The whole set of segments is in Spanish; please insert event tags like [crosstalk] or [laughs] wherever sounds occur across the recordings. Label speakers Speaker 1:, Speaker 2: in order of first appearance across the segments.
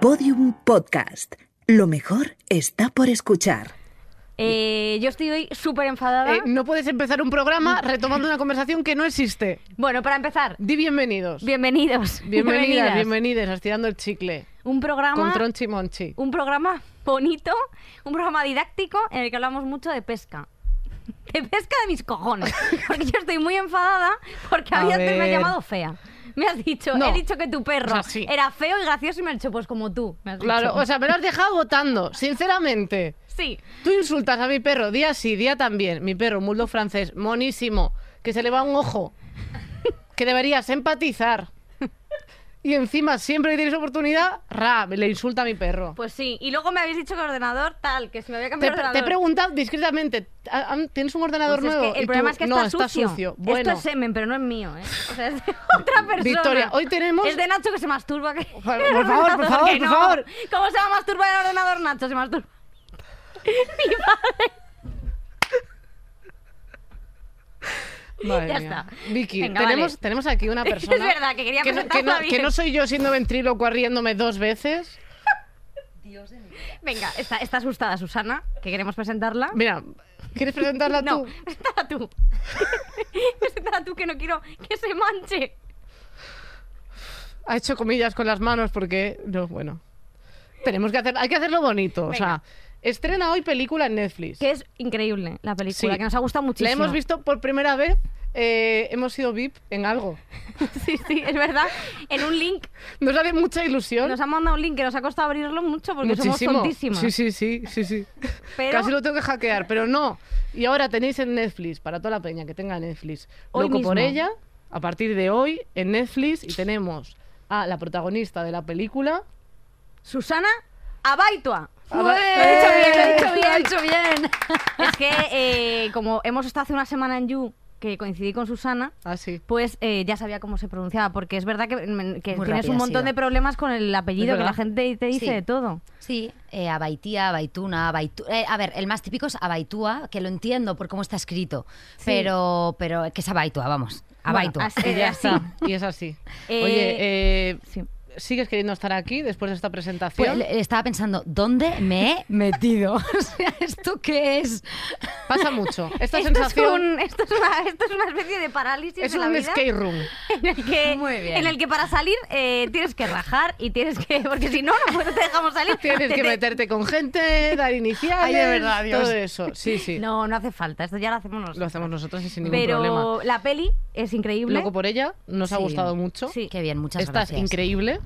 Speaker 1: Podium Podcast. Lo mejor está por escuchar.
Speaker 2: Eh, yo estoy hoy súper enfadada.
Speaker 3: Eh, no puedes empezar un programa
Speaker 2: Mm.
Speaker 3: retomando una conversación que no existe.
Speaker 2: Bueno, para empezar,
Speaker 3: Di bienvenidos. [laughs]
Speaker 2: bienvenidos.
Speaker 3: Bienvenidas,
Speaker 2: bienvenidas.
Speaker 3: bienvenidas, a estirando el chicle.
Speaker 2: Un programa,
Speaker 3: Con Tronchi Monchi.
Speaker 2: un programa bonito, un programa didáctico en el que hablamos mucho de pesca. [laughs] De pesca de mis
Speaker 3: [laughs]
Speaker 2: cojones. Porque yo estoy muy enfadada porque
Speaker 3: A
Speaker 2: a mí antes me has
Speaker 3: ver.
Speaker 2: llamado fea. Me has dicho,
Speaker 3: No.
Speaker 2: he dicho que tu perro
Speaker 3: O sea, sí.
Speaker 2: era feo y gracioso y me has dicho, pues como tú. me has
Speaker 3: Claro,
Speaker 2: dicho.
Speaker 3: o sea, me lo has dejado votando, sinceramente.
Speaker 2: Sí.
Speaker 3: Tú insultas a mi perro día sí, día también. Mi perro, muldo francés, monísimo, que se le va un ojo, [laughs] que deberías empatizar. Y encima, siempre que tienes oportunidad, ra, le insulta a mi perro.
Speaker 2: Pues sí. Y luego me habéis dicho que el ordenador tal, que se me había
Speaker 3: Te,
Speaker 2: cambiado el
Speaker 3: te he
Speaker 2: ordenador.
Speaker 3: preguntado discretamente, ¿ah, ah, ¿tienes un ordenador
Speaker 2: Pues es
Speaker 3: nuevo?
Speaker 2: que
Speaker 3: Y
Speaker 2: el
Speaker 3: tú,
Speaker 2: problema es que
Speaker 3: no,
Speaker 2: está, sucio. Esto
Speaker 3: Bueno,
Speaker 2: es semen, pero no es mío, ¿eh? O sea,
Speaker 3: [laughs]
Speaker 2: es de otra persona.
Speaker 3: Victoria, hoy tenemos-
Speaker 2: Es de Nacho que se masturba. que-
Speaker 3: Por favor,
Speaker 2: [laughs] en el
Speaker 3: por favor,
Speaker 2: ordenador,
Speaker 3: por favor,
Speaker 2: que
Speaker 3: por
Speaker 2: no.
Speaker 3: favor.
Speaker 2: ¿Cómo se va a masturbar en el ordenador, Nacho? Se masturba. Mi padre.
Speaker 3: Madre
Speaker 2: Ya
Speaker 3: mía.
Speaker 2: está.
Speaker 3: Vicky,
Speaker 2: Venga,
Speaker 3: tenemos,
Speaker 2: vale.
Speaker 3: tenemos aquí una persona.
Speaker 2: [laughs] Es verdad, que quería
Speaker 3: no, que,
Speaker 2: presentarla
Speaker 3: no, que
Speaker 2: bien.
Speaker 3: no soy yo siendo ventríloco riéndome dos veces.
Speaker 2: Venga, está, está asustada Susana, que queremos presentarla.
Speaker 3: Mira, ¿quieres presentarla
Speaker 2: [laughs] no,
Speaker 3: tú?
Speaker 2: preséntala tú. [laughs] preséntala tú, que no quiero que se manche.
Speaker 3: Ha hecho comillas con las manos porque. No, bueno. Tenemos que hacer. Hay que hacerlo bonito. O sea,
Speaker 2: Venga.
Speaker 3: estrena hoy película en Netflix.
Speaker 2: Que es increíble la película,
Speaker 3: Sí.
Speaker 2: que nos ha gustado muchísimo.
Speaker 3: La hemos visto por primera vez. eh, hemos sido VIP en algo.
Speaker 2: [laughs]
Speaker 3: [laughs]
Speaker 2: sí, sí, es verdad. En un link
Speaker 3: Nos hace mucha ilusión.
Speaker 2: Nos han mandado un link que nos ha costado abrirlo mucho porque
Speaker 3: Muchísimo.
Speaker 2: somos tontísimas.
Speaker 3: Sí, sí, sí, sí, sí.
Speaker 2: Pero-
Speaker 3: Casi lo tengo que hackear, pero no. Y ahora tenéis en Netflix, para toda la peña que tenga Netflix,
Speaker 2: Hoy
Speaker 3: Loco por
Speaker 2: mismo.
Speaker 3: ella, a partir de hoy en Netflix, y tenemos a la protagonista de la película.
Speaker 2: Susana Abaitua.
Speaker 3: Aba-
Speaker 2: Ué, Lo he hecho bien, lo he hecho bien,
Speaker 3: ¡Eh! Lo he
Speaker 2: bien. Es que eh, como hemos estado hace una semana en You, que coincidí con Susana,
Speaker 3: Ah, sí.
Speaker 2: pues eh, ya sabía cómo se pronunciaba, porque es verdad que, mm, que
Speaker 4: Muy
Speaker 2: tienes
Speaker 4: rápida
Speaker 2: un
Speaker 4: ha
Speaker 2: montón
Speaker 4: sido.
Speaker 2: de problemas con el apellido, que
Speaker 3: verdad.
Speaker 2: la gente te dice
Speaker 4: Sí.
Speaker 2: de todo.
Speaker 4: Sí, eh, Abaitía, Abaituna, Abaitu- eh, a ver, el más típico es Abaitúa, que lo entiendo por cómo está escrito, pero, pero que es Abaitua, vamos. Abaitua.
Speaker 2: así-
Speaker 3: Y
Speaker 2: Eh,
Speaker 3: ya está. Y
Speaker 2: [laughs]
Speaker 3: es así. Oye, eh,
Speaker 2: Sí.
Speaker 3: ¿sigues queriendo estar aquí después de esta
Speaker 4: Pues,
Speaker 3: presentación?
Speaker 4: le- estaba pensando, ¿dónde me he metido? [laughs] O sea, ¿esto qué es?
Speaker 3: [laughs]
Speaker 2: [laughs]
Speaker 3: Pasa mucho. Esta
Speaker 2: Esto, es
Speaker 3: sensación
Speaker 2: un- esto, es una, esto es una especie de parálisis
Speaker 3: es
Speaker 2: de la
Speaker 3: un
Speaker 2: vida.
Speaker 3: escape room.
Speaker 2: en el que,
Speaker 4: Muy bien.
Speaker 2: En el que para salir eh, tienes que rajar y tienes que. Porque si no, no puedes- te dejamos salir.
Speaker 3: Tienes
Speaker 2: Te- [laughs]
Speaker 3: que
Speaker 2: te-
Speaker 3: meterte con gente, dar iniciales,
Speaker 4: Ay, de verdad, Dios.
Speaker 3: todo eso. Sí, sí.
Speaker 2: No, no hace falta. Esto ya lo hacemos nosotros.
Speaker 3: Lo hacemos nosotros y sin ningún
Speaker 2: Pero
Speaker 3: problema.
Speaker 2: la peli es increíble.
Speaker 3: Loco por ella, nos ha
Speaker 4: Sí.
Speaker 3: gustado mucho.
Speaker 2: Sí.
Speaker 4: Qué bien, muchas
Speaker 3: Estás
Speaker 4: gracias.
Speaker 3: increíble.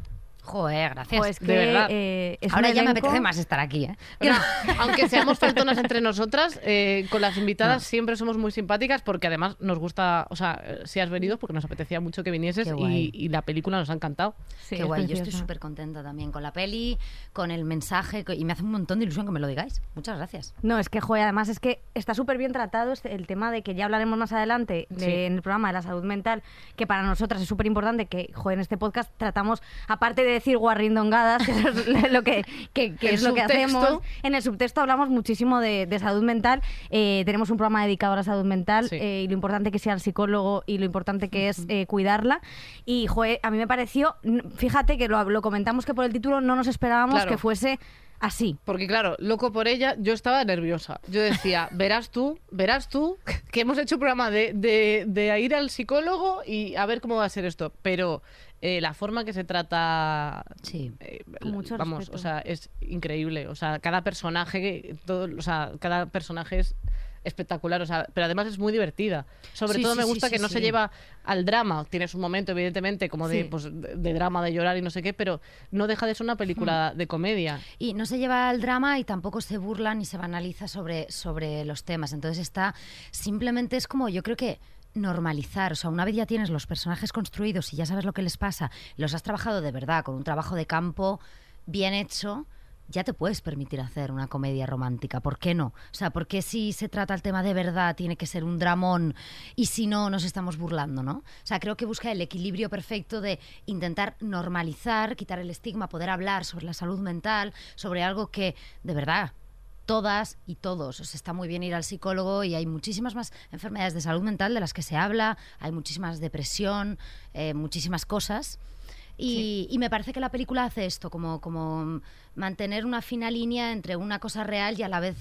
Speaker 4: Joder, gracias.
Speaker 2: Pues que,
Speaker 3: de verdad.
Speaker 2: eh, es
Speaker 4: Ahora
Speaker 2: un
Speaker 4: ya me
Speaker 2: elenco-
Speaker 4: apetece más estar aquí,
Speaker 2: [laughs]
Speaker 4: ¿eh?
Speaker 3: Bueno, [laughs] aunque seamos faltonas entre nosotras, eh, con las invitadas siempre somos muy simpáticas porque además nos gusta, o sea, eh, si has venido porque nos apetecía mucho que vinieses y,
Speaker 4: Qué guay.
Speaker 3: y la película nos ha encantado.
Speaker 2: Sí,
Speaker 4: Qué
Speaker 2: es
Speaker 4: guay, yo estoy
Speaker 2: preciosa.
Speaker 4: súper contenta también con la peli, con el mensaje, co- y me hace un montón de ilusión que me lo digáis. Muchas gracias.
Speaker 2: No, es que, joder, además es que está súper bien tratado este- el tema de que ya hablaremos más adelante de-
Speaker 3: Sí.
Speaker 2: en el programa de la salud mental, que para nosotras es súper importante que, joder, en este podcast tratamos, aparte de decir guarrindongadas, que eso es lo que, que- que
Speaker 3: El
Speaker 2: es lo que
Speaker 3: subtexto.
Speaker 2: hacemos, en el subtexto hablamos muchísimo de, de salud mental, eh, tenemos un programa dedicado a la salud mental
Speaker 3: Sí.
Speaker 2: eh, y lo importante que sea el psicólogo y lo importante que es eh, cuidarla. Y, joder, a mí me pareció, n- fíjate que lo, lo comentamos que por el título no nos esperábamos
Speaker 3: Claro.
Speaker 2: que fuese así.
Speaker 3: Porque claro, loco por ella, yo estaba nerviosa. Yo decía, [laughs] verás tú, verás tú, que hemos hecho un programa de, de- de ir al psicólogo y a ver cómo va a ser esto. Pero eh, la forma que se trata
Speaker 4: Sí.
Speaker 3: Eh,
Speaker 2: Con mucho
Speaker 3: vamos,
Speaker 2: respeto.
Speaker 3: o sea, es increíble. O sea, cada personaje, todo, o sea, cada personaje es espectacular, o sea, pero además es muy divertida. Sobre
Speaker 4: Sí,
Speaker 3: todo
Speaker 4: sí,
Speaker 3: me
Speaker 4: sí,
Speaker 3: gusta
Speaker 4: sí,
Speaker 3: que no se
Speaker 4: sí.
Speaker 3: lleva al drama. Tienes un momento, evidentemente, como de,
Speaker 2: Sí.
Speaker 3: pues, de de drama, de llorar y no sé qué, pero no deja de ser una película de comedia.
Speaker 4: Y no se lleva al drama y tampoco se burla ni se banaliza sobre, sobre los temas. Entonces está, simplemente es como yo creo que normalizar, o sea, una vez ya tienes los personajes construidos y ya sabes lo que les pasa, los has trabajado de verdad, con un trabajo de campo bien hecho, ya te puedes permitir hacer una comedia romántica, ¿por qué no? O sea, ¿por qué si se trata el tema de verdad tiene que ser un dramón y si no nos estamos burlando, ¿no? O sea, creo que busca el equilibrio perfecto de intentar normalizar, quitar el estigma, poder hablar sobre la salud mental, sobre algo que de verdad todas y todos. O sea, está muy bien ir al psicólogo y hay muchísimas más enfermedades de salud mental de las que se habla, hay muchísimas depresión, eh, muchísimas cosas. Y, y me parece que la película hace esto, como, como mantener una fina línea entre una cosa real y a la vez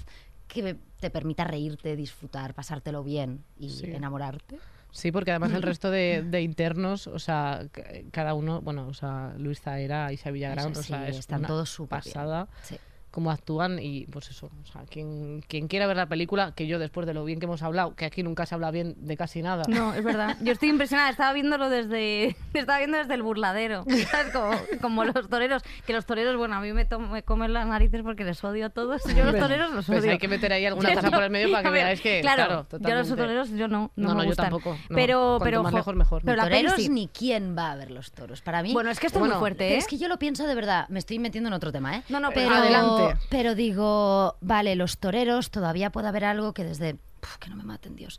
Speaker 4: que te permita reírte, disfrutar, pasártelo bien y
Speaker 3: Sí.
Speaker 4: enamorarte.
Speaker 3: Sí, porque además el resto de, de internos, o sea, c- cada uno, bueno, o sea, Luis Zaera, Isa Villagrán,
Speaker 4: Eso
Speaker 3: o sea,
Speaker 4: sí,
Speaker 3: es
Speaker 4: están
Speaker 3: una
Speaker 4: todos súper bien.
Speaker 3: pasada
Speaker 4: Sí.
Speaker 3: cómo actúan y pues eso, o sea, quien, quien quiera ver la película, que yo después de lo bien que hemos hablado, que aquí nunca se habla bien de casi nada. [laughs]
Speaker 2: No, es verdad. Yo estoy impresionada. Estaba viéndolo desde, [laughs] estaba viendo desde el burladero.
Speaker 3: [laughs]
Speaker 2: ¿sabes? Como, como los toreros. Que los toreros, bueno, a mí me, to- me comen las narices porque les odio a todos. Yo los
Speaker 3: Pues-
Speaker 2: toreros los odio.
Speaker 3: pues hay que meter
Speaker 2: [laughs]
Speaker 3: ahí alguna cosa por el medio para que
Speaker 2: A ver,
Speaker 3: veáis que, claro,
Speaker 2: Claro, yo los
Speaker 3: totalmente.
Speaker 2: toreros yo no, no,
Speaker 3: No, no,
Speaker 2: me
Speaker 3: yo
Speaker 2: gustan.
Speaker 3: tampoco, no.
Speaker 2: Pero,
Speaker 3: Cuanto
Speaker 2: pero
Speaker 3: más
Speaker 2: jo-
Speaker 3: mejor, mejor.
Speaker 2: Pero
Speaker 3: Ni
Speaker 2: la peli
Speaker 4: Toreros
Speaker 2: sí.
Speaker 4: ni quién va a ver los toros. Para mí,
Speaker 2: Bueno, es que esto es
Speaker 3: Bueno,
Speaker 2: muy fuerte,
Speaker 4: Pero
Speaker 2: ¿eh?
Speaker 4: es que yo lo pienso de verdad, me estoy metiendo en otro tema, ¿eh?
Speaker 2: No, no,
Speaker 4: pero,
Speaker 3: adelante.
Speaker 4: Pero digo, vale, los toreros, todavía puede haber algo que desde... Puf, que no me maten, Dios.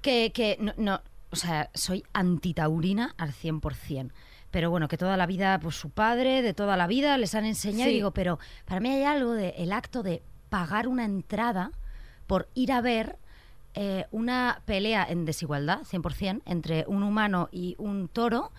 Speaker 4: Que, que no, no, o sea, soy antitaurina al 100%. Pero bueno, que toda la vida, pues su padre, de toda la vida, les han enseñado.
Speaker 2: Sí.
Speaker 4: Y digo, pero para mí hay algo de el acto de pagar una entrada por ir a ver eh, una pelea en desigualdad, 100%, entre un humano y un toro.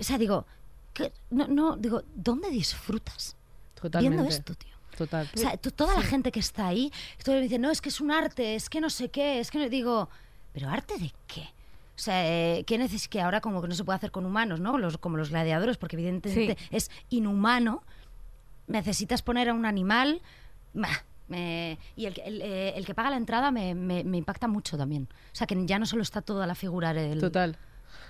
Speaker 4: O sea, digo, ¿qué? no, no, digo, ¿dónde disfrutas
Speaker 3: Totalmente.
Speaker 4: viendo esto, tío?
Speaker 3: Total.
Speaker 4: O sea, tú- toda la gente que está ahí, todo me dice, no, es que es un arte, es que no sé qué, es que no. Digo, ¿pero arte de qué? O sea, eh, ¿qué neces que ahora como que no se puede hacer con humanos, ¿no? Los, como los gladiadores, porque evidentemente
Speaker 2: Sí.
Speaker 4: es inhumano. Necesitas poner a un animal. bah, me- y el, que- el, eh, el que paga la entrada me, me- me impacta mucho también. O sea, que ya no solo está toda la figura del.
Speaker 3: Total.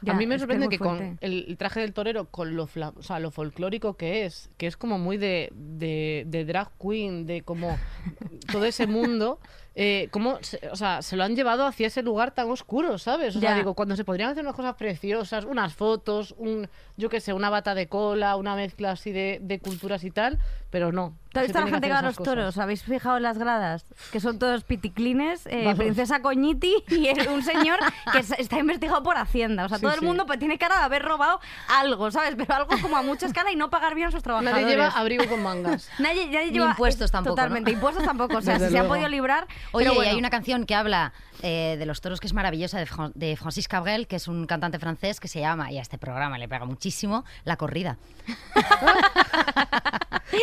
Speaker 2: Ya,
Speaker 3: a mí me
Speaker 2: es que es
Speaker 3: sorprende
Speaker 2: muy
Speaker 3: que, con
Speaker 2: fuerte.
Speaker 3: el, el traje del torero, con lo, fla- o sea, lo folclórico que es, que es como muy de, de, de drag queen, de como [laughs] todo ese mundo, eh, cómo se, o sea, se lo han llevado hacia ese lugar tan oscuro, ¿sabes? O sea,
Speaker 2: Ya.
Speaker 3: digo, cuando se podrían hacer unas cosas preciosas, unas fotos, un, yo qué sé, una bata de cola, una mezcla así de, de culturas y tal, pero no.
Speaker 2: ¿Te has
Speaker 3: se
Speaker 2: visto a la
Speaker 3: tiene
Speaker 2: gente que
Speaker 3: hacer
Speaker 2: va a
Speaker 3: esas
Speaker 2: los
Speaker 3: cosas.
Speaker 2: toros? ¿Habéis fijado en las gradas? Que son todos piticlines, eh,
Speaker 3: Vamos.
Speaker 2: princesa Coñiti [laughs] y el- un señor que es- está investigado por Hacienda. O sea,
Speaker 3: Sí,
Speaker 2: todo
Speaker 3: sí.
Speaker 2: el mundo pues, tiene cara de haber robado algo, ¿sabes? Pero algo como a mucha escala y no pagar bien a sus trabajadores.
Speaker 3: Nadie lleva abrigo
Speaker 2: [laughs]
Speaker 3: con mangas.
Speaker 2: Nadie- nadie
Speaker 4: Ni
Speaker 2: lleva-
Speaker 4: impuestos
Speaker 2: es-
Speaker 4: tampoco, ¿no?
Speaker 2: Totalmente, impuestos tampoco. O sea,
Speaker 3: [laughs] Desde
Speaker 2: si se han
Speaker 3: luego.
Speaker 2: podido librar.
Speaker 4: Oye,
Speaker 2: pero
Speaker 4: y
Speaker 2: bueno.
Speaker 4: hay una canción que habla eh, de los toros que es maravillosa, de, Fran- de Francis Cabrel, que es un cantante francés que se llama, y a este programa le pega muchísimo, La Corrida.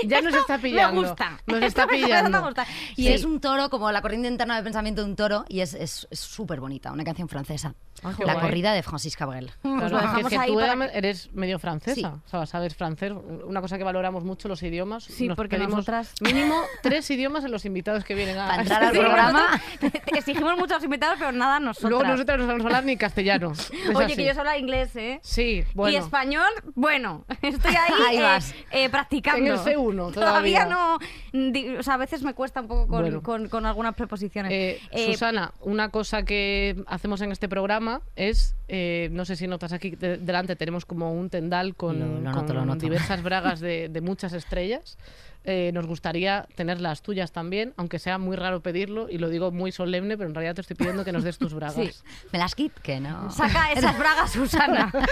Speaker 3: Ya nos está pillando.
Speaker 2: Me gusta.
Speaker 3: Nos
Speaker 2: [laughs]
Speaker 3: está
Speaker 2: Me
Speaker 3: pillando.
Speaker 2: gusta.
Speaker 4: Y
Speaker 2: Sí.
Speaker 4: es un toro, como la corriente interna de pensamiento de un toro, y es- es es súper bonita, una canción francesa.
Speaker 3: Ah, qué
Speaker 4: la
Speaker 3: guay.
Speaker 4: Corrida de Francis Cabrel.
Speaker 2: Pues
Speaker 3: Claro,
Speaker 2: lo
Speaker 3: es que- es
Speaker 2: dejamos
Speaker 3: que
Speaker 2: ahí
Speaker 3: tú
Speaker 2: para
Speaker 3: eras- eres medio francesa,
Speaker 4: Sí.
Speaker 3: o sea, sabes francés, una cosa que valoramos mucho los idiomas.
Speaker 2: Sí,
Speaker 3: Nos
Speaker 2: porque
Speaker 3: pedimos
Speaker 2: nosotras-
Speaker 3: mínimo tres idiomas en los invitados que vienen a, [laughs]
Speaker 4: Para entrar al
Speaker 3: este
Speaker 4: programa.
Speaker 2: Exigimos mucho a los invitados, pero nada a nosotras.
Speaker 3: Luego nosotros no sabemos hablar ni castellano. Es
Speaker 2: Oye,
Speaker 3: así.
Speaker 2: que yo solo hablo inglés, ¿eh?
Speaker 3: Sí, bueno.
Speaker 2: Y español, bueno, [laughs] estoy
Speaker 3: [laughs]
Speaker 2: ahí,
Speaker 4: Ahí
Speaker 2: eh,
Speaker 4: vas.
Speaker 2: eh, practicando.
Speaker 3: En
Speaker 2: [laughs]
Speaker 3: el C1 todavía.
Speaker 2: no. di- o sea, a veces me cuesta un poco con,
Speaker 3: Bueno.
Speaker 2: con- con algunas preposiciones.
Speaker 3: Eh,
Speaker 2: Eh,
Speaker 3: Susana, una cosa que hacemos en este programa es, eh, no sé si notas aquí de- delante, tenemos como un tendal con,
Speaker 4: Lo- lo
Speaker 3: con
Speaker 4: noto, lo noto.
Speaker 3: diversas
Speaker 4: [laughs]
Speaker 3: bragas de, de muchas estrellas. Eh, nos gustaría tener las tuyas también, aunque sea muy raro pedirlo y lo digo muy solemne, pero en realidad te estoy pidiendo que nos des tus bragas.
Speaker 2: Sí.
Speaker 4: [laughs] ¿Me las quit? Que
Speaker 3: [laughs]
Speaker 4: no.
Speaker 2: Saca esas bragas, Susana. [laughs] Saca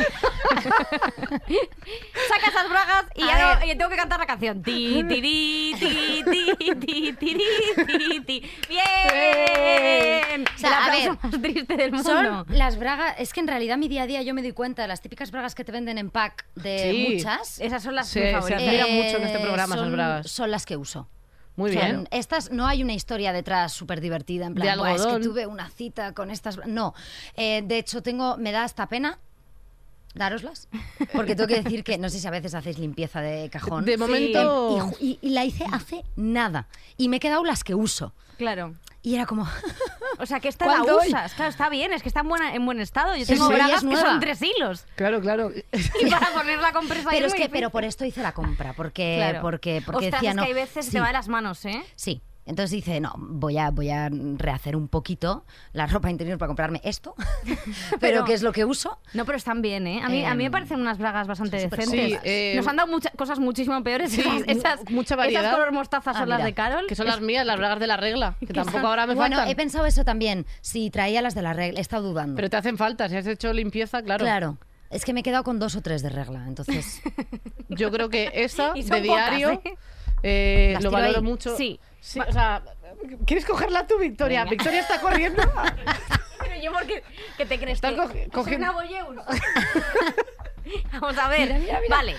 Speaker 2: esas bragas y
Speaker 4: A
Speaker 2: ya
Speaker 4: ver.
Speaker 2: no- y tengo que cantar la canción. Ti, ti, ti, ti, ti, ti, ti, ti, ti, ti. ¡Bien!
Speaker 4: O sea,
Speaker 2: El
Speaker 4: a
Speaker 2: aplauso
Speaker 4: ver,
Speaker 2: más triste del mundo.
Speaker 4: Son las bragas, es que en realidad mi día a día yo me doy cuenta de las típicas bragas que te venden en pack de
Speaker 3: Sí.
Speaker 4: muchas. eh,
Speaker 2: Esas son las
Speaker 3: Sí,
Speaker 2: mis
Speaker 3: sí,
Speaker 2: favoritas.
Speaker 3: se admiran mucho en este programa esas
Speaker 4: son-
Speaker 3: bragas.
Speaker 4: Son las que uso.
Speaker 3: Muy
Speaker 4: Son-
Speaker 3: bien.
Speaker 4: Estas no hay una historia detrás súper divertida, en
Speaker 3: De
Speaker 4: plan, "Buah, es que
Speaker 3: algodón".
Speaker 4: tuve una cita con estas. bra-". No. Eh, de hecho, tengo, me da hasta pena daroslas. Porque tengo que decir que no sé si a veces hacéis limpieza de cajón.
Speaker 3: De
Speaker 4: Y
Speaker 3: momento,
Speaker 4: ju- Y, y la hice hace nada. Y me he quedado las que uso.
Speaker 2: Claro.
Speaker 4: Y era como. [laughs]
Speaker 2: O sea, que esta
Speaker 3: ¿Cuál
Speaker 2: la
Speaker 3: doy?
Speaker 2: usas. Claro, está bien, es que está en, buena- en buen estado. Yo
Speaker 4: Sí,
Speaker 2: tengo
Speaker 4: sí. Y es
Speaker 2: bragas que
Speaker 4: nueva.
Speaker 2: son tres
Speaker 4: [laughs]
Speaker 2: hilos.
Speaker 3: claro, claro.
Speaker 2: Y para poner la compresa ahí
Speaker 4: pero es
Speaker 2: muy
Speaker 4: que,
Speaker 2: difícil.
Speaker 4: pero por esto hice la compra. Porque,
Speaker 2: Claro.
Speaker 4: porque, porque
Speaker 2: Ostras,
Speaker 4: decía
Speaker 2: es
Speaker 4: no.
Speaker 2: que hay veces que
Speaker 4: sí.
Speaker 2: te va de las manos, ¿eh?
Speaker 4: Sí. Entonces dice, no, voy a, voy a rehacer un poquito la ropa interior para comprarme esto, [laughs] [laughs]
Speaker 2: Pero-
Speaker 4: pero que es Em, lo que uso.
Speaker 2: No, pero están bien, ¿eh? A mí, a mí me parecen unas bragas bastante
Speaker 4: son súper
Speaker 2: decentes.
Speaker 3: chulas. Sí, eh,
Speaker 2: Nos han dado muchas cosas muchísimo peores.
Speaker 3: Sí,
Speaker 2: esas,
Speaker 3: mu-
Speaker 2: esas-
Speaker 3: mucha variedad.
Speaker 2: Esas color mostaza
Speaker 4: Ah,
Speaker 2: son las
Speaker 4: mira,
Speaker 2: de Carol.
Speaker 3: Que son
Speaker 2: [laughs]
Speaker 3: las mías, las bragas de la regla, que tampoco
Speaker 2: son-
Speaker 3: ahora me
Speaker 4: bueno, he
Speaker 3: faltan.
Speaker 4: pensado eso también. Si traía las de la regla, he estado dudando.
Speaker 3: Pero te hacen falta, si has hecho limpieza, claro.
Speaker 4: claro. Es que me he quedado con dos o tres de regla,
Speaker 3: [laughs]
Speaker 4: entonces.
Speaker 3: Yo creo que esa
Speaker 2: [laughs] Y
Speaker 3: de
Speaker 2: son pocas,
Speaker 3: diario
Speaker 2: ¿eh?
Speaker 3: eh,
Speaker 4: Las
Speaker 3: lo
Speaker 4: tiro
Speaker 3: valoro
Speaker 4: ahí.
Speaker 3: mucho.
Speaker 2: Sí.
Speaker 3: o sea, ¿quieres cogerla tú, Victoria?
Speaker 4: Venga.
Speaker 3: Victoria está corriendo.
Speaker 2: Pero yo porque... ¿Qué te crees?
Speaker 3: Está
Speaker 2: que-
Speaker 3: cogi-
Speaker 2: que soy
Speaker 4: [laughs]
Speaker 3: cogiendo-
Speaker 2: una Boyeus? [laughs] Vamos a ver.
Speaker 4: Mira, mira, mira.
Speaker 2: Vale.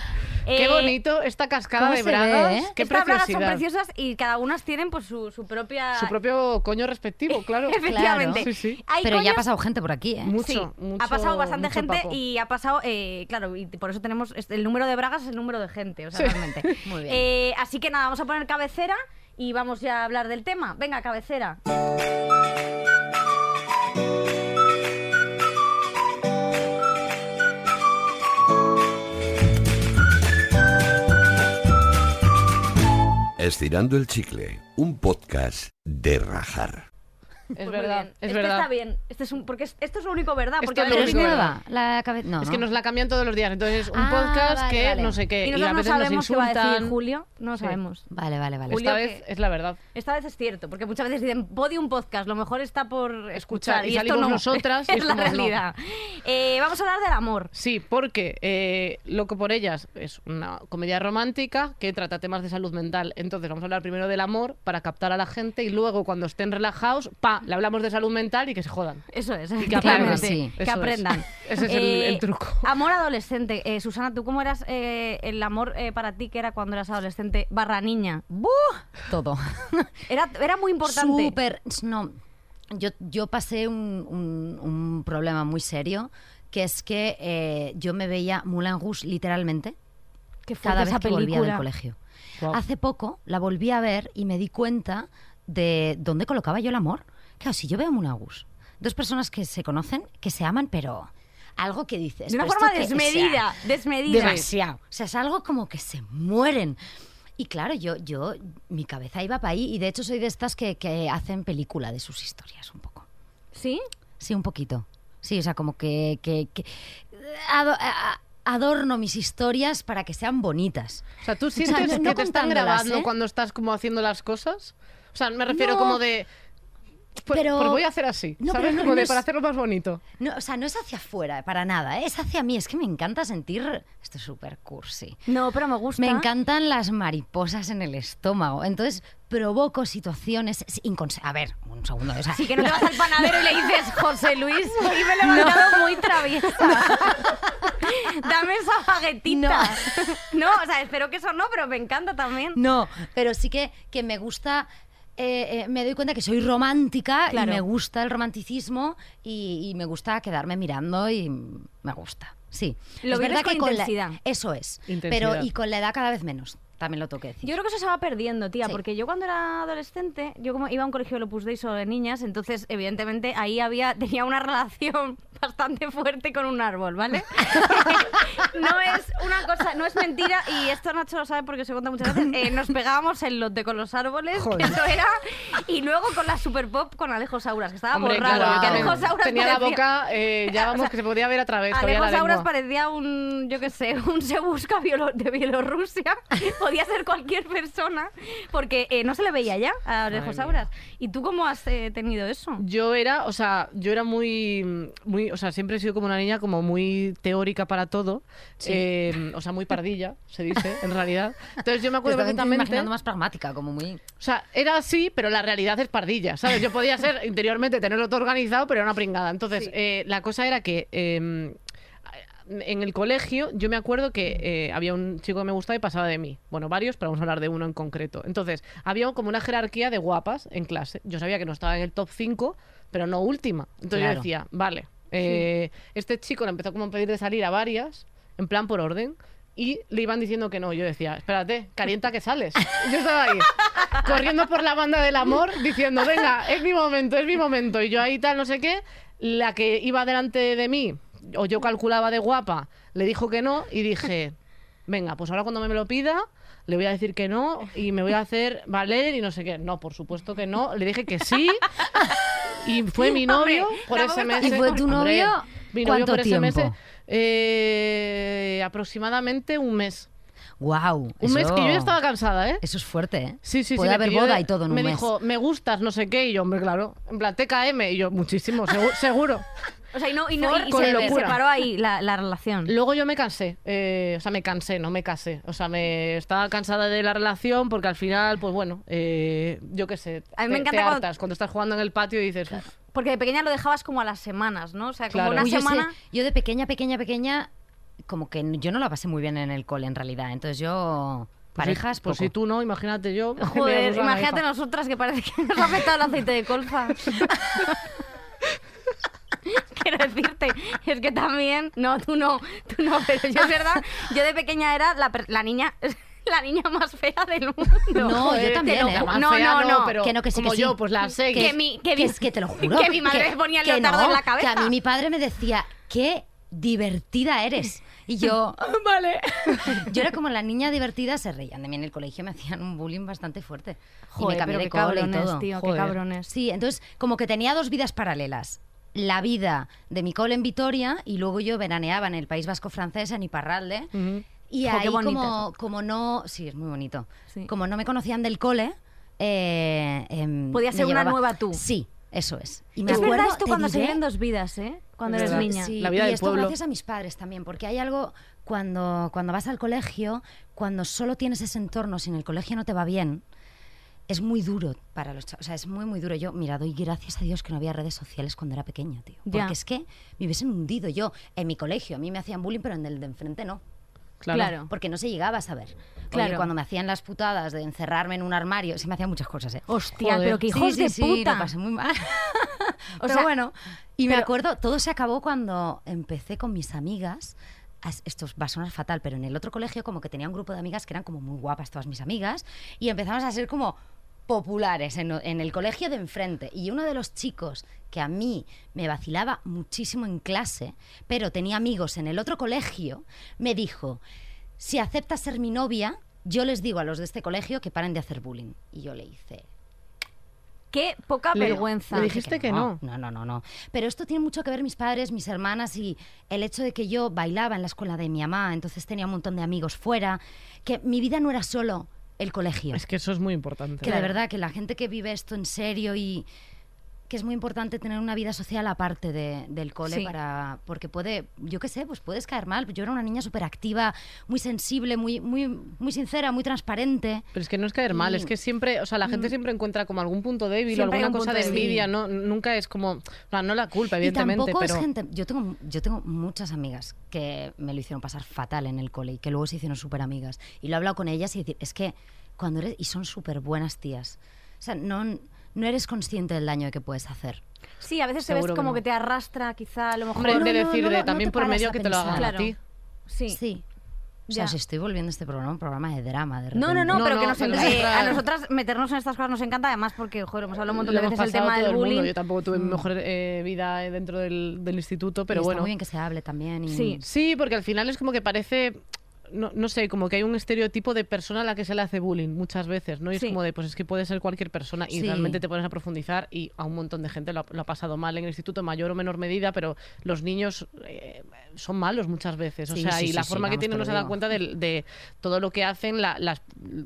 Speaker 2: [laughs]
Speaker 3: Qué
Speaker 2: Eh,
Speaker 3: bonito esta cascada de
Speaker 4: ¿cómo se ve,
Speaker 3: bragas.
Speaker 4: eh?
Speaker 3: Qué
Speaker 2: estas bragas son
Speaker 3: preciosidad.
Speaker 2: preciosas y cada una tienen pues su, su propia...
Speaker 3: Su propio coño respectivo, claro.
Speaker 2: [laughs] Efectivamente.
Speaker 3: Sí, sí.
Speaker 2: Hay
Speaker 4: Pero ya ha
Speaker 2: coños-
Speaker 4: pasado gente por aquí, ¿eh?
Speaker 3: Mucho,
Speaker 2: sí,
Speaker 3: mucho-
Speaker 2: ha pasado bastante
Speaker 3: mucho
Speaker 2: gente
Speaker 3: papo.
Speaker 2: y ha pasado, eh, claro, y por eso tenemos este- el número de bragas es el número de gente, o sea,
Speaker 3: Sí. [laughs]
Speaker 2: realmente.
Speaker 4: Muy bien.
Speaker 2: Eh, así que nada, vamos a poner cabecera y vamos ya a hablar del tema. Venga, cabecera.
Speaker 5: Estirando el chicle, un podcast de rajar.
Speaker 3: Es
Speaker 2: Pues muy
Speaker 3: verdad,
Speaker 2: bien.
Speaker 3: es
Speaker 2: Este
Speaker 3: verdad.
Speaker 2: está bien. Este es un, porque es- esto es lo único verdad.
Speaker 3: Esto
Speaker 2: Porque
Speaker 3: es
Speaker 2: a
Speaker 3: lo
Speaker 4: Pero
Speaker 2: veces
Speaker 4: es
Speaker 3: único que-
Speaker 4: nueva la cabeza. No,
Speaker 3: Es
Speaker 4: no.
Speaker 3: que nos la cambian todos los días, entonces es un
Speaker 4: Ah,
Speaker 3: podcast
Speaker 4: vale,
Speaker 3: que
Speaker 4: vale.
Speaker 3: no sé
Speaker 2: Y
Speaker 3: qué. Eh, Y,
Speaker 2: nosotros
Speaker 3: a
Speaker 2: no
Speaker 3: veces nos
Speaker 2: sabemos qué va
Speaker 3: insultan.
Speaker 2: a decir Julio, no
Speaker 3: Sí.
Speaker 2: sabemos.
Speaker 4: Vale, vale, vale.
Speaker 2: Julio,
Speaker 3: Esta vez
Speaker 2: que-
Speaker 3: es la verdad.
Speaker 2: Esta vez es cierto, porque muchas veces dicen, podium podcast, lo mejor está por escuchar.
Speaker 3: Escuchar, y
Speaker 2: esto
Speaker 3: salimos
Speaker 2: no.
Speaker 3: nosotras y
Speaker 2: [laughs] es
Speaker 3: es
Speaker 2: la
Speaker 3: como, no.
Speaker 2: realidad. Eh, vamos a hablar del amor.
Speaker 3: Sí, porque eh, Loco por ellas es una comedia romántica que trata temas de salud mental. Entonces vamos a hablar primero del amor para captar a la gente y luego cuando estén relajados, pa, le hablamos de salud mental y que se jodan.
Speaker 2: Eso es.
Speaker 3: Y que
Speaker 4: Claro,
Speaker 3: aprendan.
Speaker 4: sí.
Speaker 2: Que
Speaker 3: Eso es.
Speaker 2: aprendan.
Speaker 3: [laughs]
Speaker 2: Eh,
Speaker 3: Ese es el- el truco.
Speaker 2: [laughs] Amor adolescente. Eh, Susana, ¿tú cómo eras eh, el amor eh, para ti que era cuando eras adolescente barra niña? ¡Buh!
Speaker 3: [laughs]
Speaker 4: Todo.
Speaker 2: Era, era muy importante.
Speaker 4: Súper. No. Yo, yo pasé un, un- un problema muy serio, que es que eh, yo me veía Moulin Rouge literalmente
Speaker 2: que
Speaker 4: cada vez que volvía del colegio. Hace poco la volví a ver y me di cuenta de dónde colocaba yo el amor. Claro, si yo veo a Moulin Rouge, dos personas que se conocen, que se aman, pero algo que dices.
Speaker 2: De una
Speaker 4: "¿Pero
Speaker 2: forma
Speaker 4: esto qué?". O sea,
Speaker 2: desmedida,
Speaker 3: [laughs]
Speaker 2: desmedida.
Speaker 4: Demasiado. O sea, es algo como que se mueren. Y claro, yo, yo, mi cabeza iba para ahí y de hecho soy de estas que, que hacen película de sus historias un poco.
Speaker 2: ¿Sí?
Speaker 4: Sí, un poquito. Sí, o sea, como que, que- que eh, ado- a- adorno mis historias para que sean bonitas.
Speaker 3: O sea, ¿tú
Speaker 4: sea,
Speaker 3: sientes
Speaker 4: no-
Speaker 3: que
Speaker 4: no
Speaker 3: te están
Speaker 4: contándolas,
Speaker 3: grabando
Speaker 4: ¿eh?
Speaker 3: cuando estás como haciendo las cosas? O sea, me refiero
Speaker 4: No,
Speaker 3: como de... Pues,
Speaker 4: pero-
Speaker 3: pues voy a hacer así,
Speaker 4: No,
Speaker 3: ¿sabes?
Speaker 4: pero no-
Speaker 3: como
Speaker 4: no
Speaker 3: de
Speaker 4: es-
Speaker 3: para hacerlo más bonito.
Speaker 4: No, o sea, no es hacia afuera, para nada, ¿eh? es hacia mí. Es que me encanta sentir. Esto es súper cursi.
Speaker 2: No, pero me gusta.
Speaker 4: Me encantan las mariposas en el estómago. Entonces provoco situaciones. inconse- A ver, un segundo. O sea,
Speaker 2: Sí, que no te vas al panadero y le dices, José Luis, hoy me he levantado muy traviesa. [laughs] Dame esa baguetita. [laughs] No. o sea, espero que eso no, pero me encanta también.
Speaker 4: No, pero sí que, que me gusta. eh, eh, me doy cuenta que soy romántica
Speaker 2: Claro.
Speaker 4: y me gusta el romanticismo y, y me gusta quedarme mirando y me gusta. Sí.
Speaker 2: Lo vives
Speaker 4: es verdad
Speaker 2: con
Speaker 4: que con la-
Speaker 2: intensidad.
Speaker 4: eso es.
Speaker 3: Intensidad.
Speaker 4: Pero y con la edad cada vez menos. También lo tengo que decir.
Speaker 2: Yo creo que eso se va perdiendo, tía,
Speaker 4: Sí.
Speaker 2: porque yo cuando era adolescente, yo como iba a un colegio de Opus Dei solo de niñas, entonces evidentemente ahí había [laughs] tenía una relación [laughs] bastante fuerte con un árbol, ¿vale? [laughs] no es una cosa, no es mentira y esto Nacho lo sabe porque se cuenta muchas veces. eh, nos pegábamos el lote con los árboles, que eso era, y luego con la Super Pop con Alejo Sauras, que estaba
Speaker 3: Hombre,
Speaker 2: borrado,
Speaker 3: claro,
Speaker 2: que
Speaker 3: yo
Speaker 4: wow.
Speaker 2: Alejo
Speaker 3: también
Speaker 2: Sauras
Speaker 3: tenía la
Speaker 2: parecía-
Speaker 3: boca, eh, ya vamos, que se podía ver a través, que había
Speaker 2: Alejo
Speaker 3: la
Speaker 2: Sauras
Speaker 3: lengua.
Speaker 2: parecía un, yo qué sé, un se busca bielo- de Bielorrusia. [laughs] Podía ser cualquier persona, porque eh, no se le veía ya a Alejo
Speaker 3: Madre
Speaker 2: Sauras. ¿Y tú cómo has eh, tenido eso?
Speaker 3: Yo era, o sea, yo era muy, mm, muy, o sea, siempre he sido como una niña como muy teórica para todo, eh, o sea, muy pardilla, se dice, en realidad. Entonces yo me
Speaker 4: Te
Speaker 3: acuerdo
Speaker 4: estaba
Speaker 3: perfectamente,
Speaker 4: imaginando más pragmática, como muy.
Speaker 3: o sea, era así, pero la realidad es pardilla, ¿sabes? Yo podía ser interiormente tenerlo todo organizado, pero era una pringada. Entonces, eh, la cosa era que eh, en el colegio, yo me acuerdo que eh, había un chico que me gustaba y pasaba de mí. Bueno, varios, pero vamos a hablar de uno en concreto. Entonces, había como una jerarquía de guapas en clase. Yo sabía que no estaba en el top 5, pero no última. Entonces
Speaker 4: Claro.
Speaker 3: yo decía, vale, eh, este chico le empezó como a pedir de salir a varias, en plan por orden. Y le iban diciendo que no. Yo decía, espérate, calienta que sales. Y Yo estaba ahí, corriendo por la banda del amor, diciendo, venga, es mi momento, es mi momento. Y yo ahí tal, no sé qué. La que iba delante de mí, o yo calculaba de guapa, le dijo que no y dije, venga, pues ahora cuando me lo pida, le voy a decir que no y me voy a hacer valer y no sé qué. No, por supuesto que no. Le dije que sí y fue mi novio
Speaker 2: Hombre,
Speaker 3: por
Speaker 2: tampoco
Speaker 3: ese mes.
Speaker 4: estás- ¿Y fue tu novio
Speaker 3: mi novio
Speaker 4: cuánto
Speaker 3: por
Speaker 4: tiempo?
Speaker 3: ese mes. eh, aproximadamente un mes.
Speaker 4: ¡Wow!
Speaker 3: Un mes que yo ya estaba cansada, ¿eh?
Speaker 4: Eso es fuerte, ¿eh?
Speaker 3: Sí, sí,
Speaker 4: Puede
Speaker 3: sí. me
Speaker 4: haber
Speaker 3: pidió
Speaker 4: boda
Speaker 3: de-
Speaker 4: y todo en un
Speaker 3: Me
Speaker 4: mes.
Speaker 3: dijo, me gustas, no sé qué. Y yo, hombre, claro. En plan, TKM. Y yo, muchísimo,
Speaker 4: [laughs]
Speaker 3: segu- seguro.
Speaker 2: O sea, y no, y no- y
Speaker 3: Con
Speaker 2: se, se
Speaker 3: locura.
Speaker 2: paró ahí la, la relación.
Speaker 3: Luego yo me cansé, eh, o sea, me cansé, no me casé. O sea, me estaba cansada de la relación porque al final, pues bueno, eh, yo qué sé.
Speaker 2: A mí me
Speaker 3: te-
Speaker 2: encanta
Speaker 3: te
Speaker 2: cuando-
Speaker 3: hartas cuando... estás jugando en el patio y dices, "Uf, pues
Speaker 2: Porque de pequeña lo dejabas como a las semanas, ¿no? O sea, como
Speaker 3: Claro.
Speaker 2: una
Speaker 4: Uy, yo sé,
Speaker 2: semana...
Speaker 4: Yo, de pequeña, pequeña, pequeña, como que n- yo no la pasé muy bien en el cole, en realidad. Entonces yo...
Speaker 3: Pues
Speaker 4: parejas,
Speaker 3: si, pues
Speaker 4: poco.
Speaker 3: si tú no, imagínate yo. [laughs] Me
Speaker 2: Joder,
Speaker 3: abusaba,
Speaker 2: imagínate
Speaker 3: hija.
Speaker 2: nosotras que parece que nos ha afectado el aceite de colza. [laughs] Quiero decirte, es que también, no, tú no, tú no, pero yo es verdad, yo de pequeña era la, per- la niña, [laughs] la niña más fea del mundo.
Speaker 4: No,
Speaker 2: Joder,
Speaker 4: yo también,
Speaker 2: te lo
Speaker 4: ¿eh?
Speaker 2: ju-
Speaker 3: Más
Speaker 2: No,
Speaker 3: fea
Speaker 2: no, no,
Speaker 3: pero
Speaker 4: Que no, que sí,
Speaker 3: como
Speaker 4: que sí.
Speaker 3: yo, pues la sé.
Speaker 2: Que mi- que mi-
Speaker 4: es que te
Speaker 3: [laughs]
Speaker 4: lo juro.
Speaker 2: que mi madre me ponía el
Speaker 4: que
Speaker 2: leotardo en la
Speaker 4: Que a
Speaker 2: cabeza.
Speaker 4: mí mi padre me decía, qué divertida eres. Y
Speaker 3: [laughs]
Speaker 4: yo,
Speaker 2: Vale.
Speaker 4: yo era como la niña divertida, se reían de mí en el colegio, me hacían un bullying bastante fuerte. y
Speaker 2: Joder,
Speaker 4: me cambié
Speaker 2: pero
Speaker 4: de
Speaker 2: qué
Speaker 4: cole y
Speaker 2: cabrones,
Speaker 4: todo.
Speaker 2: tío, qué
Speaker 4: Joder.
Speaker 2: cabrones.
Speaker 4: Sí, entonces como que tenía dos vidas paralelas. La vida de mi cole en Vitoria y luego yo veraneaba en el País Vasco francés, en Iparralde.
Speaker 3: Ujú.
Speaker 2: Jo, Mm. qué
Speaker 4: Y ahí
Speaker 2: bonito
Speaker 4: como, como no... Sí, es muy bonito.
Speaker 2: Sí.
Speaker 4: Como no me conocían del cole... Eh, em,
Speaker 2: Podía
Speaker 4: me
Speaker 2: ser una
Speaker 4: llevaba-
Speaker 2: nueva tú.
Speaker 4: Sí, eso es. Y me
Speaker 2: Es
Speaker 4: acuerdo,
Speaker 2: verdad esto
Speaker 4: te
Speaker 2: cuando se
Speaker 4: diré-
Speaker 2: viven dos vidas, ¿eh? Cuando
Speaker 3: Es
Speaker 2: eres
Speaker 3: verdad.
Speaker 2: niña.
Speaker 4: Sí,
Speaker 3: La vida
Speaker 4: y
Speaker 3: del
Speaker 4: esto
Speaker 3: pueblo.
Speaker 4: gracias a mis padres también, porque hay algo cuando, cuando vas al colegio, cuando solo tienes ese entorno, si en el colegio no te va bien, es muy duro para los chavos. O sea, es muy, muy duro. Yo, mira, doy gracias a Dios que no había redes sociales cuando era pequeña, tío. Porque
Speaker 2: Ya.
Speaker 4: es que me hubiesen hundido yo en mi colegio. A mí me hacían bullying, pero en el de enfrente no.
Speaker 3: Claro.
Speaker 2: Claro.
Speaker 4: Porque no se llegaba a saber. Oye,
Speaker 2: Claro.
Speaker 4: cuando me hacían las putadas de encerrarme en un armario, sí me hacían muchas cosas, ¿eh?
Speaker 2: Hostia,
Speaker 3: Joder.
Speaker 2: pero qué
Speaker 4: Sí,
Speaker 2: hijos
Speaker 4: sí,
Speaker 2: de
Speaker 4: sí,
Speaker 2: puta.
Speaker 4: lo pasé muy mal. [laughs]
Speaker 2: O
Speaker 4: o
Speaker 2: sea,
Speaker 4: sea, bueno, y me
Speaker 2: pero-
Speaker 4: acuerdo, todo se acabó cuando empecé con mis amigas. As- Esto va a sonar fatal, pero en el otro colegio como que tenía un grupo de amigas que eran como muy guapas todas mis amigas y empezamos a ser como populares en, o- en el colegio de enfrente. Y uno de los chicos que a mí me vacilaba muchísimo en clase, pero tenía amigos en el otro colegio, me dijo, si aceptas ser mi novia, yo les digo a los de este colegio que paren de hacer bullying. Y yo le hice,
Speaker 2: qué poca
Speaker 3: Le-
Speaker 2: vergüenza.
Speaker 3: le dije- dijiste que no.
Speaker 4: No, no, no, no. Pero esto tiene mucho que ver mis padres, mis hermanas y el hecho de que yo bailaba en la escuela de mi mamá, entonces tenía un montón de amigos fuera, que mi vida no era solo el colegio.
Speaker 3: Es que eso es muy importante.
Speaker 4: que de verdad que la gente que vive esto en serio y que es muy importante tener una vida social aparte de- del cole
Speaker 2: Sí.
Speaker 4: para porque puede yo qué sé pues puedes caer mal yo era una niña súper activa muy sensible muy muy muy sincera muy transparente
Speaker 3: Pero es que no es caer mal,
Speaker 4: Y-
Speaker 3: es que siempre, o sea, la gente siempre encuentra como algún punto débil o
Speaker 2: Siempre hay
Speaker 3: alguna
Speaker 2: un
Speaker 3: cosa
Speaker 2: punto
Speaker 3: de
Speaker 2: débil.
Speaker 3: envidia, no, nunca es como, o sea, no la culpa, evidentemente,
Speaker 4: Y tampoco
Speaker 3: pero
Speaker 4: es gente. Yo tengo, yo tengo muchas amigas que me lo hicieron pasar fatal en el cole y que luego se hicieron súper amigas. Y lo he hablado con ellas y decir, es que cuando eres. Y son súper buenas tías. O sea, no, no eres consciente del daño que puedes hacer.
Speaker 2: Sí, a veces te ves
Speaker 3: Seguro que
Speaker 2: como
Speaker 3: no.
Speaker 2: que te arrastra, quizá, a lo mejor.
Speaker 3: Hombre,
Speaker 4: No,
Speaker 3: de
Speaker 4: no, no,
Speaker 3: decir,
Speaker 4: no,
Speaker 3: de
Speaker 4: no te
Speaker 3: también por
Speaker 4: paras
Speaker 3: medio
Speaker 4: a
Speaker 3: que te lo hagan
Speaker 2: Claro.
Speaker 3: a ti.
Speaker 2: Sí.
Speaker 4: Sí. O
Speaker 2: Ya.
Speaker 4: sea, si estoy volviendo este programa un programa de drama,
Speaker 2: No,
Speaker 4: de
Speaker 2: no,
Speaker 4: repente.
Speaker 2: no,
Speaker 3: No,
Speaker 2: pero que
Speaker 3: no,
Speaker 2: nos,
Speaker 3: pero
Speaker 2: eh,
Speaker 3: nosotras-
Speaker 2: a nosotras meternos en estas cosas nos encanta, además porque, joder, hemos hablado un montón
Speaker 3: Lo
Speaker 2: de
Speaker 3: hemos
Speaker 2: veces el
Speaker 3: pasado
Speaker 2: tema
Speaker 3: todo
Speaker 2: del
Speaker 3: el mundo.
Speaker 2: bullying.
Speaker 3: Yo tampoco tuve mi mejor eh, vida eh, dentro del, del instituto, pero
Speaker 4: Y
Speaker 3: bueno.
Speaker 4: Está muy bien que se hable también. y-
Speaker 2: Sí.
Speaker 3: Sí, porque al final es como que parece, no, no sé, como que hay un estereotipo de persona a la que se le hace bullying muchas veces, ¿no? Y
Speaker 2: Sí.
Speaker 3: es como de, pues es que puede ser cualquier persona y
Speaker 4: Sí.
Speaker 3: realmente te pones a profundizar y a un montón de gente lo ha, lo ha pasado mal en el instituto, en mayor o menor medida, pero los niños eh, son malos muchas veces, o
Speaker 4: Sí,
Speaker 3: sea,
Speaker 4: sí,
Speaker 3: y
Speaker 4: sí,
Speaker 3: la
Speaker 4: sí,
Speaker 3: forma que
Speaker 4: vamos, te
Speaker 3: tienen
Speaker 4: lo
Speaker 3: no se dan
Speaker 4: digo.
Speaker 3: cuenta del- de, todo lo que hacen, la- las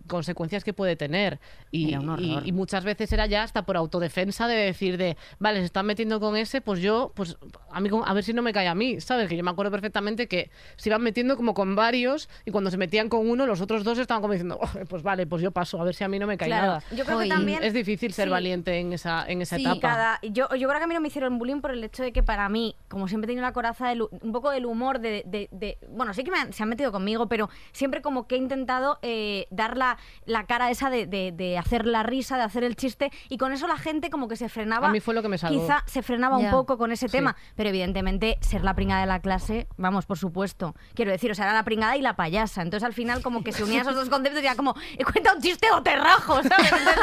Speaker 3: consecuencias que puede tener. Y,
Speaker 4: Era un
Speaker 3: y-
Speaker 4: horror.
Speaker 3: y muchas veces era ya hasta por autodefensa de decir de, vale, se están metiendo con ese, pues yo, pues a mí, con- a ver si no me cae a mí, ¿sabes? Que yo me acuerdo perfectamente que se iban metiendo como con varios y cuando se metían con uno, los otros dos estaban como diciendo, "Oh, pues vale, pues yo paso, a ver si a mí no me cae
Speaker 2: Claro.
Speaker 3: nada.
Speaker 2: Yo creo que
Speaker 4: Joy.
Speaker 2: también.
Speaker 3: Es difícil ser
Speaker 2: Sí.
Speaker 3: valiente en esa, en esa
Speaker 4: Sí,
Speaker 3: etapa.
Speaker 2: Cada- yo, yo creo que a mí no me hicieron bullying por el hecho de que para mí, como siempre he tenido la coraza del, un poco del humor, de, de- de- bueno, sí que me han- se han metido conmigo, pero siempre como que he intentado eh, dar la, la cara esa de, de- de hacer la risa, de hacer el chiste, y con eso la gente como que se frenaba.
Speaker 3: A mí fue lo que me salvó.
Speaker 2: Quizá se frenaba
Speaker 4: Ya.
Speaker 2: un poco con ese
Speaker 3: Sí.
Speaker 2: tema, pero evidentemente ser la pringada de la clase, vamos, por supuesto. Quiero decir, o sea, era la pringada y la payasa. Entonces al final como que se unían esos dos conceptos y era como, "Eh, cuenta un chiste o te rajo, ¿sabes? Entonces,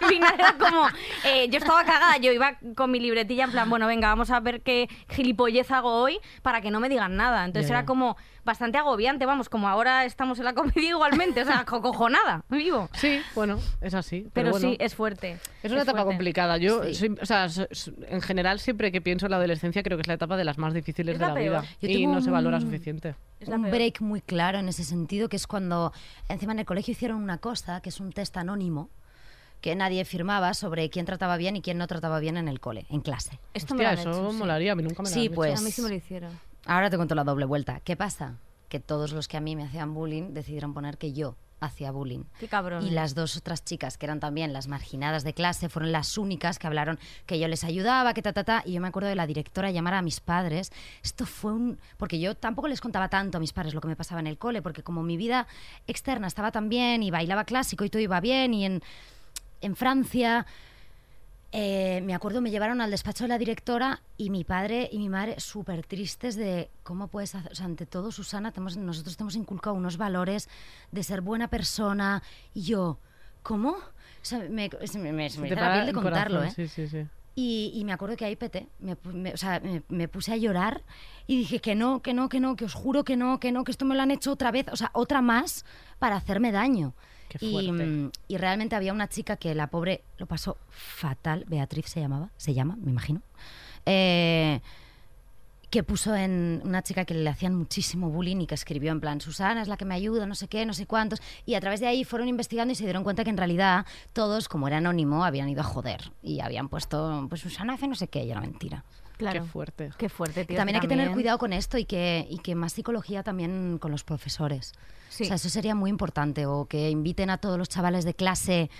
Speaker 2: al final era como, eh, yo estaba cagada, yo iba con mi libretilla en plan, bueno, venga, vamos a ver qué gilipollez hago hoy para que no me digan nada. Entonces
Speaker 3: Ya,
Speaker 2: era
Speaker 3: ya.
Speaker 2: como bastante agobiante, vamos, como ahora estamos en la comedia igualmente, o sea, co- cojonada, vivo.
Speaker 3: Sí, bueno, es así.
Speaker 2: Pero,
Speaker 3: Pero, bueno.
Speaker 2: sí, es fuerte.
Speaker 3: Es una etapa
Speaker 2: fuerte.
Speaker 3: complicada. Yo,
Speaker 4: Sí.
Speaker 3: soy- o sea, so- so- en general, siempre que pienso en la adolescencia, creo que es la etapa de las más difíciles
Speaker 2: Es
Speaker 3: de
Speaker 2: la
Speaker 3: la
Speaker 2: peor.
Speaker 3: vida.
Speaker 4: Yo
Speaker 3: Y
Speaker 4: tengo
Speaker 3: no se valora
Speaker 4: un-
Speaker 3: suficiente.
Speaker 2: Es la
Speaker 4: un
Speaker 2: peor.
Speaker 4: break muy claro en ese sentido, que es cuando encima en el colegio hicieron una cosa, que es un test anónimo, que nadie firmaba sobre quién trataba bien y quién no trataba bien en el cole, en clase.
Speaker 2: Esto me
Speaker 3: Hostia,
Speaker 2: lo han
Speaker 3: eso
Speaker 2: hecho, sí.
Speaker 3: molaría. A mí nunca me lo
Speaker 4: Sí,
Speaker 3: han hecho.
Speaker 4: pues.
Speaker 2: A mí sí me lo hicieron.
Speaker 4: Ahora te cuento la doble vuelta. ¿Qué pasa? Que todos los que a mí me hacían bullying decidieron poner que yo hacia bullying.
Speaker 2: Qué cabrón.
Speaker 4: Y las dos otras chicas, que eran también las marginadas de clase, fueron las únicas que hablaron que yo les ayudaba, que ta, ta, ta. Y yo me acuerdo de la directora llamar a mis padres. Esto fue un... Porque yo tampoco les contaba tanto a mis padres lo que me pasaba en el cole, porque como mi vida externa estaba tan bien y bailaba clásico y todo iba bien y en, en Francia... Eh, me acuerdo, me llevaron al despacho de la directora y mi padre y mi madre súper tristes de cómo puedes hacer. O sea, ante todo, Susana, te hemos- nosotros te hemos inculcado unos valores de ser buena persona. Y yo, ¿cómo? O sea, me, se me, me- se me
Speaker 3: Te
Speaker 4: hizo la
Speaker 3: para
Speaker 4: piel de
Speaker 3: el
Speaker 4: contarlo,
Speaker 3: corazón,
Speaker 4: ¿eh?
Speaker 3: Sí, sí, sí.
Speaker 4: Y, y me acuerdo que ahí peté. Me, pu- me- o sea, me, me puse a llorar y dije que no, que no, que no, que os juro que no, que no, que esto me lo han hecho otra vez, o sea, otra más para hacerme daño.
Speaker 3: Qué
Speaker 4: y,
Speaker 3: fuerte.
Speaker 4: mm, y realmente había una chica que la pobre lo pasó fatal, Beatriz se llamaba, se llama, me imagino. Eh, que puso en una chica que le hacían muchísimo bullying y que escribió en plan, Susana es la que me ayuda, no sé qué, no sé cuántos. Y a través de ahí fueron investigando y se dieron cuenta que en realidad todos, como era anónimo, habían ido a joder y habían puesto, pues Susana hace no sé qué, y era mentira.
Speaker 2: Claro.
Speaker 3: Qué fuerte.
Speaker 2: Qué fuerte, tío.
Speaker 4: Y también hay
Speaker 2: eso
Speaker 4: que tener cuidado con esto y que, y que más psicología también con los profesores.
Speaker 2: Sí.
Speaker 4: O sea, eso sería muy importante. O que inviten a todos los chavales de clase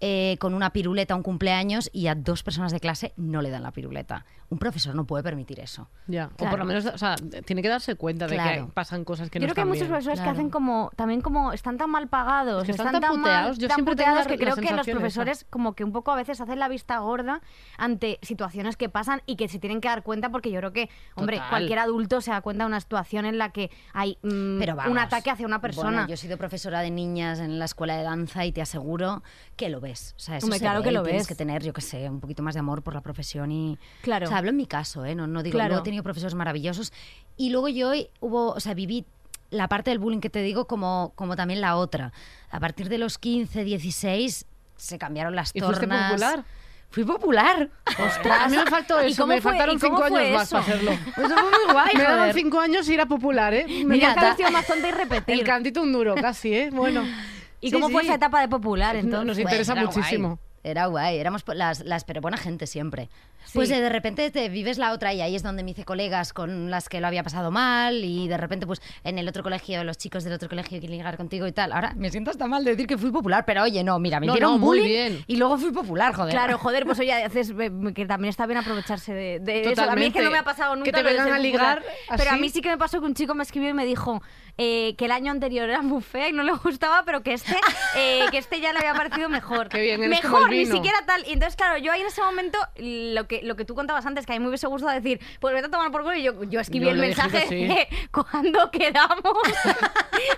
Speaker 4: eh, con una piruleta a un cumpleaños y a dos personas de clase no le dan la piruleta. Un profesor no puede permitir eso.
Speaker 3: Ya. O
Speaker 2: Claro.
Speaker 3: por lo menos, o sea, tiene que darse cuenta de que
Speaker 4: Claro.
Speaker 3: hay- pasan cosas que
Speaker 2: yo
Speaker 3: no
Speaker 2: creo que hay
Speaker 3: están
Speaker 2: muchos
Speaker 3: bien.
Speaker 2: profesores que
Speaker 4: Claro.
Speaker 2: hacen como también como están tan mal pagados,
Speaker 3: Es que están
Speaker 2: están
Speaker 3: tan
Speaker 2: tan
Speaker 3: puteados.
Speaker 2: mal,
Speaker 3: Yo
Speaker 2: tan
Speaker 3: siempre tengo
Speaker 2: puteados
Speaker 3: la-
Speaker 2: que
Speaker 3: la
Speaker 2: creo que los
Speaker 3: sensación esa.
Speaker 2: profesores como que un poco a veces hacen la vista gorda ante situaciones que pasan y que se tienen que dar cuenta porque yo creo que, hombre,
Speaker 3: Total.
Speaker 2: cualquier adulto se da cuenta de una situación en la que hay mm,
Speaker 4: Pero vamos,
Speaker 2: un ataque hacia una persona.
Speaker 4: bueno, yo he sido profesora de niñas en la escuela de danza y te aseguro que lo ves. O sea, eso
Speaker 2: Hombre,
Speaker 4: se
Speaker 2: claro
Speaker 4: ve
Speaker 2: que
Speaker 4: y
Speaker 2: lo
Speaker 4: Tienes
Speaker 2: ves.
Speaker 4: que tener, yo qué sé, un poquito más de amor por la profesión y...
Speaker 2: Claro.
Speaker 4: O sea, hablo en mi caso, ¿eh? No, no digo,
Speaker 2: Claro.
Speaker 4: luego he tenido profesores maravillosos. Y luego yo hoy hubo, o sea, viví la parte del bullying que te digo como, como también la otra. A partir de los 15, 16 se cambiaron las
Speaker 3: ¿Y
Speaker 4: tornas.
Speaker 3: fuiste popular?
Speaker 4: Fui popular.
Speaker 3: Ostras, a mí me faltó
Speaker 2: ¿Y
Speaker 3: eso,
Speaker 2: cómo
Speaker 3: me
Speaker 2: fue-
Speaker 3: faltaron
Speaker 2: y cómo
Speaker 3: cinco
Speaker 2: fue
Speaker 3: años más
Speaker 2: [laughs] eso?
Speaker 3: para hacerlo.
Speaker 4: Eso fue muy guay,
Speaker 3: [laughs] me daban
Speaker 4: joder.
Speaker 3: cinco años y era
Speaker 2: [laughs]
Speaker 3: popular, ¿eh? Me
Speaker 2: Mira,
Speaker 3: falta-
Speaker 2: cada vez más
Speaker 4: [laughs]
Speaker 2: tonta y
Speaker 3: el
Speaker 2: repetir.
Speaker 3: cantito un duro, casi, ¿eh? Bueno.
Speaker 2: [laughs] ¿Y
Speaker 3: Sí,
Speaker 2: cómo fue
Speaker 3: sí.
Speaker 2: esa etapa de popular
Speaker 3: No,
Speaker 2: entonces?
Speaker 3: nos interesa
Speaker 4: Bueno, era
Speaker 3: muchísimo.
Speaker 4: guay. Era guay, éramos po- las, las pero buena gente siempre.
Speaker 2: Sí.
Speaker 4: Pues eh, de repente te vives la otra y ahí es donde me hice colegas con las que lo había pasado mal y de repente pues en el otro colegio los chicos del otro colegio quieren ligar contigo y tal. Ahora me siento hasta mal de decir que fui popular, pero oye, no, mira, me
Speaker 3: No,
Speaker 4: hicieron
Speaker 3: no, muy
Speaker 4: bullying
Speaker 3: bien.
Speaker 4: y luego fui popular, joder. [laughs]
Speaker 2: Claro, joder, pues oye, haces eh, que también está bien aprovecharse de, de eso. A mí es
Speaker 3: Totalmente.
Speaker 2: que no me ha pasado
Speaker 3: Que
Speaker 2: nunca.
Speaker 3: te
Speaker 2: lo de
Speaker 3: vengan
Speaker 2: ser
Speaker 3: a ligar
Speaker 2: popular. Pero a
Speaker 3: así.
Speaker 2: mí sí que me pasó que un chico me escribió y me dijo eh, que el año anterior era muy fea y no le [laughs] gustaba, pero que este, eh, que este ya le había parecido mejor.
Speaker 3: Qué bien, eres
Speaker 2: mejor,
Speaker 3: como el
Speaker 2: ni
Speaker 3: vino.
Speaker 2: siquiera tal. Y entonces, claro, yo ahí en ese momento, lo que, lo que tú contabas antes, que a mí me hubiese gustado decir, pues vete a tomar por culo, y yo, yo escribí
Speaker 3: Yo
Speaker 2: el
Speaker 3: le dije
Speaker 2: mensaje
Speaker 3: que sí.
Speaker 2: de cuando quedamos. [laughs]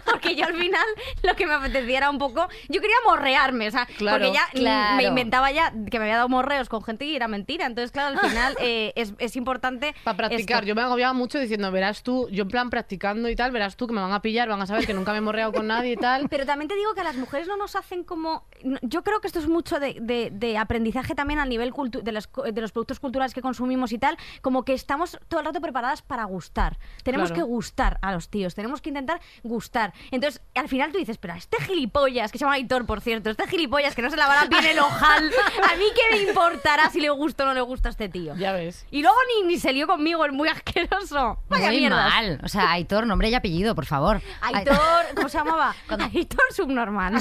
Speaker 2: Porque yo al final lo que me apetecía era un poco. Yo quería morrearme, o sea,
Speaker 3: Claro,
Speaker 2: porque ya mm, me
Speaker 4: claro.
Speaker 2: inventaba estaba ya que me había dado morreos con gente y era mentira. Entonces, claro,
Speaker 3: [laughs]
Speaker 2: al final eh, es, es importante.
Speaker 3: Para practicar, yo me agobiaba mucho diciendo, verás tú, yo en plan practicando y tal, verás tú que me van a pillar, van a saber que nunca me he morreado con nadie y tal. [laughs]
Speaker 2: Pero también te digo que las mujeres no nos hacen como. no- Yo creo que esto es mucho de, de- de aprendizaje también a nivel cultu- de, las co- de los productos culturales que consumimos y tal. Como que estamos todo el rato preparadas para gustar. Tenemos
Speaker 3: Claro.
Speaker 2: que gustar a los tíos, tenemos que intentar gustar. Entonces, al final tú dices, pero a este gilipollas, que se llama Aitor, por cierto, este gilipollas que no se lavará bien el ojal, ¿a mí qué me importará si le gusta o no le gusta a este tío?
Speaker 3: Ya ves.
Speaker 2: Y luego ni, ni se lió conmigo, es muy asqueroso. Vaya
Speaker 4: Muy
Speaker 2: mierda.
Speaker 4: mal. O sea, Aitor, nombre y apellido, por favor.
Speaker 2: Aitor, ¿cómo se llamaba? Aitor
Speaker 4: [laughs]
Speaker 2: subnormal.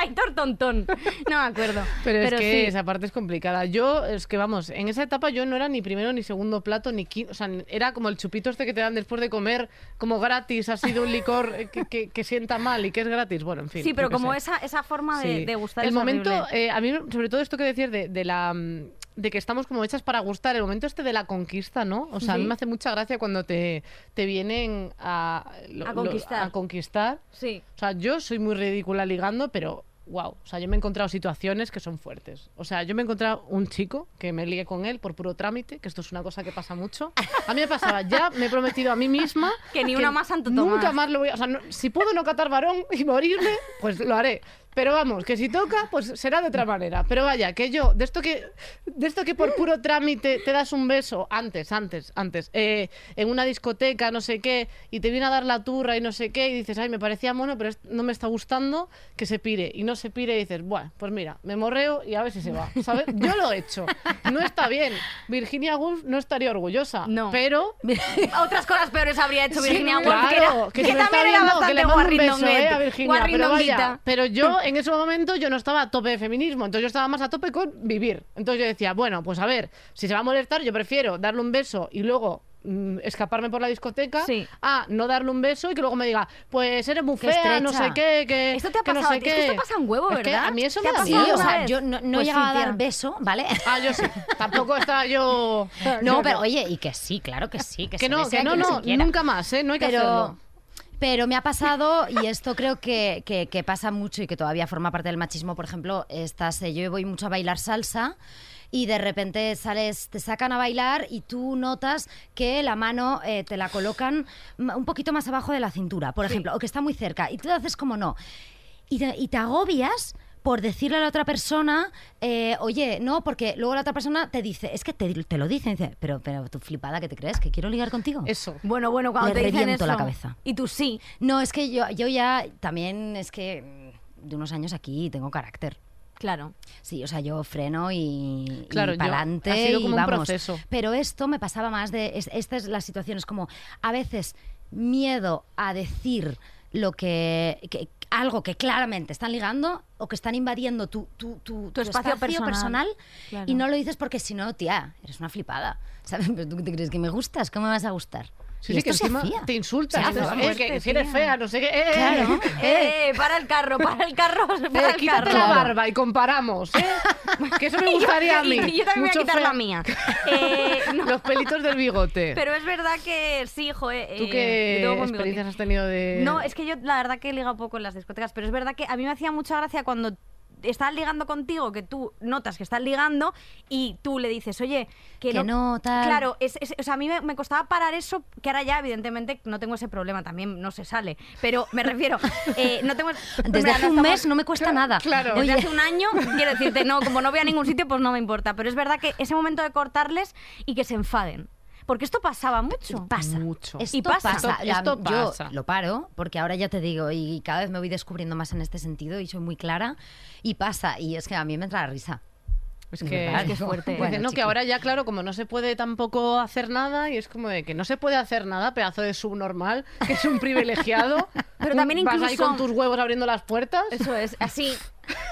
Speaker 2: Aitor tontón. No me acuerdo.
Speaker 3: Pero, es que
Speaker 2: sí.
Speaker 3: esa parte es complicada. Yo, es que vamos, en esa etapa yo no era ni primero ni segundo plato, ni quinto. O sea, era como el chupito este que te dan después de comer, como gratis, así de un licor eh, que, que- que sienta mal y que es gratis. Bueno, en fin.
Speaker 2: Sí, pero
Speaker 3: yo qué
Speaker 2: como
Speaker 3: sé.
Speaker 2: esa, esa forma de,
Speaker 3: Sí.
Speaker 2: de gustar
Speaker 3: El
Speaker 2: es
Speaker 3: momento,
Speaker 2: horrible.
Speaker 3: eh, a mí, sobre todo esto que decías de, de la. mm, de que estamos como hechas para gustar, el momento este de la conquista, ¿no? O sea, a mí
Speaker 2: Sí.
Speaker 3: me hace mucha gracia cuando te, te vienen a, lo-
Speaker 2: A
Speaker 3: lo-
Speaker 2: conquistar.
Speaker 3: a conquistar.
Speaker 2: Sí.
Speaker 3: O sea, yo soy muy ridícula ligando, pero wow. O sea, yo me he encontrado situaciones que son fuertes. O sea, yo me he encontrado un chico que me lié con él por puro trámite, que esto es una cosa que pasa mucho. A mí me pasaba, ya me he prometido a mí misma
Speaker 2: [laughs] Que ni una más, Santo
Speaker 3: Nunca
Speaker 2: Tomás.
Speaker 3: más lo voy a. O sea, no- si puedo no catar varón y morirme, pues lo haré. Pero vamos, que si toca, pues será de otra manera. Pero vaya, que yo, de esto que, de esto que por puro trámite te das un beso, antes, antes, antes, eh, en una discoteca, no sé qué, y te viene a dar la turra y no sé qué, y dices, ay, me parecía mono, pero es- no me está gustando que se pire. Y no se pire y dices, bueno, pues mira, me morreo y a ver si se va. ¿sabes? Yo lo he hecho. No está bien. Virginia Woolf no estaría orgullosa.
Speaker 2: No.
Speaker 3: Pero
Speaker 2: [laughs] Otras cosas peores habría hecho [laughs]
Speaker 3: Sí,
Speaker 2: Virginia Woolf,
Speaker 3: claro,
Speaker 2: que, era-
Speaker 3: que,
Speaker 2: que
Speaker 3: si me
Speaker 2: también
Speaker 3: está
Speaker 2: era
Speaker 3: viendo, que le
Speaker 2: bastante
Speaker 3: mando un beso, eh, a
Speaker 2: guarrindonguete,
Speaker 3: Virginia, pero, vaya,
Speaker 2: guarrindonguita. [laughs]
Speaker 3: pero yo en ese momento yo no estaba a tope de feminismo, entonces yo estaba más a tope con vivir. Entonces yo decía, bueno, pues a ver, si se va a molestar, yo prefiero darle un beso y luego mm, escaparme por la discoteca
Speaker 2: Sí.
Speaker 3: a no darle un beso y que luego me diga pues eres muy
Speaker 4: Qué
Speaker 3: fea no sé
Speaker 4: estrecha.
Speaker 3: qué que
Speaker 2: Esto te ha
Speaker 3: que no
Speaker 2: pasado,
Speaker 3: sé
Speaker 2: es que
Speaker 3: qué.
Speaker 2: esto pasa un huevo,
Speaker 3: Es que
Speaker 2: ¿verdad?
Speaker 3: a mí eso
Speaker 2: ¿Te
Speaker 3: me
Speaker 2: ha
Speaker 3: da
Speaker 4: Sí,
Speaker 2: pasado
Speaker 3: miedo.
Speaker 4: o
Speaker 2: una
Speaker 4: sea,
Speaker 2: vez?
Speaker 4: yo no, no
Speaker 2: Pues sí,
Speaker 4: llegaba a
Speaker 2: tía.
Speaker 4: dar beso,
Speaker 2: [laughs]
Speaker 4: ¿vale?
Speaker 3: ah yo sí tampoco estaba yo
Speaker 4: No, pero oye, y que sí, claro que sí, que,
Speaker 3: que
Speaker 4: se
Speaker 3: no
Speaker 4: bese
Speaker 3: que
Speaker 4: a
Speaker 3: no
Speaker 4: quien se
Speaker 3: no
Speaker 4: quiera.
Speaker 3: nunca más eh no hay que hacerlo
Speaker 4: pero, pero me ha pasado, y esto creo que, que- que pasa mucho y que todavía forma parte del machismo, por ejemplo, estás, eh, yo voy mucho a bailar salsa y de repente sales, te sacan a bailar y tú notas que la mano eh, te la colocan ma- un poquito más abajo de la cintura, por ejemplo, o que está muy cerca, y tú haces como no. Y te, y te agobias por decirle a la otra persona, eh, oye, no, porque luego la otra persona te dice, es que te, te lo dicen, dice, pero, pero tú flipada que te crees, que quiero ligar contigo.
Speaker 3: eso
Speaker 2: Bueno, bueno, cuando
Speaker 4: Le
Speaker 2: te dicen
Speaker 4: reviento
Speaker 2: eso.
Speaker 4: la cabeza.
Speaker 2: Y tú sí.
Speaker 4: No, es que yo, yo ya también es que mm, de unos años aquí tengo carácter.
Speaker 2: Claro.
Speaker 4: Sí, o sea, yo freno y,
Speaker 3: Claro, yo-
Speaker 4: para adelante
Speaker 3: ha sido como
Speaker 4: y
Speaker 3: un
Speaker 4: vamos.
Speaker 3: proceso.
Speaker 4: Pero esto me pasaba más de es- esta es la situación es como a veces miedo a decir lo que, que- algo que claramente están ligando o que están invadiendo tu tu, tu,
Speaker 2: espacio personal. Claro.
Speaker 4: y no lo dices porque si no, tía, eres una flipada. [laughs] ¿Sabes? Pero tú qué te crees que me gustas, ¿cómo me vas a gustar?
Speaker 3: Sí,
Speaker 4: Y
Speaker 3: sí,
Speaker 4: esto
Speaker 3: que
Speaker 4: se
Speaker 3: encima
Speaker 4: hacía.
Speaker 3: te insultas.
Speaker 4: Se
Speaker 3: y dices,
Speaker 4: hace,
Speaker 3: "Eh, que,
Speaker 2: vamos.
Speaker 3: si eres fea, no sé qué. eh, eh,
Speaker 4: Claro.
Speaker 3: [laughs] eh,
Speaker 2: Eh, para el carro, para el carro, [laughs] para
Speaker 3: eh,
Speaker 2: el
Speaker 3: quítate
Speaker 2: carro.
Speaker 3: la barba y comparamos.
Speaker 2: [laughs]
Speaker 3: ¿eh? Que eso me gustaría a mí.
Speaker 2: Y [laughs] yo también
Speaker 3: Mucho
Speaker 2: voy a quitar
Speaker 3: fea.
Speaker 2: la
Speaker 3: [laughs]
Speaker 2: mía. Eh, no,
Speaker 3: Los pelitos del bigote.
Speaker 2: pero es verdad que sí, joe.
Speaker 3: ¿Tú
Speaker 2: eh,
Speaker 3: qué
Speaker 2: yo tengo buen bigote.
Speaker 3: experiencias has tenido
Speaker 4: Eh,
Speaker 3: de.?
Speaker 2: No, es que yo la verdad que he ligado poco en las discotecas, pero es verdad que a mí me hacía mucha gracia cuando estás ligando contigo, que tú notas que estás ligando y tú le dices, oye, que,
Speaker 4: Que no, tal.
Speaker 2: Claro, es, es- o sea, a mí me, me costaba parar eso, que ahora ya evidentemente no tengo ese problema, también no se sale, pero me
Speaker 4: [laughs]
Speaker 2: refiero, eh, no tengo...
Speaker 4: Desde
Speaker 2: Mira,
Speaker 4: hace
Speaker 2: no
Speaker 4: un
Speaker 2: estamos-
Speaker 4: mes no me cuesta nada.
Speaker 3: claro.
Speaker 2: desde
Speaker 4: Oye,
Speaker 2: hace un año, quiero decirte, no, como no voy a ningún sitio, pues no me importa. Pero es verdad que ese momento de cortarles y que se enfaden. Porque esto pasaba mucho.
Speaker 4: pasa.
Speaker 3: Mucho.
Speaker 4: Esto
Speaker 2: Y pasa.
Speaker 4: pasa. La-
Speaker 3: Esto
Speaker 4: yo
Speaker 3: pasa.
Speaker 4: lo paro porque ahora ya te digo y cada vez me voy descubriendo más en este sentido y soy muy clara y pasa y es que a mí me entra la risa.
Speaker 3: Es
Speaker 4: de
Speaker 3: que.
Speaker 4: verdad,
Speaker 2: que es
Speaker 4: digo,
Speaker 2: fuerte.
Speaker 3: Dicen,
Speaker 4: [laughs] bueno,
Speaker 3: no, que
Speaker 4: chiqui.
Speaker 3: ahora ya, claro, como no se puede tampoco hacer nada, y es como de que no se puede hacer nada, pedazo de subnormal, que es un privilegiado.
Speaker 2: [laughs] Pero
Speaker 3: un-
Speaker 2: también
Speaker 3: Vas ahí
Speaker 2: incluso-
Speaker 3: con tus huevos abriendo las puertas.
Speaker 2: Eso es, así.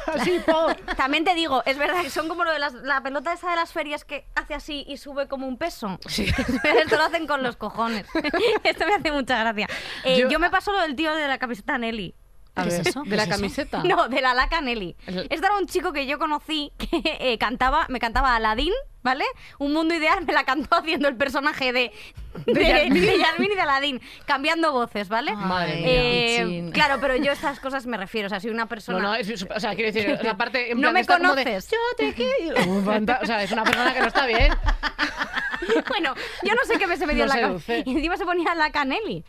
Speaker 3: Así, po.
Speaker 2: También te digo, es verdad que son como lo de las- la pelota esa de las ferias que hace así y sube como un peso. [laughs] Esto lo hacen con los cojones. [laughs] Esto me hace mucha gracia. Eh,
Speaker 3: Yo-
Speaker 2: yo... me paso lo del tío de la camiseta Nelly.
Speaker 3: A
Speaker 4: ¿Qué es
Speaker 3: ver,
Speaker 4: eso?
Speaker 3: De
Speaker 4: ¿Qué
Speaker 3: la
Speaker 4: es eso?
Speaker 3: camiseta.
Speaker 2: No, de la laca Nelly.
Speaker 3: El-
Speaker 2: Este era un chico que yo conocí que eh, cantaba, me cantaba Aladdin, ¿vale? Un mundo ideal me la cantó haciendo el personaje de de, de Yasmín y de Aladdin, cambiando voces, ¿vale?
Speaker 3: Madre mía.
Speaker 2: Eh,
Speaker 4: Pichín.
Speaker 2: claro, pero yo a estas cosas me refiero, o sea, soy una persona
Speaker 3: No, no, es, o sea, quiero decir, la parte en
Speaker 2: [laughs] No
Speaker 3: plan
Speaker 2: me
Speaker 3: esta como de,
Speaker 2: conoces.
Speaker 3: Yo te quiero. Uy, fanta- [laughs] o sea, es una persona que no está
Speaker 2: [laughs]
Speaker 3: bien.
Speaker 2: Bueno, yo no sé qué me se me dio
Speaker 3: No
Speaker 2: en la cabeza. [laughs]
Speaker 3: seduce.
Speaker 2: Y encima se ponía la canelli.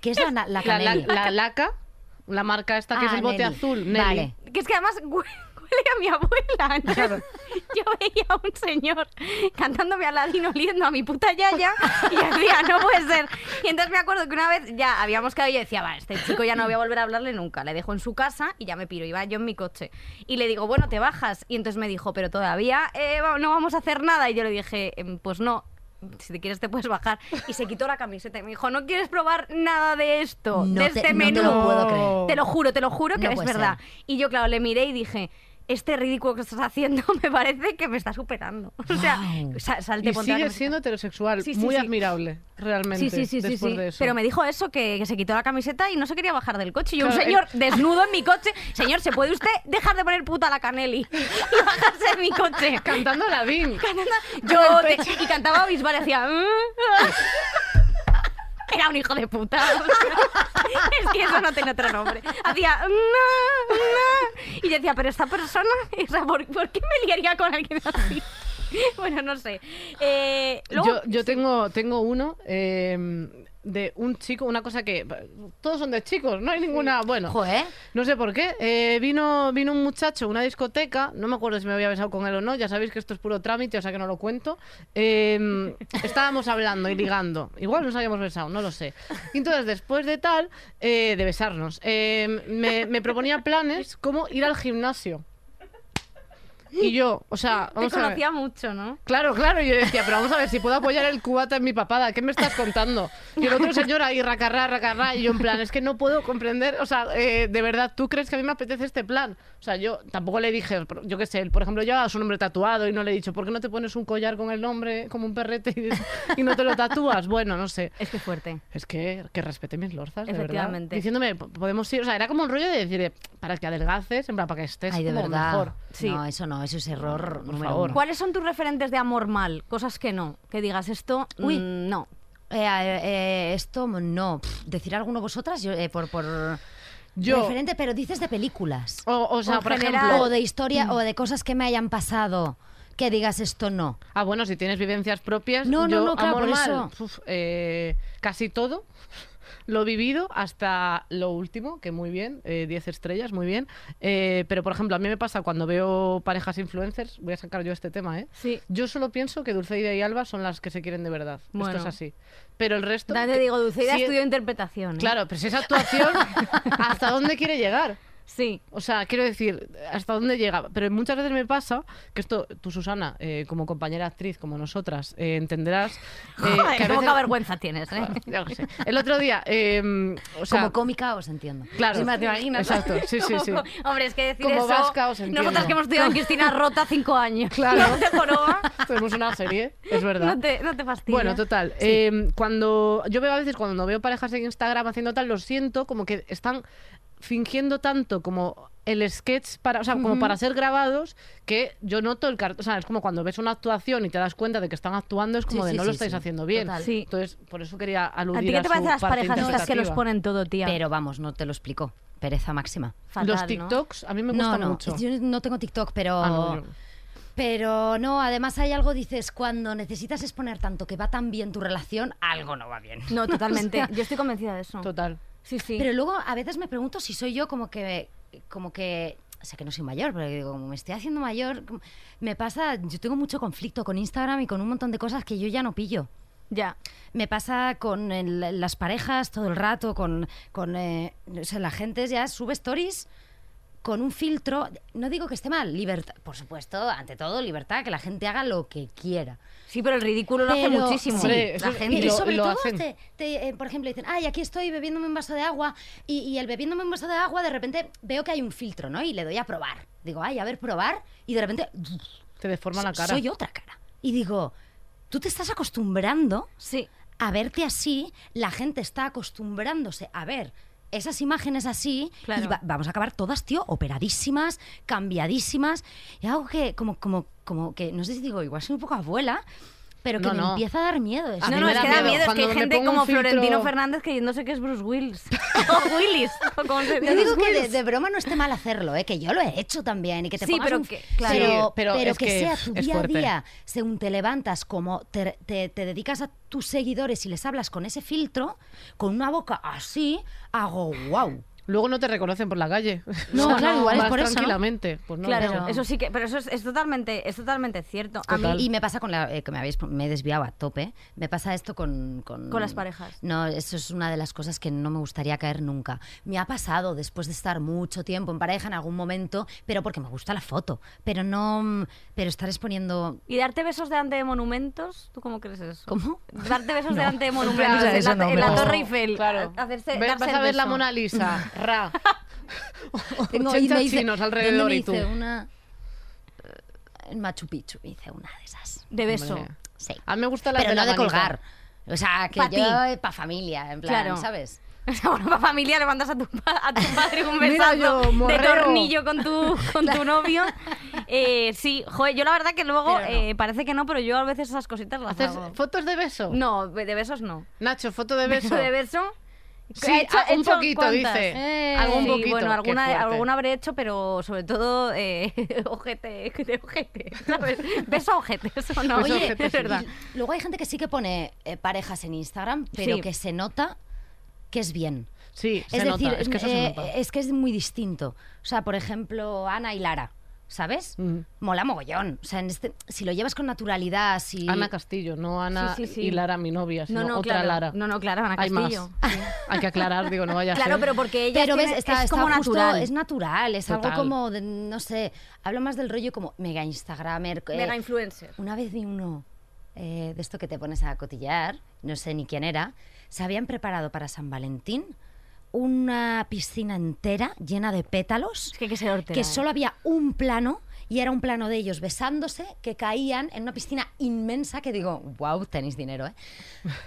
Speaker 4: ¿Qué es la, na-
Speaker 3: La,
Speaker 4: la
Speaker 3: la-
Speaker 4: canelli?
Speaker 3: la laca, la marca esta que
Speaker 4: Ah,
Speaker 3: es el bote
Speaker 4: Nelly.
Speaker 3: azul, Nelly.
Speaker 4: Vale.
Speaker 2: Que es que además [laughs] hue- huele a mi abuela. Entonces, Yo veía a un señor cantándome a Ladino oliendo a mi puta yaya y decía, no puede ser. Y entonces me acuerdo que una vez ya habíamos quedado y yo decía, va, este chico ya no voy a volver a hablarle nunca. Le dejo en su casa y ya me piro. Iba yo en mi coche. Y le digo, bueno, te bajas. Y entonces me dijo, pero todavía eh, va- no vamos a hacer nada. Y yo le dije, "Em, pues no. Si te quieres te puedes bajar. Y se quitó la camiseta y me dijo, no quieres probar nada de esto,
Speaker 4: No
Speaker 2: de
Speaker 4: te-
Speaker 2: este
Speaker 4: no te
Speaker 2: menú.
Speaker 4: lo puedo creer.
Speaker 2: Te lo juro, te lo juro que
Speaker 4: No
Speaker 2: es
Speaker 4: puede ser.
Speaker 2: verdad. Y yo, claro, le miré y dije, este ridículo que estás haciendo [laughs] me parece que me está superando. [laughs] O sea, sa- salte,
Speaker 3: Y
Speaker 2: ponte la
Speaker 3: sigue
Speaker 2: camiseta.
Speaker 3: siendo heterosexual,
Speaker 2: Sí, sí,
Speaker 3: muy
Speaker 2: sí.
Speaker 3: admirable,
Speaker 2: Sí,
Speaker 3: realmente.
Speaker 2: sí, sí, sí,
Speaker 3: después
Speaker 2: sí.
Speaker 3: de eso.
Speaker 2: Pero me dijo eso, que, que se quitó la camiseta y no se quería bajar del coche. Y yo, un
Speaker 3: Claro, eh,
Speaker 2: señor desnudo
Speaker 3: [laughs]
Speaker 2: en mi coche, señor, ¿se puede usted dejar de poner puta la caneli y [laughs] bajarse de mi coche?
Speaker 3: Cantando la BIM. [laughs]
Speaker 2: Yo te- y cantaba Bisbal y hacía. "Mm". [laughs] Era un hijo de puta. [laughs] Es que eso no tiene otro nombre. Hacía. "Mm, mm". Y yo decía, pero esta persona, o sea, ¿por, por qué me liaría con alguien así? [laughs] Bueno, no sé. Eh, [laughs] luego,
Speaker 3: yo yo tengo, tengo uno eh, de un chico, una cosa que todos son de chicos, no hay ninguna, bueno,
Speaker 4: Joder.
Speaker 3: no sé por qué. Eh, vino, vino un muchacho a una discoteca, no me acuerdo si me había besado con él o no, ya sabéis que esto es puro trámite, o sea que no lo cuento.
Speaker 2: [laughs]
Speaker 3: Eh, estábamos hablando y ligando, igual nos habíamos besado, no lo sé. Y entonces, después de tal, eh, de besarnos, eh, me, me proponía planes como ir al gimnasio. Y yo, o sea,
Speaker 2: Te
Speaker 3: vamos a ver.
Speaker 2: conocía mucho, ¿no?
Speaker 3: Claro, claro, y yo decía, pero vamos a ver si puedo apoyar el cubata en mi papada, ¿qué me estás contando? Y el otro señor ahí racarrá, racarrá, y yo en plan, es que no puedo comprender, o sea, eh, de verdad, ¿tú crees que a mí me apetece este plan? O sea, yo tampoco le dije, yo qué sé, él, por ejemplo, llevaba su nombre tatuado y no le he dicho, ¿por qué no te pones un collar con el nombre como un perrete y, y no te lo tatúas? Bueno, no sé.
Speaker 2: Es que fuerte.
Speaker 3: Es que, que respete mis lorzas, de verdad.
Speaker 2: Efectivamente.
Speaker 3: Diciéndome, "Po- podemos ir, o sea, era como un rollo de decir, eh, para que adelgaces, en plan, para que estés
Speaker 4: Ay, de
Speaker 3: como
Speaker 4: verdad.
Speaker 3: mejor.
Speaker 2: Sí.
Speaker 4: No, eso no, eso es error
Speaker 3: Por
Speaker 4: número
Speaker 3: favor.
Speaker 4: uno.
Speaker 2: ¿Cuáles son tus referentes de amor mal? Cosas que no. Que digas esto,
Speaker 4: Uy.
Speaker 2: mm, no.
Speaker 4: Eh, eh, esto no. Pff, decir alguno vosotras yo, eh, por, por
Speaker 3: Yo-
Speaker 4: referente, pero dices de películas.
Speaker 3: O, o sea,
Speaker 2: O en
Speaker 3: por
Speaker 2: general-
Speaker 3: ejemplo... Mm.
Speaker 4: o de historia o de cosas que me hayan pasado. Que digas esto no.
Speaker 3: Ah, bueno, si tienes vivencias propias,
Speaker 4: No, no,
Speaker 3: yo
Speaker 4: no, claro,
Speaker 3: amor
Speaker 4: por
Speaker 3: mal,
Speaker 4: eso.
Speaker 3: uf, eh, casi todo [laughs] lo vivido hasta lo último, que muy bien, eh, 10 estrellas, muy bien. Eh, pero, por ejemplo, a mí me pasa cuando veo parejas influencers, voy a sacar yo este tema, ¿eh?
Speaker 2: Sí.
Speaker 3: Yo solo pienso que Dulceida y Alba son las que se quieren de verdad.
Speaker 2: Bueno.
Speaker 3: Esto es así. Pero el resto...
Speaker 2: Ya te digo, Dulceida
Speaker 3: Sí,
Speaker 2: estudió interpretación. ¿eh?
Speaker 3: Claro, pero si esa
Speaker 4: [laughs]
Speaker 3: actuación, ¿hasta dónde quiere llegar?
Speaker 2: Sí.
Speaker 3: O sea, quiero decir, ¿hasta dónde llega? Pero muchas veces me pasa que esto, tú, Susana, eh, como compañera actriz, como nosotras, eh, entenderás. eh,
Speaker 2: [laughs] Joder,
Speaker 3: que a
Speaker 2: qué poca
Speaker 3: veces-
Speaker 2: vergüenza tienes, ¿eh?
Speaker 3: Ya lo sé. El otro día, eh, o sea,
Speaker 4: Como cómica os entiendo.
Speaker 3: claro.
Speaker 2: Sí, me te imaginas.
Speaker 3: Exacto, sí, sí, sí.
Speaker 2: Como- [laughs] Hombre, es que decir
Speaker 3: Como
Speaker 2: eso...
Speaker 3: vasca os entiendo.
Speaker 2: Nosotras que hemos estudiado en Cristina Rota cinco
Speaker 3: [laughs]
Speaker 2: años.
Speaker 3: Claro.
Speaker 2: No te joroba,
Speaker 3: Tenemos una serie, es verdad.
Speaker 2: no te, no te fastidies.
Speaker 3: Bueno, total. eh, cuando yo veo a veces cuando veo parejas en Instagram haciendo tal, lo siento, como que están fingiendo tanto como el sketch para, o sea, como para ser grabados, que yo noto el cartón. O sea, es como cuando ves una actuación y te das cuenta de que están actuando, es como
Speaker 4: Sí,
Speaker 3: de
Speaker 4: sí,
Speaker 3: no
Speaker 4: sí,
Speaker 3: lo estáis
Speaker 4: sí.
Speaker 3: haciendo bien.
Speaker 4: Total.
Speaker 2: Sí.
Speaker 3: Entonces, por eso quería
Speaker 2: ¿A ti
Speaker 3: aludir a,
Speaker 2: qué te
Speaker 3: su
Speaker 2: parecen las
Speaker 3: parte
Speaker 2: parejas estas que los
Speaker 3: interpretativa.
Speaker 2: ponen todo, tía?
Speaker 4: Pero vamos, no te lo explico. Pereza máxima.
Speaker 2: Fatal,
Speaker 3: Los
Speaker 2: ¿no?
Speaker 3: TikToks, a mí me
Speaker 4: no,
Speaker 3: gustan
Speaker 4: no.
Speaker 3: mucho.
Speaker 4: Yo no tengo TikTok, pero.
Speaker 3: Ah, no, yo-
Speaker 4: Pero no, además hay algo, dices, cuando necesitas exponer tanto que va tan bien tu relación, algo no va bien.
Speaker 3: [laughs]
Speaker 4: [laughs]
Speaker 2: No, totalmente. Yo estoy convencida de eso.
Speaker 3: Total.
Speaker 2: Sí, sí.
Speaker 4: Pero luego a veces me pregunto si soy yo como que, como que, o sea que no soy mayor, pero digo, como me estoy haciendo mayor, como- me pasa, yo tengo mucho conflicto con Instagram y con un montón de cosas que yo ya no pillo.
Speaker 2: Ya.
Speaker 4: Me pasa con el- las parejas todo el rato, con, con eh, o sea, la gente ya sube stories con un filtro, no digo que esté mal, libertad, por supuesto, ante todo libertad, que la gente haga lo que quiera.
Speaker 2: Sí, pero el ridículo lo hace
Speaker 4: Pero-
Speaker 2: muchísimo.
Speaker 4: sí,
Speaker 3: Hombre, eso
Speaker 2: la
Speaker 3: es-
Speaker 2: gente.
Speaker 4: y
Speaker 3: lo-
Speaker 4: sobre todo,
Speaker 3: hacen.
Speaker 4: te- te, eh, por ejemplo, dicen, ay, aquí estoy bebiéndome un vaso de agua, y, y el bebiéndome un vaso de agua, de repente veo que hay un filtro, ¿no? Y le doy a probar. Digo, ay, a ver, probar, y de repente
Speaker 3: Te deforma la cara.
Speaker 4: soy otra cara. Y digo, tú te estás acostumbrando
Speaker 2: Sí.
Speaker 4: a verte así, la gente está acostumbrándose a ver esas imágenes así
Speaker 2: Claro.
Speaker 4: y va- vamos a acabar todas, tío, operadísimas, cambiadísimas. Y algo que, como, como, como que, no sé si digo, igual soy un poco abuela, pero que
Speaker 3: No,
Speaker 4: me
Speaker 3: no.
Speaker 4: empieza a dar miedo eso.
Speaker 3: A mí
Speaker 2: No, no,
Speaker 3: me
Speaker 2: es
Speaker 3: da
Speaker 2: que da
Speaker 3: miedo.
Speaker 2: miedo. Es que
Speaker 3: Cuando
Speaker 2: hay
Speaker 3: me
Speaker 2: gente
Speaker 3: pongo un
Speaker 2: como
Speaker 3: filtro-
Speaker 2: Florentino Fernández que no sé qué es Bruce Willis.
Speaker 3: [laughs]
Speaker 2: [laughs] o Willis. o como se
Speaker 4: Yo
Speaker 2: dice.
Speaker 4: digo que de, de broma no esté mal hacerlo, ¿eh? que yo lo he hecho también y que te
Speaker 2: Sí,
Speaker 4: pongas
Speaker 2: pero
Speaker 4: un-
Speaker 2: que- claro.
Speaker 3: Sí,
Speaker 4: pero,
Speaker 3: pero
Speaker 4: pero
Speaker 3: es
Speaker 4: que,
Speaker 3: que
Speaker 4: sea tu
Speaker 3: es
Speaker 4: día
Speaker 3: fuerte.
Speaker 4: a día, según te levantas, como te, te- te dedicas a tus seguidores y les hablas con ese filtro, con una boca así, hago wow.
Speaker 3: Luego no te reconocen por la calle. [laughs]
Speaker 4: No, claro, igual es
Speaker 3: vas
Speaker 4: por eso, ¿no?
Speaker 3: tranquilamente. Pues no,
Speaker 2: Claro,
Speaker 3: no.
Speaker 2: eso sí que. Pero eso es, es totalmente, es totalmente cierto. A
Speaker 3: Total.
Speaker 2: mí.
Speaker 4: Y me pasa con la eh, que me habéis me he desviado a tope. Me pasa esto con, con
Speaker 2: Con las parejas.
Speaker 4: No, eso es una de las cosas que no me gustaría caer nunca. Me ha pasado después de estar mucho tiempo en pareja en algún momento, pero porque me gusta la foto, pero no mm, pero estar exponiendo
Speaker 2: ¿Y darte besos delante de monumentos? ¿Tú cómo crees eso?
Speaker 4: ¿Cómo?
Speaker 2: Darte besos delante de monumentos.
Speaker 3: Claro,
Speaker 2: en
Speaker 4: eso
Speaker 2: la,
Speaker 4: no,
Speaker 2: en
Speaker 4: me
Speaker 2: la
Speaker 4: pasa.
Speaker 2: Torre Eiffel.
Speaker 3: Claro.
Speaker 2: Hacerse,
Speaker 3: Ve-
Speaker 2: darse
Speaker 3: vas
Speaker 2: el
Speaker 3: a ver la
Speaker 2: beso.
Speaker 3: Mona Lisa,
Speaker 2: [laughs]
Speaker 3: ra.
Speaker 4: Tengo, y
Speaker 3: 80
Speaker 4: me dice-
Speaker 3: chinos
Speaker 4: ¿dónde
Speaker 3: alrededor
Speaker 4: me
Speaker 3: y tú.
Speaker 4: dice una eh, en Machu Picchu me hice una de esas.
Speaker 2: De beso.
Speaker 3: Hombre.
Speaker 4: Sí.
Speaker 3: A mí me gusta la
Speaker 4: pero
Speaker 3: de
Speaker 4: no
Speaker 3: la
Speaker 4: de
Speaker 3: manita.
Speaker 4: colgar. O sea, que
Speaker 2: Pa' ti.
Speaker 4: yo para familia, en plan,
Speaker 2: Claro.
Speaker 4: ¿sabes?
Speaker 2: [laughs] O sea, bueno, para familia le mandas a tu, pa- a tu padre un
Speaker 3: Mira yo,
Speaker 2: besazo de
Speaker 3: morreo.
Speaker 2: tornillo con tu, con tu novio. Eh, sí, joder, yo la verdad que luego
Speaker 4: Pero no.
Speaker 2: eh, parece que no, pero yo a veces esas cositas las
Speaker 3: ¿Haces
Speaker 2: hago.
Speaker 3: fotos de beso?
Speaker 2: [laughs] No, de besos no.
Speaker 3: Nacho, foto de beso.
Speaker 2: De beso
Speaker 3: Sí,
Speaker 2: He hecho-
Speaker 3: ah,
Speaker 2: he
Speaker 3: un
Speaker 2: hecho
Speaker 3: poquito,
Speaker 2: cuantas.
Speaker 3: dice.
Speaker 4: Eh,
Speaker 3: algún
Speaker 2: Sí,
Speaker 3: poquito.
Speaker 2: Bueno,
Speaker 3: Qué
Speaker 2: alguna,
Speaker 3: fuerte.
Speaker 2: alguna habré hecho, pero sobre todo eh, [laughs] ojete, de ojete, ¿sabes? Besa ojete, eso no,
Speaker 3: Besa
Speaker 2: Oye,
Speaker 3: ojete,
Speaker 2: es
Speaker 3: sí.
Speaker 2: verdad.
Speaker 4: Y luego hay gente que sí que pone eh, parejas en Instagram, pero
Speaker 2: Sí.
Speaker 4: que se nota que es bien.
Speaker 3: Sí, se
Speaker 4: es
Speaker 3: nota,
Speaker 4: decir,
Speaker 3: es que eso
Speaker 4: eh,
Speaker 3: se nota.
Speaker 4: es que es muy distinto. O sea, por ejemplo, Ana y Lara, ¿sabes?
Speaker 3: Mm.
Speaker 4: Mola mogollón. O sea, en este- si lo llevas con naturalidad, si...
Speaker 3: Ana Castillo, no Ana
Speaker 2: Sí, sí, sí.
Speaker 3: y Lara, mi novia, sino
Speaker 2: No, no,
Speaker 3: otra
Speaker 2: claro.
Speaker 3: Lara.
Speaker 2: No, no, claro, Ana
Speaker 3: Hay más.
Speaker 2: Castillo.
Speaker 3: [laughs] Hay que aclarar, digo, no vaya a
Speaker 2: Claro,
Speaker 3: ser.
Speaker 2: pero porque ella
Speaker 4: Pero ves, está,
Speaker 2: es
Speaker 4: está
Speaker 2: como
Speaker 4: justo-
Speaker 2: natural.
Speaker 4: es natural, es
Speaker 3: Total.
Speaker 4: algo como, de, no sé, hablo más del rollo como mega Instagramer. eh,
Speaker 2: mega influencer.
Speaker 4: Una vez vi uno eh, de esto que te pones a cotillar, no sé ni quién era, se habían preparado para San Valentín una piscina entera llena de pétalos,
Speaker 2: Es que hay que ser hortera.
Speaker 4: que
Speaker 2: ¿eh?
Speaker 4: solo había un plano y era un plano de ellos besándose que caían en una piscina inmensa que digo, wow, tenéis dinero, ¿eh?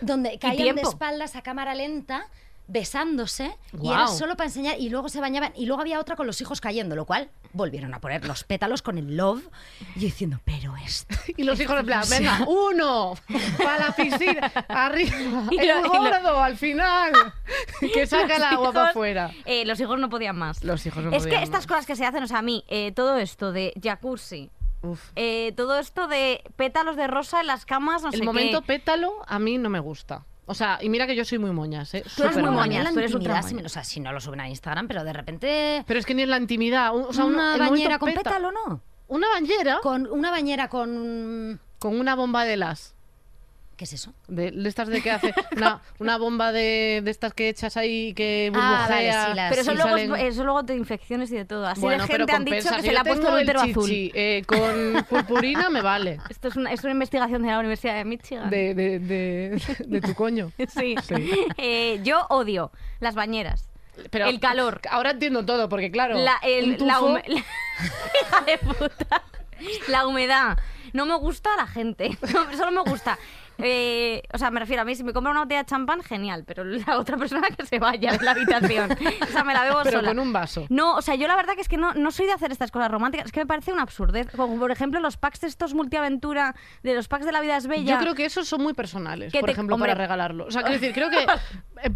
Speaker 4: Donde caían de
Speaker 2: tiempo.
Speaker 4: espaldas a cámara lenta besándose y era
Speaker 3: Guau.
Speaker 4: solo para enseñar y luego se bañaban y luego había otra con los hijos cayendo, lo cual volvieron a poner los pétalos con el love y yo diciendo, pero esto
Speaker 3: Y los hijos en plan, venga, uno, para la piscina, arriba,
Speaker 2: [laughs] Y
Speaker 3: el
Speaker 2: lo- y lo-
Speaker 3: gordo, al final, que
Speaker 2: [laughs]
Speaker 3: saca el agua para
Speaker 2: hijos-
Speaker 3: afuera.
Speaker 2: Eh, los hijos no podían más.
Speaker 3: Los hijos no
Speaker 2: es que
Speaker 3: podían
Speaker 2: estas
Speaker 3: más.
Speaker 2: cosas que se hacen, o sea, a mí, eh, todo esto de jacuzzi,
Speaker 3: Uf.
Speaker 2: eh, todo esto de pétalos de rosa en las camas, no sé
Speaker 3: El
Speaker 2: qué.
Speaker 3: momento pétalo a mí no me gusta. O sea, y mira que yo soy muy moñas, ¿eh?
Speaker 4: Tú eres
Speaker 3: Súper
Speaker 4: muy
Speaker 2: moñas,
Speaker 4: moña,
Speaker 2: tú
Speaker 4: tú
Speaker 2: eres ultra
Speaker 4: intimidad, si
Speaker 2: moña.
Speaker 4: me- o sea, si no lo suben a Instagram, pero de repente
Speaker 3: Pero es que ni en la intimidad. un- O sea,
Speaker 4: una
Speaker 3: el momento
Speaker 4: bañera con
Speaker 3: peta-
Speaker 4: pétalo, ¿no?
Speaker 3: Una bañera con...
Speaker 4: Con una bañera con
Speaker 3: una bomba de las.
Speaker 4: ¿qué es eso?
Speaker 3: De, de estas de que hace una, una bomba de, de estas que echas ahí que burbujea.
Speaker 4: Ah, vale, sí, las-
Speaker 2: Pero eso,
Speaker 3: y
Speaker 2: luego,
Speaker 3: salen-
Speaker 2: eso luego de infecciones y de todo. Así
Speaker 3: Bueno,
Speaker 2: de
Speaker 3: pero
Speaker 2: gente han dicho
Speaker 3: compensa.
Speaker 2: que
Speaker 3: Si
Speaker 2: se
Speaker 3: yo
Speaker 2: le ha puesto
Speaker 3: tengo
Speaker 2: el útero azul.
Speaker 3: chichi, eh,
Speaker 2: [laughs]
Speaker 3: con purpurina me vale.
Speaker 2: Esto es una, es una investigación de la Universidad de Michigan.
Speaker 3: De, de, de, de tu coño.
Speaker 2: [laughs] Sí.
Speaker 3: Sí.
Speaker 2: Eh, yo odio las bañeras.
Speaker 3: Pero
Speaker 2: El calor.
Speaker 3: Ahora entiendo todo, porque claro.
Speaker 2: La, el-
Speaker 3: un tufo-
Speaker 2: la hume- [laughs] la- hija de puta. La humedad. No me gusta la gente. [laughs] No, solo me gusta. eh, o sea, me refiero a mí, si me compra una botella de champán, genial, pero la otra persona que se vaya de la habitación. O sea, me la bebo
Speaker 3: Pero
Speaker 2: sola.
Speaker 3: con un vaso.
Speaker 2: No, o sea, yo la verdad que es que no, no soy de hacer estas cosas románticas. Es que me parece una absurdez. Como por ejemplo los packs de estos multiaventura, de los packs de la vida es bella.
Speaker 3: Yo creo que esos son muy personales,
Speaker 2: Que
Speaker 3: por
Speaker 2: te-
Speaker 3: ejemplo,
Speaker 2: hombre.
Speaker 3: para regalarlo. O sea, quiero decir, creo que. En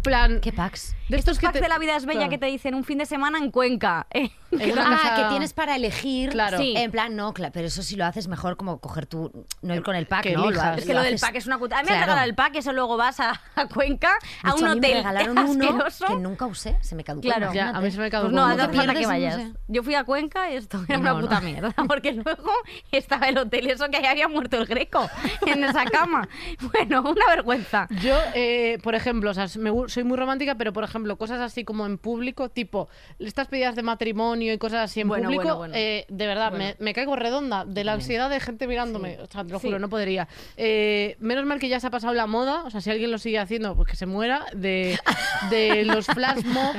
Speaker 2: [laughs]
Speaker 3: plan.
Speaker 4: ¿Qué packs?
Speaker 3: de estos que
Speaker 2: packs
Speaker 3: te-
Speaker 2: de la vida es bella
Speaker 3: Claro.
Speaker 2: que te dicen un fin de semana en Cuenca. eh.
Speaker 3: En una
Speaker 4: Ah,
Speaker 3: casa-
Speaker 4: que tienes para elegir.
Speaker 3: Claro.
Speaker 2: Sí.
Speaker 4: En plan, no, claro, pero eso sí lo haces mejor como coger tú, no ir con el pack,
Speaker 3: Que
Speaker 4: ¿no?
Speaker 3: elijas.
Speaker 4: ha-
Speaker 2: Es que lo del
Speaker 4: haces-
Speaker 2: pack es una cuta. A mí me
Speaker 4: Claro.
Speaker 2: regalaron el pack, eso luego vas a, a Cuenca,
Speaker 4: De
Speaker 2: a
Speaker 4: hecho,
Speaker 2: un
Speaker 4: mí
Speaker 2: hotel
Speaker 4: me [laughs] regalaron uno
Speaker 2: asqueroso.
Speaker 4: que nunca usé, se me caducó.
Speaker 2: Claro,
Speaker 3: Ya, a mí se me quedó
Speaker 2: Pues
Speaker 3: como
Speaker 2: no
Speaker 3: un
Speaker 2: hace
Speaker 3: botón.
Speaker 2: falta que
Speaker 4: Pierdes,
Speaker 2: vayas.
Speaker 4: no sé.
Speaker 2: Yo fui a Cuenca y esto era
Speaker 3: No,
Speaker 2: una
Speaker 3: no.
Speaker 2: puta mierda, [laughs] porque luego estaba el hotel y eso que ahí había muerto el greco en esa
Speaker 3: [laughs]
Speaker 2: cama. Bueno, una vergüenza.
Speaker 3: Yo, eh, por ejemplo, o sea, me gu- soy muy romántica, pero por ejemplo, cosas así como en público, tipo estas pedidas de matrimonio y cosas así en
Speaker 2: Bueno,
Speaker 3: público,
Speaker 2: bueno, bueno.
Speaker 3: eh, de verdad, me, me caigo redonda de la ansiedad de gente mirándome. O sea, te lo juro, no podría. Eh, menos mal que ya se ha pasado la moda, o sea, si alguien lo sigue haciendo, pues que se muera, de, de los flash
Speaker 4: [laughs]
Speaker 3: mob.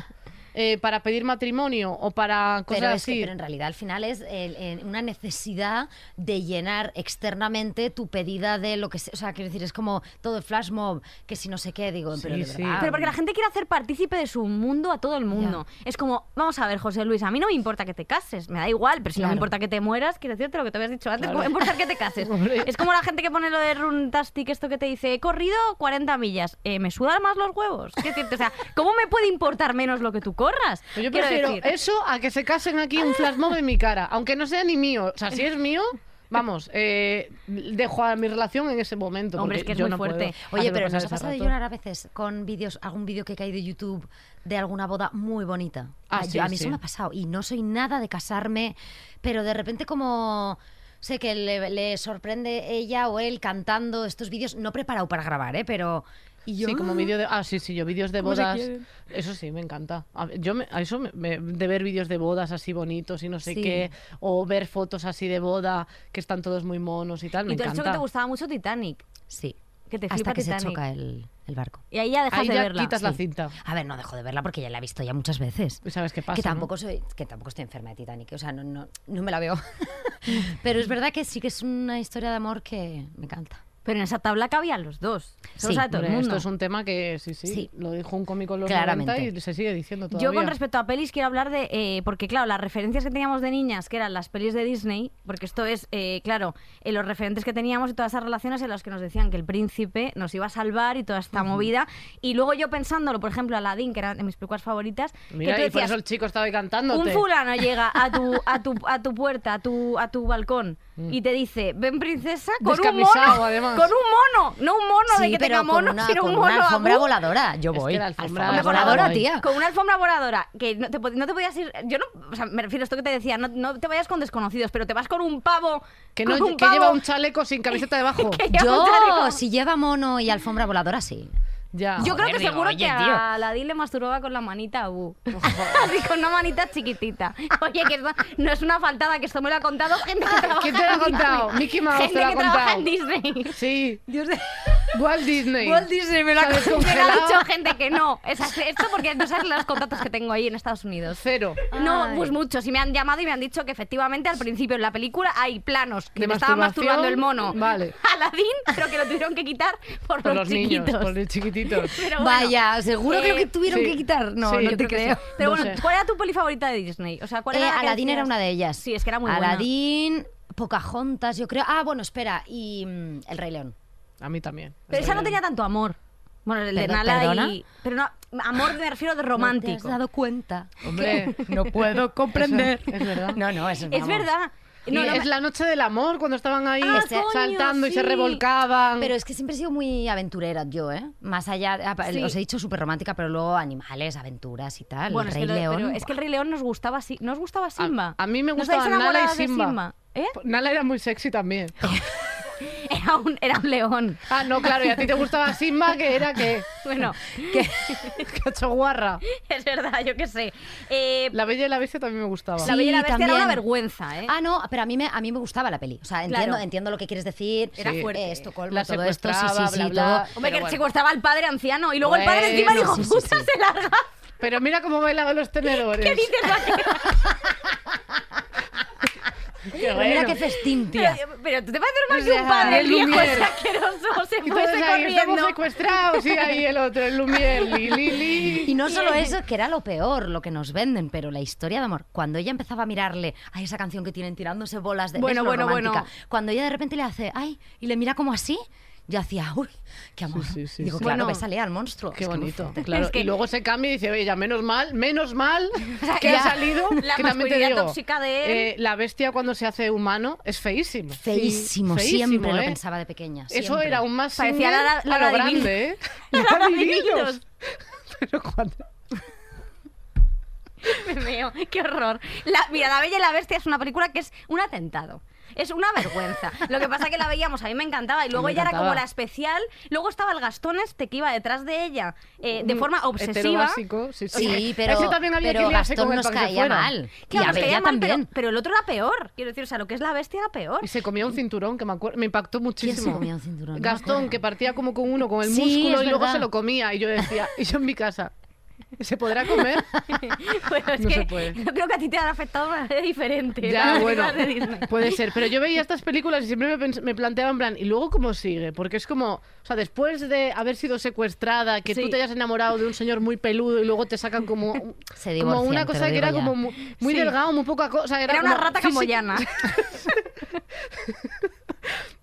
Speaker 3: eh, para pedir matrimonio o para cosas
Speaker 4: Pero, es que-
Speaker 3: así.
Speaker 4: pero en realidad al final es el- el- una necesidad de llenar externamente tu pedida de lo que sea. O sea, quiero decir, es como todo el flash mob, que si no sé qué, digo, pero de
Speaker 3: sí.
Speaker 4: verdad.
Speaker 2: Pero porque la gente quiere hacer partícipe de su mundo a todo el mundo. Es como, vamos a ver, José Luis, a mí no me importa que te cases, me da igual, pero si no me
Speaker 4: Claro.
Speaker 2: importa que te mueras, quiero decirte lo que te habías dicho antes,
Speaker 3: Claro.
Speaker 2: no me importa que te cases.
Speaker 3: [laughs] Hombre.
Speaker 2: es como la gente que pone lo de Runtastic, esto que te dice, he corrido 40 millas, Eh, me sudan más los huevos. Quiero decirte, o sea, ¿cómo me puede importar menos lo que tú corras?
Speaker 3: Pues Yo
Speaker 2: Quiero
Speaker 3: prefiero
Speaker 2: decir-
Speaker 3: eso a que se casen aquí un flash mob en mi cara, aunque no sea ni mío. O sea, si es mío, vamos, eh, dejo a mi relación en ese momento.
Speaker 2: Hombre,
Speaker 3: porque
Speaker 2: es que es
Speaker 3: yo
Speaker 2: muy
Speaker 3: no puedo
Speaker 2: fuerte.
Speaker 4: Oye,
Speaker 3: hacerlo
Speaker 4: pero
Speaker 3: pasar
Speaker 4: nos ha
Speaker 3: ese
Speaker 4: pasado de
Speaker 3: rato.
Speaker 4: llorar a veces con vídeos, algún vídeo que cae de YouTube de alguna boda muy bonita.
Speaker 3: Ah,
Speaker 4: a,
Speaker 3: sí,
Speaker 4: a mí
Speaker 3: sí.
Speaker 4: eso me ha pasado y no soy nada de casarme, pero de repente como sé que le, le sorprende ella o él cantando estos vídeos, no preparado para grabar, ¿eh? Pero y yo
Speaker 3: Sí, como vídeo de. Ah, sí, sí, yo vídeos de
Speaker 2: ¿Cómo se
Speaker 3: bodas.
Speaker 2: quieren?
Speaker 3: Eso sí, me encanta. A, ver, yo me- a eso me- me- de ver vídeos de bodas así bonitos y no sé
Speaker 4: Sí.
Speaker 3: qué, o ver fotos así de boda que están todos muy monos y tal, me
Speaker 2: Y tú has dicho que
Speaker 3: encanta.
Speaker 2: te gustaba mucho Titanic,
Speaker 4: sí,
Speaker 2: que te flipa
Speaker 4: hasta que
Speaker 2: Titanic.
Speaker 4: se choca el, el barco.
Speaker 2: Y ahí ya dejas
Speaker 3: eh. Ahí
Speaker 2: de
Speaker 3: ya
Speaker 2: verla.
Speaker 3: quitas la
Speaker 2: Sí.
Speaker 3: cinta.
Speaker 4: A ver, no dejo de verla porque ya la he visto ya muchas veces.
Speaker 3: Y sabes qué Pues pasa.
Speaker 4: que
Speaker 3: ¿no?
Speaker 4: tampoco soy que tampoco estoy enferma de Titanic o sea no, [laughs] no, no me la veo pero es verdad que sí que es una historia de amor que me encanta
Speaker 2: Pero en esa tabla cabían los dos. Eso lo
Speaker 4: Sí.
Speaker 2: sabe todo el
Speaker 3: Hombre,
Speaker 2: mundo.
Speaker 3: Esto es un tema que sí, sí,
Speaker 4: Sí.
Speaker 3: lo dijo un cómico en los
Speaker 4: Claramente.
Speaker 3: 90 y se sigue diciendo todavía.
Speaker 2: Yo con respecto a pelis quiero hablar de... eh, porque claro, las referencias que teníamos de niñas, que eran las pelis de Disney, porque esto es, eh, claro, eh, los referentes que teníamos y todas esas relaciones en las que nos decían que el príncipe nos iba a salvar y toda esta movida. Y luego yo pensándolo, por ejemplo, Aladdin, que era de mis películas favoritas,
Speaker 3: Mira,
Speaker 2: que
Speaker 3: y
Speaker 2: tú
Speaker 3: por
Speaker 2: decías,
Speaker 3: eso el chico estaba ahí cantándote.
Speaker 2: un fulano llega a tu, a tu, a tu puerta, a tu, a tu balcón y te dice, ven princesa, con un
Speaker 3: Mm. Descamisado,
Speaker 2: mono,
Speaker 3: además.
Speaker 2: con un mono, no un mono de
Speaker 4: Sí,
Speaker 2: que
Speaker 4: pero
Speaker 2: tenga mono, [laughs]
Speaker 4: con una,
Speaker 2: sino
Speaker 4: con
Speaker 2: un
Speaker 4: una
Speaker 2: mono
Speaker 4: alfombra
Speaker 2: abu-
Speaker 4: voladora. Yo
Speaker 3: Es que
Speaker 4: voy.
Speaker 3: la alfombra
Speaker 4: voladora,
Speaker 3: voladora,
Speaker 2: [laughs]
Speaker 4: tía.
Speaker 2: Con una alfombra voladora, que no te, pod- no te podías ir. Yo no. O sea, me refiero a esto que te decía, no, no te vayas con desconocidos, pero te vas con un pavo.
Speaker 3: Que,
Speaker 2: con
Speaker 3: no-
Speaker 2: un
Speaker 3: que lleva
Speaker 2: pavo
Speaker 3: un chaleco
Speaker 2: [laughs]
Speaker 3: sin camiseta debajo.
Speaker 2: que lleva un chaleco.
Speaker 4: Yo, si lleva mono y alfombra voladora, sí.
Speaker 3: Ya.
Speaker 2: Yo creo que
Speaker 4: Joder, digo,
Speaker 2: seguro
Speaker 4: oye,
Speaker 2: que
Speaker 4: tío.
Speaker 2: a Aladdin le masturbaba con la manita abu. [laughs] Así con una manita chiquitita. Oye, que esto no es una faltada, que esto me lo ha contado gente
Speaker 3: [laughs]
Speaker 2: que trabaja
Speaker 3: ¿Quién te lo ha
Speaker 2: en Disney.
Speaker 3: contado? Mickey Mouse te
Speaker 2: Gente
Speaker 3: lo ha
Speaker 2: que trabaja en
Speaker 3: contado. [laughs]
Speaker 2: Disney.
Speaker 3: Sí.
Speaker 2: Dios de...
Speaker 3: Walt Disney.
Speaker 2: Walt Disney [laughs]
Speaker 3: [laughs]
Speaker 2: me lo ha
Speaker 3: Se ha
Speaker 2: contado. Me lo ha
Speaker 3: descongelado.
Speaker 2: dicho gente que no. Es así- esto porque no sabes los contactos que tengo ahí en Estados Unidos.
Speaker 3: Cero.
Speaker 2: No,
Speaker 4: Ay.
Speaker 2: pues muchos. Y me han llamado y me han dicho que efectivamente al principio en la película hay planos que
Speaker 3: De
Speaker 2: me estaba
Speaker 3: masturbación,
Speaker 2: masturbando el mono.
Speaker 3: vale.
Speaker 2: [laughs] Aladín, pero que lo tuvieron que quitar por,
Speaker 3: Por
Speaker 2: los,
Speaker 3: los
Speaker 2: chiquitos.
Speaker 3: niños, por los
Speaker 2: [laughs]
Speaker 3: chiquititos.
Speaker 2: Pero bueno,
Speaker 4: Vaya, seguro que lo que
Speaker 2: eh,
Speaker 4: tuvieron
Speaker 3: sí.
Speaker 4: que quitar. No,
Speaker 3: Sí,
Speaker 4: no
Speaker 3: yo
Speaker 4: te
Speaker 3: creo que
Speaker 4: creo.
Speaker 3: sí.
Speaker 2: [laughs] Pero
Speaker 3: No
Speaker 2: bueno,
Speaker 3: sé.
Speaker 2: ¿cuál era tu peli favorita de Disney? O sea, ¿cuál
Speaker 4: Eh,
Speaker 2: era la que
Speaker 4: Aladdin era
Speaker 2: decías?
Speaker 4: una de ellas.
Speaker 2: Sí, es que era muy buena.
Speaker 4: Aladdin, Pocahontas, yo creo. Ah, bueno, espera. Y mm, El Rey León.
Speaker 3: A mí también.
Speaker 2: Pero esa no tenía tanto amor. Bueno, el de
Speaker 4: Perdón,
Speaker 2: Nala
Speaker 4: ¿perdona?
Speaker 2: y... Pero no, amor me refiero de
Speaker 4: ¿No te
Speaker 2: romántico.
Speaker 4: has dado cuenta?
Speaker 2: [laughs]
Speaker 3: Hombre. [laughs]
Speaker 4: no puedo comprender.
Speaker 3: Eso, es verdad.
Speaker 4: No, no, eso
Speaker 2: es
Speaker 4: vamos.
Speaker 2: verdad. No,
Speaker 3: Y
Speaker 2: no,
Speaker 3: es la noche del amor cuando estaban ahí este
Speaker 2: Ah,
Speaker 4: Ese-
Speaker 3: saltando
Speaker 2: coño,
Speaker 3: y se
Speaker 2: sí.
Speaker 3: revolcaban.
Speaker 4: Pero es que siempre he sido muy aventurera yo, ¿eh? Más allá, ah, pa-
Speaker 2: Sí.
Speaker 4: os he dicho súper romántica, pero luego animales, aventuras y tal.
Speaker 2: Bueno,
Speaker 4: el
Speaker 2: es
Speaker 4: Rey
Speaker 2: que, lo-
Speaker 4: León.
Speaker 2: pero es que el Rey León nos gustaba, así nos gustaba Simba.
Speaker 3: A, a mí me
Speaker 2: ¿No
Speaker 3: gustaban
Speaker 2: estáis
Speaker 3: Nala y
Speaker 2: enamoradas de
Speaker 3: Simba.
Speaker 2: ¿Eh?
Speaker 3: Nala era muy sexy también.
Speaker 2: Era un, era un león.
Speaker 3: Ah, no, claro, y a ti te gustaba Simba, que era que [laughs]
Speaker 2: Bueno,
Speaker 3: cachoguarra.
Speaker 2: [laughs] es verdad, yo qué sé. Eh,
Speaker 3: La Bella y la Bestia también me gustaba.
Speaker 2: la Bella y la
Speaker 4: Sí,
Speaker 2: Bestia era
Speaker 4: también.
Speaker 2: una vergüenza, ¿eh?
Speaker 4: Ah, no, pero a mí me, a mí me gustaba la peli. O sea, entiendo,
Speaker 2: Claro.
Speaker 4: entiendo lo que quieres decir.
Speaker 2: Era
Speaker 4: eh,
Speaker 2: fuerte.
Speaker 4: Estocolmo,
Speaker 3: La
Speaker 4: todo esto, sí, sí,
Speaker 3: secuestraba,
Speaker 4: sí,
Speaker 3: bla, bla.
Speaker 4: todo.
Speaker 2: Hombre, que
Speaker 3: pero bueno.
Speaker 2: secuestraba al padre anciano y luego el padre encima
Speaker 3: Bueno,
Speaker 2: dijo,
Speaker 4: sí, sí,
Speaker 2: puta,
Speaker 4: sí.
Speaker 2: se larga.
Speaker 3: Pero mira cómo bailaban los
Speaker 4: [laughs]
Speaker 2: [laughs]
Speaker 3: tenedores.
Speaker 2: ¿Qué dices, vaquero?
Speaker 3: Qué bueno.
Speaker 4: Mira qué festín, tía.
Speaker 2: Pero, pero tú te vas a hacer más
Speaker 3: O
Speaker 2: que un
Speaker 3: sea,
Speaker 2: padre
Speaker 3: Pues el
Speaker 2: viejo
Speaker 3: Lumière.
Speaker 2: ese
Speaker 3: [laughs]
Speaker 2: asqueroso se
Speaker 3: Y todos
Speaker 2: fuese
Speaker 3: ahí
Speaker 2: [laughs]
Speaker 3: estamos
Speaker 2: corriendo.
Speaker 3: secuestrados. Y ahí el otro, el Lumier, Lili, Lili.
Speaker 4: Y no solo
Speaker 3: [laughs]
Speaker 4: eso, que era lo peor, lo que nos venden, pero la historia de amor. Cuando ella empezaba a mirarle, ay, esa canción que tienen tirándose bolas de
Speaker 2: Bueno,
Speaker 4: es lo
Speaker 2: bueno, bueno.
Speaker 4: romántica. Cuando ella de repente le hace, ay, y le mira como así, yo hacía, uy, qué amor.
Speaker 3: Sí, sí, sí,
Speaker 4: Digo,
Speaker 3: sí.
Speaker 4: claro,
Speaker 2: Bueno.
Speaker 4: ves a Lea al monstruo.
Speaker 3: Qué
Speaker 4: Es que muy
Speaker 3: bonito.
Speaker 4: fuerte.
Speaker 3: Claro.
Speaker 2: Es que-
Speaker 3: Y luego se cambia y dice, oye, ya menos mal, menos
Speaker 4: [laughs]
Speaker 3: mal que
Speaker 4: ya.
Speaker 3: ha salido.
Speaker 2: La
Speaker 3: que también te
Speaker 2: masculinidad
Speaker 3: digo,
Speaker 2: tóxica de él.
Speaker 3: eh, la bestia cuando se hace humano es feísimo.
Speaker 4: Feísimo,
Speaker 3: Sí,
Speaker 4: siempre
Speaker 3: feísimo,
Speaker 4: lo
Speaker 3: ¿eh?
Speaker 4: pensaba de pequeña.
Speaker 3: Eso
Speaker 4: siempre.
Speaker 3: era un más
Speaker 2: Parecía
Speaker 3: Singer
Speaker 2: Lara-
Speaker 3: a
Speaker 2: Lara
Speaker 3: lo
Speaker 2: Divine.
Speaker 3: grande,
Speaker 4: [laughs]
Speaker 3: ¿eh?
Speaker 2: Lara
Speaker 3: Divinos.
Speaker 2: Divinos.
Speaker 3: Pero cuando...
Speaker 2: Me meo, qué horror. La, mira, La Bella y la Bestia es una película que es un atentado. Es una vergüenza. Lo que pasa que la veíamos, a mí me
Speaker 3: [laughs]
Speaker 2: encantaba. Y luego
Speaker 3: Me
Speaker 2: ella era
Speaker 3: encantaba.
Speaker 2: como la especial. Luego estaba el Gastón este que iba detrás de ella eh, de forma obsesiva.
Speaker 3: Mm, Heterobásico, sí, sí.
Speaker 4: Sí, pero,
Speaker 3: [laughs] Ese también había
Speaker 4: pero
Speaker 3: que liarse
Speaker 4: Gastón
Speaker 3: con él
Speaker 4: nos
Speaker 3: para que se
Speaker 4: caía
Speaker 3: fuera.
Speaker 4: mal.
Speaker 2: Claro,
Speaker 4: y a
Speaker 2: nos caía
Speaker 4: Bella
Speaker 2: mal, pero-
Speaker 4: también.
Speaker 2: Pero, el otro era peor. Quiero decir, o sea, lo que es la bestia era peor.
Speaker 3: Y se comía un cinturón, que me acuerdo, me impactó muchísimo.
Speaker 4: se comía un cinturón? No me
Speaker 3: Gastón,
Speaker 4: acuerdo.
Speaker 3: que partía como con uno, con el
Speaker 4: Sí,
Speaker 3: músculo,
Speaker 4: es
Speaker 3: y luego
Speaker 4: verdad.
Speaker 3: se lo comía. Y yo decía, y yo en mi casa, ¿se podrá comer?
Speaker 4: [laughs]
Speaker 2: [laughs] Bueno, es
Speaker 3: [laughs] No
Speaker 2: que
Speaker 3: se puede.
Speaker 2: yo creo que a ti te han afectado de una manera diferente.
Speaker 3: Ya,
Speaker 2: las
Speaker 3: bueno,
Speaker 2: películas de
Speaker 3: [laughs]
Speaker 2: Disney.
Speaker 3: puede ser. Pero yo veía estas películas y siempre me, pens- me planteaba en plan, ¿y luego cómo sigue? Porque es como, o sea, después de haber sido secuestrada, que
Speaker 2: Sí.
Speaker 3: tú te hayas enamorado de un señor muy peludo y luego te
Speaker 2: [laughs]
Speaker 3: sacan como, un-
Speaker 4: Se
Speaker 3: como una
Speaker 4: divorcian, te lo
Speaker 3: cosa que
Speaker 4: digo
Speaker 3: era
Speaker 4: ya.
Speaker 3: como mu- muy,
Speaker 2: Sí.
Speaker 3: delgado, muy poca cosa. era,
Speaker 2: Era una
Speaker 3: como
Speaker 2: rata
Speaker 3: físico-
Speaker 2: camboyana.
Speaker 3: [laughs]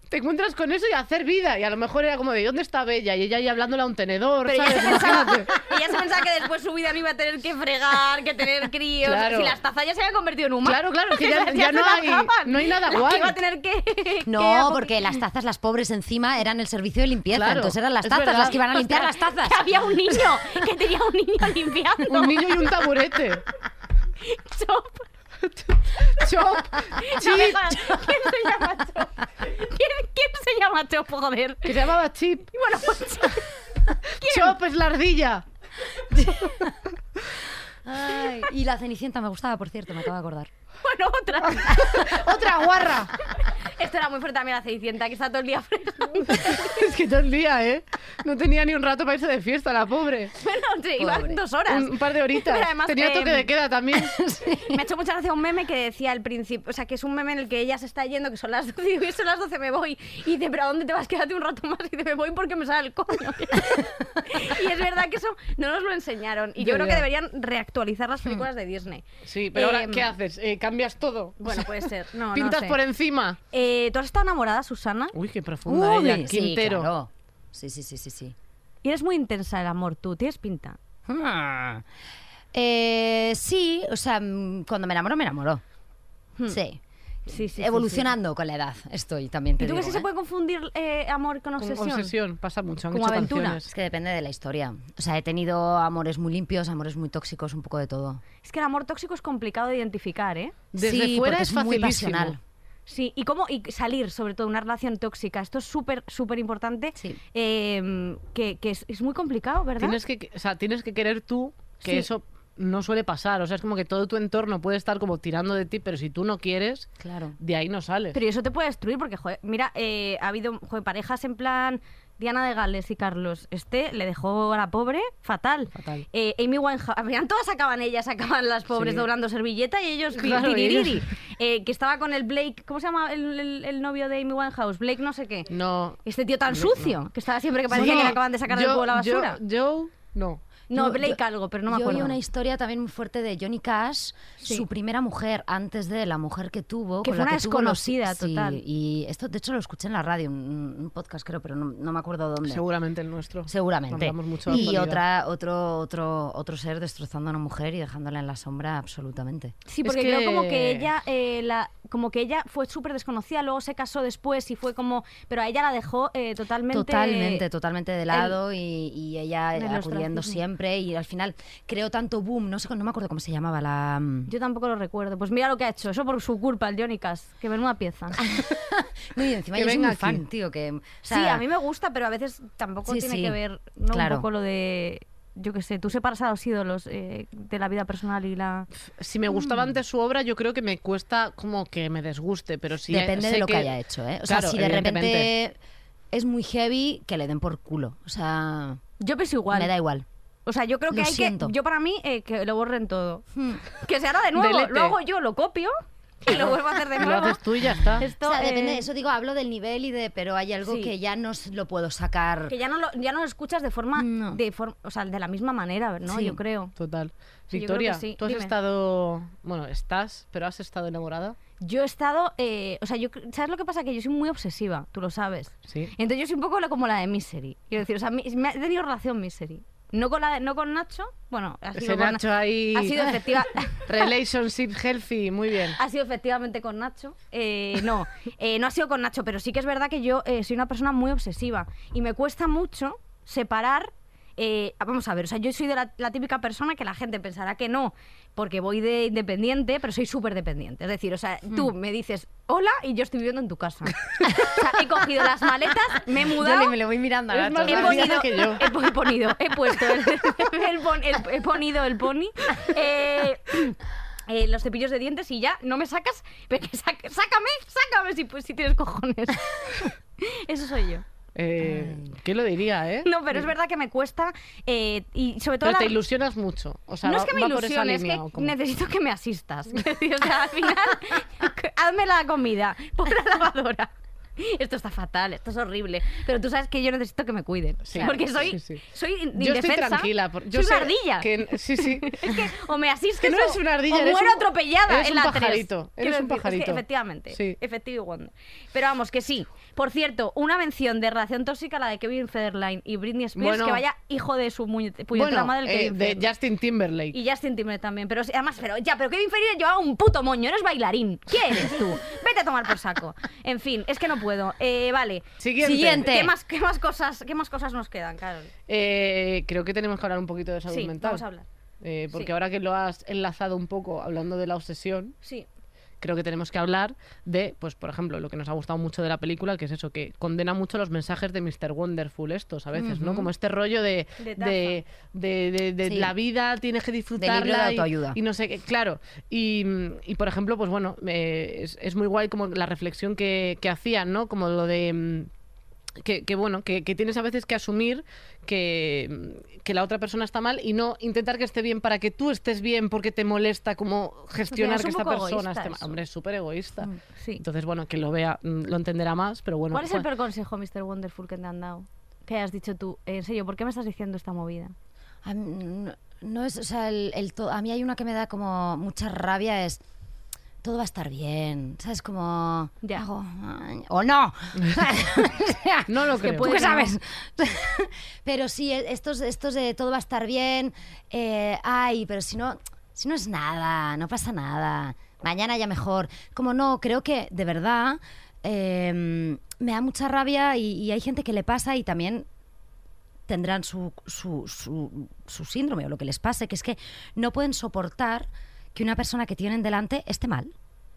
Speaker 3: Te encuentras con eso y a hacer vida. Y a lo mejor era como de, ¿dónde está Bella? Y ella ahí hablándole a un tenedor,
Speaker 2: Pero ella
Speaker 3: ¿sabes?
Speaker 2: se, pensaba,
Speaker 3: Imagínate.
Speaker 2: ella se pensaba que después su vida no iba a tener que fregar, que tener críos.
Speaker 3: Claro.
Speaker 2: Si las tazas ya se habían convertido en humanos.
Speaker 3: Claro, claro,
Speaker 2: [laughs]
Speaker 3: es que
Speaker 2: Las
Speaker 3: ya, ya
Speaker 2: se
Speaker 3: no,
Speaker 2: las
Speaker 3: hay,
Speaker 2: daban.
Speaker 3: no hay nada
Speaker 2: Las [laughs] que
Speaker 3: guay. pues,
Speaker 2: iba a tener que. que
Speaker 4: No,
Speaker 2: apo-
Speaker 4: porque las tazas, las pobres encima, eran el servicio de limpieza.
Speaker 3: Claro,
Speaker 4: entonces eran las
Speaker 3: es
Speaker 4: tazas
Speaker 3: verdad.
Speaker 4: las que iban a limpiar las
Speaker 2: Ostras, [laughs]
Speaker 4: tazas.
Speaker 2: que había un
Speaker 3: [laughs]
Speaker 2: niño que tenía un niño limpiando.
Speaker 3: Un niño y un taburete.
Speaker 2: Chop. [laughs]
Speaker 3: Chop,
Speaker 2: No
Speaker 3: chi,
Speaker 2: me jodas. ¿Quién se llama Chop? ¿Quién, quién se llama Chop, joder?
Speaker 3: que se llamaba Chip.
Speaker 2: Y bueno, pues [laughs] Chop.
Speaker 3: Chop es la ardilla.
Speaker 4: Ay, y la Cenicienta me gustaba, por cierto, me acabo de acordar.
Speaker 2: Bueno, otra.
Speaker 3: Otra guarra. [laughs]
Speaker 2: Esto era muy fuerte también la Cenicienta, que está todo el día fresca.
Speaker 3: es que todo el día, ¿eh? No tenía ni un rato para irse de fiesta, la pobre.
Speaker 2: Bueno, sí, iba
Speaker 4: Pobre.
Speaker 2: dos horas.
Speaker 3: Un, un par de horitas.
Speaker 2: Pero además,
Speaker 3: tenía
Speaker 2: eh,
Speaker 3: toque de queda también.
Speaker 2: [laughs] Me ha hecho mucha gracia un meme que decía al principio, o sea, que es un meme en el que ella se está yendo, que son las 12, y [laughs] digo, son las 12, me voy. Y dice, pero ¿a dónde te vas? Quédate un rato más. Y dice, me voy porque me sale el coño. [laughs] y es verdad que eso no nos lo enseñaron. Y yo
Speaker 3: Ya,
Speaker 2: creo
Speaker 3: ya.
Speaker 2: que deberían reactualizar las películas de Disney.
Speaker 3: Sí, pero ahora,
Speaker 2: Em,
Speaker 3: ¿qué haces? Eh, ¿Cambias todo?
Speaker 2: Bueno, puede ser. No, no
Speaker 3: ¿Pintas
Speaker 2: sé.
Speaker 3: por encima?
Speaker 2: Eh, ¿Tú has estado enamorada, Susana?
Speaker 3: Uy, qué profunda ¿eh?
Speaker 4: Uy,
Speaker 3: ella. Quintero.
Speaker 4: Sí, claro. sí, sí, sí, sí, sí.
Speaker 2: Y eres muy intensa el amor, tú. Tienes pinta.
Speaker 4: Hmm. Eh, sí, o sea, mm, cuando me enamoro, me enamoro. Sí.
Speaker 2: Hmm. Sí, sí, sí.
Speaker 4: Evolucionando con la edad estoy también. Te
Speaker 2: ¿Y tú
Speaker 4: digo,
Speaker 2: crees que se
Speaker 4: ¿eh?
Speaker 2: puede confundir eh, amor con
Speaker 3: Con
Speaker 2: obsesión?
Speaker 3: obsesión, pasa mucho. Han
Speaker 2: Como
Speaker 3: hecho
Speaker 2: aventura.
Speaker 4: Es
Speaker 3: canciones.
Speaker 4: que depende de la historia. O sea, he tenido amores muy limpios, amores muy tóxicos, un poco de todo.
Speaker 2: Es que el amor tóxico es complicado de identificar, ¿eh?
Speaker 3: Desde
Speaker 4: sí,
Speaker 3: fuera
Speaker 4: porque
Speaker 3: es
Speaker 4: es muy
Speaker 3: facilísimo.
Speaker 4: pasional.
Speaker 2: Sí, y cómo y salir, sobre todo, de una relación tóxica. Esto es súper, súper importante.
Speaker 4: Sí.
Speaker 2: eh, que que es, es muy complicado, ¿verdad?
Speaker 3: Tienes que, o sea, tienes que querer tú que
Speaker 2: Sí.
Speaker 3: eso no suele pasar. O sea, es como que todo tu entorno puede estar como tirando de ti, pero si tú no quieres,
Speaker 4: Claro.
Speaker 3: de ahí no sales.
Speaker 2: Pero eso te puede destruir porque, joder, mira, eh, ha habido joder, parejas en plan Diana de Gales y Carlos. Este le dejó a la pobre fatal.
Speaker 3: Fatal.
Speaker 2: Eh, Amy Winehouse, [laughs] al final todas acaban ellas, acaban las pobres
Speaker 3: Sí.
Speaker 2: doblando servilleta y ellos pi-
Speaker 3: [laughs] Claro,
Speaker 2: tiririri.
Speaker 3: ellos.
Speaker 2: [laughs] Eh, que estaba con el Blake, ¿cómo se llama el, el- el novio de Amy Winehouse? Blake no sé qué.
Speaker 3: No.
Speaker 2: Este tío tan sucio, que estaba siempre que parecía
Speaker 3: No,
Speaker 2: que le acaban de sacar del
Speaker 3: yo-
Speaker 2: cubo la
Speaker 3: yo-
Speaker 2: basura.
Speaker 3: Yo, no.
Speaker 2: no,
Speaker 4: Yo-
Speaker 2: Blake
Speaker 4: yo-
Speaker 2: algo, pero no me
Speaker 4: yo
Speaker 2: acuerdo.
Speaker 4: oí una historia también muy fuerte de Johnny Cash,
Speaker 2: Sí.
Speaker 4: su primera mujer antes de la mujer que tuvo.
Speaker 2: Que
Speaker 4: con
Speaker 2: fue
Speaker 4: la
Speaker 2: una
Speaker 4: que tuvo unos-
Speaker 2: desconocida
Speaker 4: Sí,
Speaker 2: total.
Speaker 4: y esto, de hecho, lo escuché en la radio, un, un podcast creo, pero no, no me acuerdo dónde.
Speaker 3: Seguramente el nuestro.
Speaker 4: Seguramente.
Speaker 3: Hablamos mucho de
Speaker 4: y
Speaker 3: actualidad.
Speaker 4: otra, otro, otro, otro ser destrozando a una mujer y dejándola en la sombra absolutamente.
Speaker 2: Sí,
Speaker 3: Es
Speaker 2: porque creo como que
Speaker 3: que-
Speaker 2: ella, eh, la, como que ella fue súper desconocida, luego se casó después y fue como, pero a ella la dejó eh, totalmente.
Speaker 4: Totalmente, totalmente de lado y, y ella
Speaker 2: el
Speaker 4: acudiendo
Speaker 2: ostracismo.
Speaker 4: siempre y al final creó tanto boom, no sé, no me acuerdo cómo se llamaba la...
Speaker 2: Yo tampoco lo recuerdo. Pues mira lo que ha hecho, eso por su culpa, el Johnny Cash, que menuda
Speaker 4: [laughs]
Speaker 2: pieza.
Speaker 4: No, y encima
Speaker 3: Que
Speaker 4: yo soy
Speaker 3: venga
Speaker 4: muy
Speaker 3: aquí.
Speaker 4: fan, tío, que... o sea,
Speaker 2: sí, a mí me gusta, pero a veces tampoco
Speaker 4: Sí,
Speaker 2: tiene
Speaker 4: sí.
Speaker 2: que ver ¿no?
Speaker 4: Claro.
Speaker 2: un poco lo de, yo qué sé, tú separas a los ídolos eh, de la vida personal y la...
Speaker 3: Si me
Speaker 2: Mm.
Speaker 3: gustaba antes su obra, yo creo que me cuesta como que me desguste, pero si
Speaker 4: Depende
Speaker 3: sé
Speaker 4: de lo que,
Speaker 3: que
Speaker 4: haya hecho, ¿eh? O sea,
Speaker 3: Claro,
Speaker 4: si de
Speaker 3: evidentemente.
Speaker 4: repente es muy heavy, que le den por culo. O sea,
Speaker 2: Yo pienso igual.
Speaker 4: me da igual.
Speaker 2: O sea, yo creo que
Speaker 4: Lo
Speaker 2: hay
Speaker 4: siento.
Speaker 2: que... Yo para mí, eh, que lo borren todo.
Speaker 4: Hmm.
Speaker 2: Que se hará de nuevo,
Speaker 3: Delete.
Speaker 2: lo hago yo, lo copio y lo vuelvo a
Speaker 4: [laughs]
Speaker 2: hacer de
Speaker 3: Lo
Speaker 2: nuevo.
Speaker 3: haces tú y ya está.
Speaker 2: Esto,
Speaker 4: o sea, depende
Speaker 2: eh,
Speaker 4: de eso, digo, hablo del nivel y de... Pero hay algo
Speaker 2: sí.
Speaker 4: que ya no s- lo puedo sacar.
Speaker 2: Que ya no lo, ya no lo escuchas de forma,
Speaker 4: No.
Speaker 2: de for- o sea, de la misma manera, ¿no?
Speaker 4: Sí.
Speaker 2: Yo creo.
Speaker 3: Total.
Speaker 2: Sí, yo creo que
Speaker 3: Victoria,
Speaker 2: sí.
Speaker 3: tú has
Speaker 2: Dime.
Speaker 3: estado. Bueno, estás, pero has estado enamorada.
Speaker 2: Yo he estado, eh, o sea, yo, cre- ¿sabes lo que pasa? Que yo soy muy obsesiva, tú lo sabes.
Speaker 3: Sí.
Speaker 2: Entonces yo soy un poco la- como la de Misery. Quiero decir, o sea, mi- me ha- he tenido relación Misery. No con, la, de- no con Nacho, bueno, ha sido,
Speaker 3: Ese
Speaker 2: con-
Speaker 3: Nacho ahí.
Speaker 2: ha sido
Speaker 3: [laughs]
Speaker 2: efectiva.
Speaker 3: Relationship healthy, muy bien.
Speaker 2: Ha sido efectivamente con Nacho. Eh, no, eh, no ha sido con Nacho, pero sí que es verdad que yo eh, soy una persona muy obsesiva y me cuesta mucho separar. eh, vamos a ver, o sea, yo soy de la, la típica persona que la gente pensará que no, porque voy de independiente, pero soy súper dependiente. Es decir, o sea, tú me dices hola y yo estoy viviendo en tu casa. [laughs] o sea, he cogido las maletas, me he mudado.
Speaker 4: Yo ni me lo voy mirando a
Speaker 3: Es
Speaker 4: Nacho,
Speaker 3: más
Speaker 4: ¿sabes?
Speaker 2: He
Speaker 3: Más
Speaker 2: ponido,
Speaker 3: liada que
Speaker 2: [laughs]
Speaker 3: yo.
Speaker 2: He, po- he ponido, he puesto el, [laughs] el pon- el- he ponido el pony, eh, [clears throat] eh, los cepillos de dientes y ya no me sacas, pero que sac- sácame, sácame si, pues, si tienes cojones. [laughs] Eso soy yo.
Speaker 3: Eh, ¿Qué lo diría, eh?
Speaker 2: No, pero es verdad que me cuesta eh, y sobre todo
Speaker 3: Pero te
Speaker 2: la-
Speaker 3: ilusionas mucho. O sea,
Speaker 2: no
Speaker 3: va-
Speaker 2: es que me
Speaker 3: va por esa
Speaker 2: ilusione, es
Speaker 3: línea,
Speaker 2: que
Speaker 3: ¿o cómo?
Speaker 2: necesito que me asistas. [laughs] o sea, al final, [laughs] hazme la comida, [laughs] pon la lavadora. Esto está fatal, esto es horrible. Pero tú sabes que yo necesito que me cuiden.
Speaker 3: Sí,
Speaker 2: porque soy,
Speaker 3: sí, sí.
Speaker 2: soy in-
Speaker 3: Yo estoy
Speaker 2: indefensa,
Speaker 3: tranquila. por- Yo
Speaker 2: soy
Speaker 3: sé
Speaker 2: una ardilla.
Speaker 3: que- sí, sí.
Speaker 2: [laughs] Es que o me asistes
Speaker 3: Que no eres
Speaker 2: o-
Speaker 3: una ardilla,
Speaker 2: o
Speaker 3: eres
Speaker 2: muero
Speaker 3: un-
Speaker 2: atropellada
Speaker 3: eres
Speaker 2: en
Speaker 3: un
Speaker 2: la
Speaker 3: pajarito,
Speaker 2: 3.
Speaker 3: eres
Speaker 2: Quiero
Speaker 3: un
Speaker 2: decir, es que
Speaker 3: pajarito.
Speaker 2: efectivamente,
Speaker 3: Sí.
Speaker 2: efectivo y wonder. Pero vamos, que sí. Por cierto, una mención de relación tóxica la de Kevin Federline y Britney Spears,
Speaker 3: Bueno.
Speaker 2: que vaya hijo de su muñe- puñetera
Speaker 3: Bueno,
Speaker 2: madre el
Speaker 3: eh,
Speaker 2: Kevin
Speaker 3: de
Speaker 2: Federline.
Speaker 3: Justin Timberlake.
Speaker 2: Y Justin Timberlake también. Pero sí, además, pero ya, pero Kevin Federline llevaba un puto moño, eres bailarín. ¿Quién eres tú? Vete a tomar por saco. En fin, es que no puedo. Eh, vale.
Speaker 3: Siguiente.
Speaker 4: Siguiente.
Speaker 2: ¿Qué más, qué, más cosas, ¿Qué más cosas nos quedan, Carol?
Speaker 3: Eh, creo que tenemos que hablar un poquito de salud
Speaker 2: Sí,
Speaker 3: mental.
Speaker 2: vamos a hablar.
Speaker 3: Eh, porque
Speaker 2: Sí.
Speaker 3: ahora que lo has enlazado un poco hablando de la obsesión,
Speaker 2: Sí.
Speaker 3: creo que tenemos que hablar de, pues por ejemplo, lo que nos ha gustado mucho de la película, que es eso, que condena mucho los mensajes de Mr. Wonderful estos a veces, ¿no? Como este rollo de,
Speaker 2: De taza.
Speaker 3: de, de- de- de
Speaker 4: Sí.
Speaker 3: la vida, tienes que disfrutarla. y-
Speaker 4: autoayuda.
Speaker 3: Y, no sé qué, claro. Y, mm, y, por ejemplo, pues bueno, eh, es, es muy guay como la reflexión que, que hacían, ¿no? Como lo de... mm, que, que, bueno, que, que tienes a veces que asumir que, que la otra persona está mal y no intentar que esté bien para que tú estés bien porque te molesta como gestionar
Speaker 2: es
Speaker 3: que
Speaker 2: un
Speaker 3: esta
Speaker 2: poco
Speaker 3: persona
Speaker 2: egoísta
Speaker 3: esté mal.
Speaker 2: eso.
Speaker 3: Hombre, es súper egoísta.
Speaker 2: Sí.
Speaker 3: Entonces, bueno, que lo vea mm, lo entenderá más, pero bueno. pues,
Speaker 2: ¿Cuál es el
Speaker 3: Juan-
Speaker 2: peor consejo, Mr. Wonderful, que te han dado? Que has dicho tú, en serio, ¿por qué me estás diciendo esta movida?
Speaker 4: A mí, no- no es, o sea, el, el to- a mí hay una que me da como mucha rabia es todo va a estar bien, ¿sabes? Como
Speaker 2: Ya.
Speaker 4: hago ay, o no. [laughs] O sea,
Speaker 3: [laughs] No lo
Speaker 4: ¿tú
Speaker 3: creo.
Speaker 4: qué
Speaker 2: puede que no.
Speaker 4: sabes? [laughs] pero sí e- estos estos de todo va a estar bien, eh, ay, pero si no si no es nada, no pasa nada. Mañana ya mejor. Como no, creo que de verdad eh, me da mucha rabia y- y hay gente que le pasa y también tendrán su, su, su- su síndrome o lo que les pase, que es que no pueden soportar que una persona que tienen delante esté mal.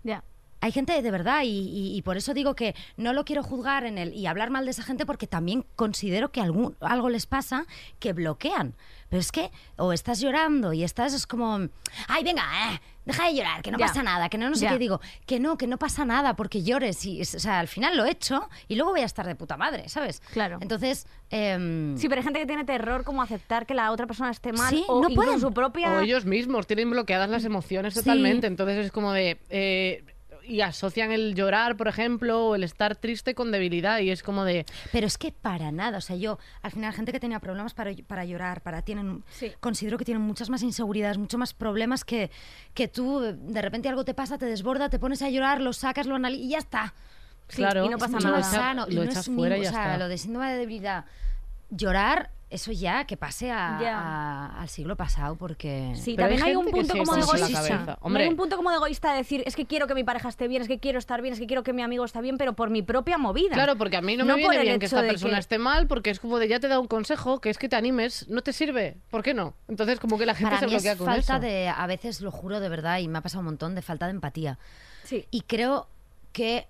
Speaker 2: Ya.
Speaker 4: Hay gente de verdad y, y- y por eso digo que no lo quiero juzgar en el, y hablar mal de esa gente porque también considero que algún, algo les pasa que bloquean. Pero es que o estás llorando y estás es como, ay, venga, eh, deja de llorar, que no
Speaker 2: Ya.
Speaker 4: pasa nada, que no, no sé
Speaker 2: Ya.
Speaker 4: qué digo, que no, que no pasa nada porque llores y, es- o sea, al final lo he hecho y luego voy a estar de puta madre, ¿sabes?
Speaker 2: Claro.
Speaker 4: Entonces,
Speaker 3: Mm.
Speaker 4: em,
Speaker 2: Sí, pero hay gente que tiene terror como aceptar que la otra persona esté mal
Speaker 4: Sí,
Speaker 2: o
Speaker 4: no
Speaker 2: incluso
Speaker 4: pueden.
Speaker 2: su propia...
Speaker 3: O ellos mismos tienen bloqueadas
Speaker 2: Mm.
Speaker 3: las emociones
Speaker 4: Sí.
Speaker 3: totalmente. Entonces es como de. eh, y asocian el llorar, por ejemplo, o el estar triste con debilidad. Y es como de.
Speaker 4: Pero es que para nada, o sea, yo, al final, gente que tenía problemas para, para llorar, para tienen,
Speaker 2: Sí.
Speaker 4: considero que tienen muchas más inseguridades, mucho más problemas que, que tú, eh, de repente algo te pasa, te desborda, te pones a llorar, lo sacas, lo analizas y ya está.
Speaker 2: Sí,
Speaker 3: claro,
Speaker 2: y no
Speaker 4: Es
Speaker 2: pasa
Speaker 4: mucho
Speaker 2: nada.
Speaker 4: más sano, y
Speaker 3: Lo
Speaker 4: no
Speaker 3: echas
Speaker 4: es ni-
Speaker 3: fuera y
Speaker 4: o
Speaker 3: ya
Speaker 4: sea,
Speaker 3: está.
Speaker 4: lo de síndrome de debilidad, llorar, eso ya, que pase a-
Speaker 2: Ya.
Speaker 4: a- al siglo pasado, porque...
Speaker 2: Sí,
Speaker 3: Pero hay
Speaker 2: también hay, un
Speaker 3: gente que
Speaker 2: punto
Speaker 3: se
Speaker 2: como de
Speaker 3: exige la
Speaker 2: egoísta.
Speaker 3: cabeza.
Speaker 2: No
Speaker 3: Hombre.
Speaker 2: Hay un punto como de egoísta de decir, es que quiero que mi pareja esté bien, es que quiero estar bien, es que quiero que mi amigo esté bien, pero por mi propia movida.
Speaker 3: Claro, porque a mí no, me
Speaker 2: por
Speaker 3: viene
Speaker 2: el
Speaker 3: bien que
Speaker 2: hecho
Speaker 3: esta
Speaker 2: de
Speaker 3: persona esté mal, porque es como de ya te da un consejo, que es que te animes, no te sirve. ¿Por qué no? Entonces, como que la gente
Speaker 4: Para
Speaker 3: se
Speaker 4: mí es
Speaker 3: bloquea con
Speaker 4: falta
Speaker 3: eso.
Speaker 4: de, a veces lo juro de verdad, y me ha pasado un montón, de falta de empatía.
Speaker 2: Sí.
Speaker 4: Y creo que.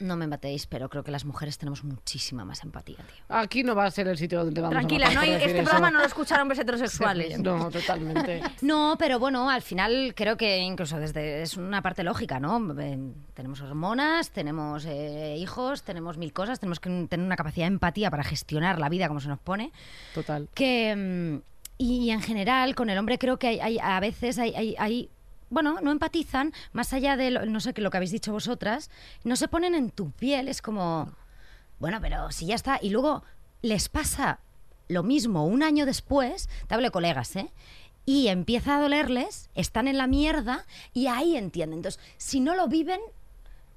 Speaker 4: No me matéis, pero creo que las mujeres tenemos muchísima más empatía, tío.
Speaker 3: Aquí no va a ser el sitio donde te vamos a
Speaker 2: Tranquila, no
Speaker 3: matar
Speaker 2: hay-
Speaker 3: por
Speaker 2: este
Speaker 3: decir eso.
Speaker 2: programa no ¿eh? lo escucharon hombres
Speaker 3: [laughs]
Speaker 2: heterosexuales.
Speaker 3: No,
Speaker 2: [laughs]
Speaker 3: totalmente.
Speaker 4: No, pero bueno, al final creo que incluso desde. Es una parte lógica, ¿no? Eh, tenemos hormonas, tenemos eh, hijos, tenemos mil cosas, tenemos que tener una capacidad de empatía para gestionar la vida como se nos pone.
Speaker 3: Total.
Speaker 4: que mm, y, en general con el hombre creo que hay, hay- a veces hay, hay- hay- bueno no empatizan más allá de lo, no sé que lo que habéis dicho vosotras no se ponen en tu piel es como bueno pero si ya está y luego les pasa lo mismo un año después te hablo de colegas eh y empieza a dolerles están en la mierda y ahí entienden entonces si no lo viven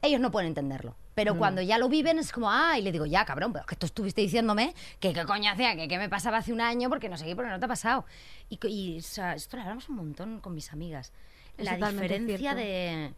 Speaker 4: ellos no pueden entenderlo.
Speaker 2: Mm.
Speaker 4: Pero cuando ya lo viven es como, ah, y le digo, ya, cabrón, pero que tú estuviste diciéndome que qué coño hacía, que qué me pasaba hace un año porque no sé qué, porque no te ha pasado. Y, co- y, o sea, esto lo hablamos un montón con mis amigas.
Speaker 2: Es
Speaker 4: la
Speaker 2: totalmente
Speaker 4: diferencia
Speaker 2: cierto.
Speaker 4: de...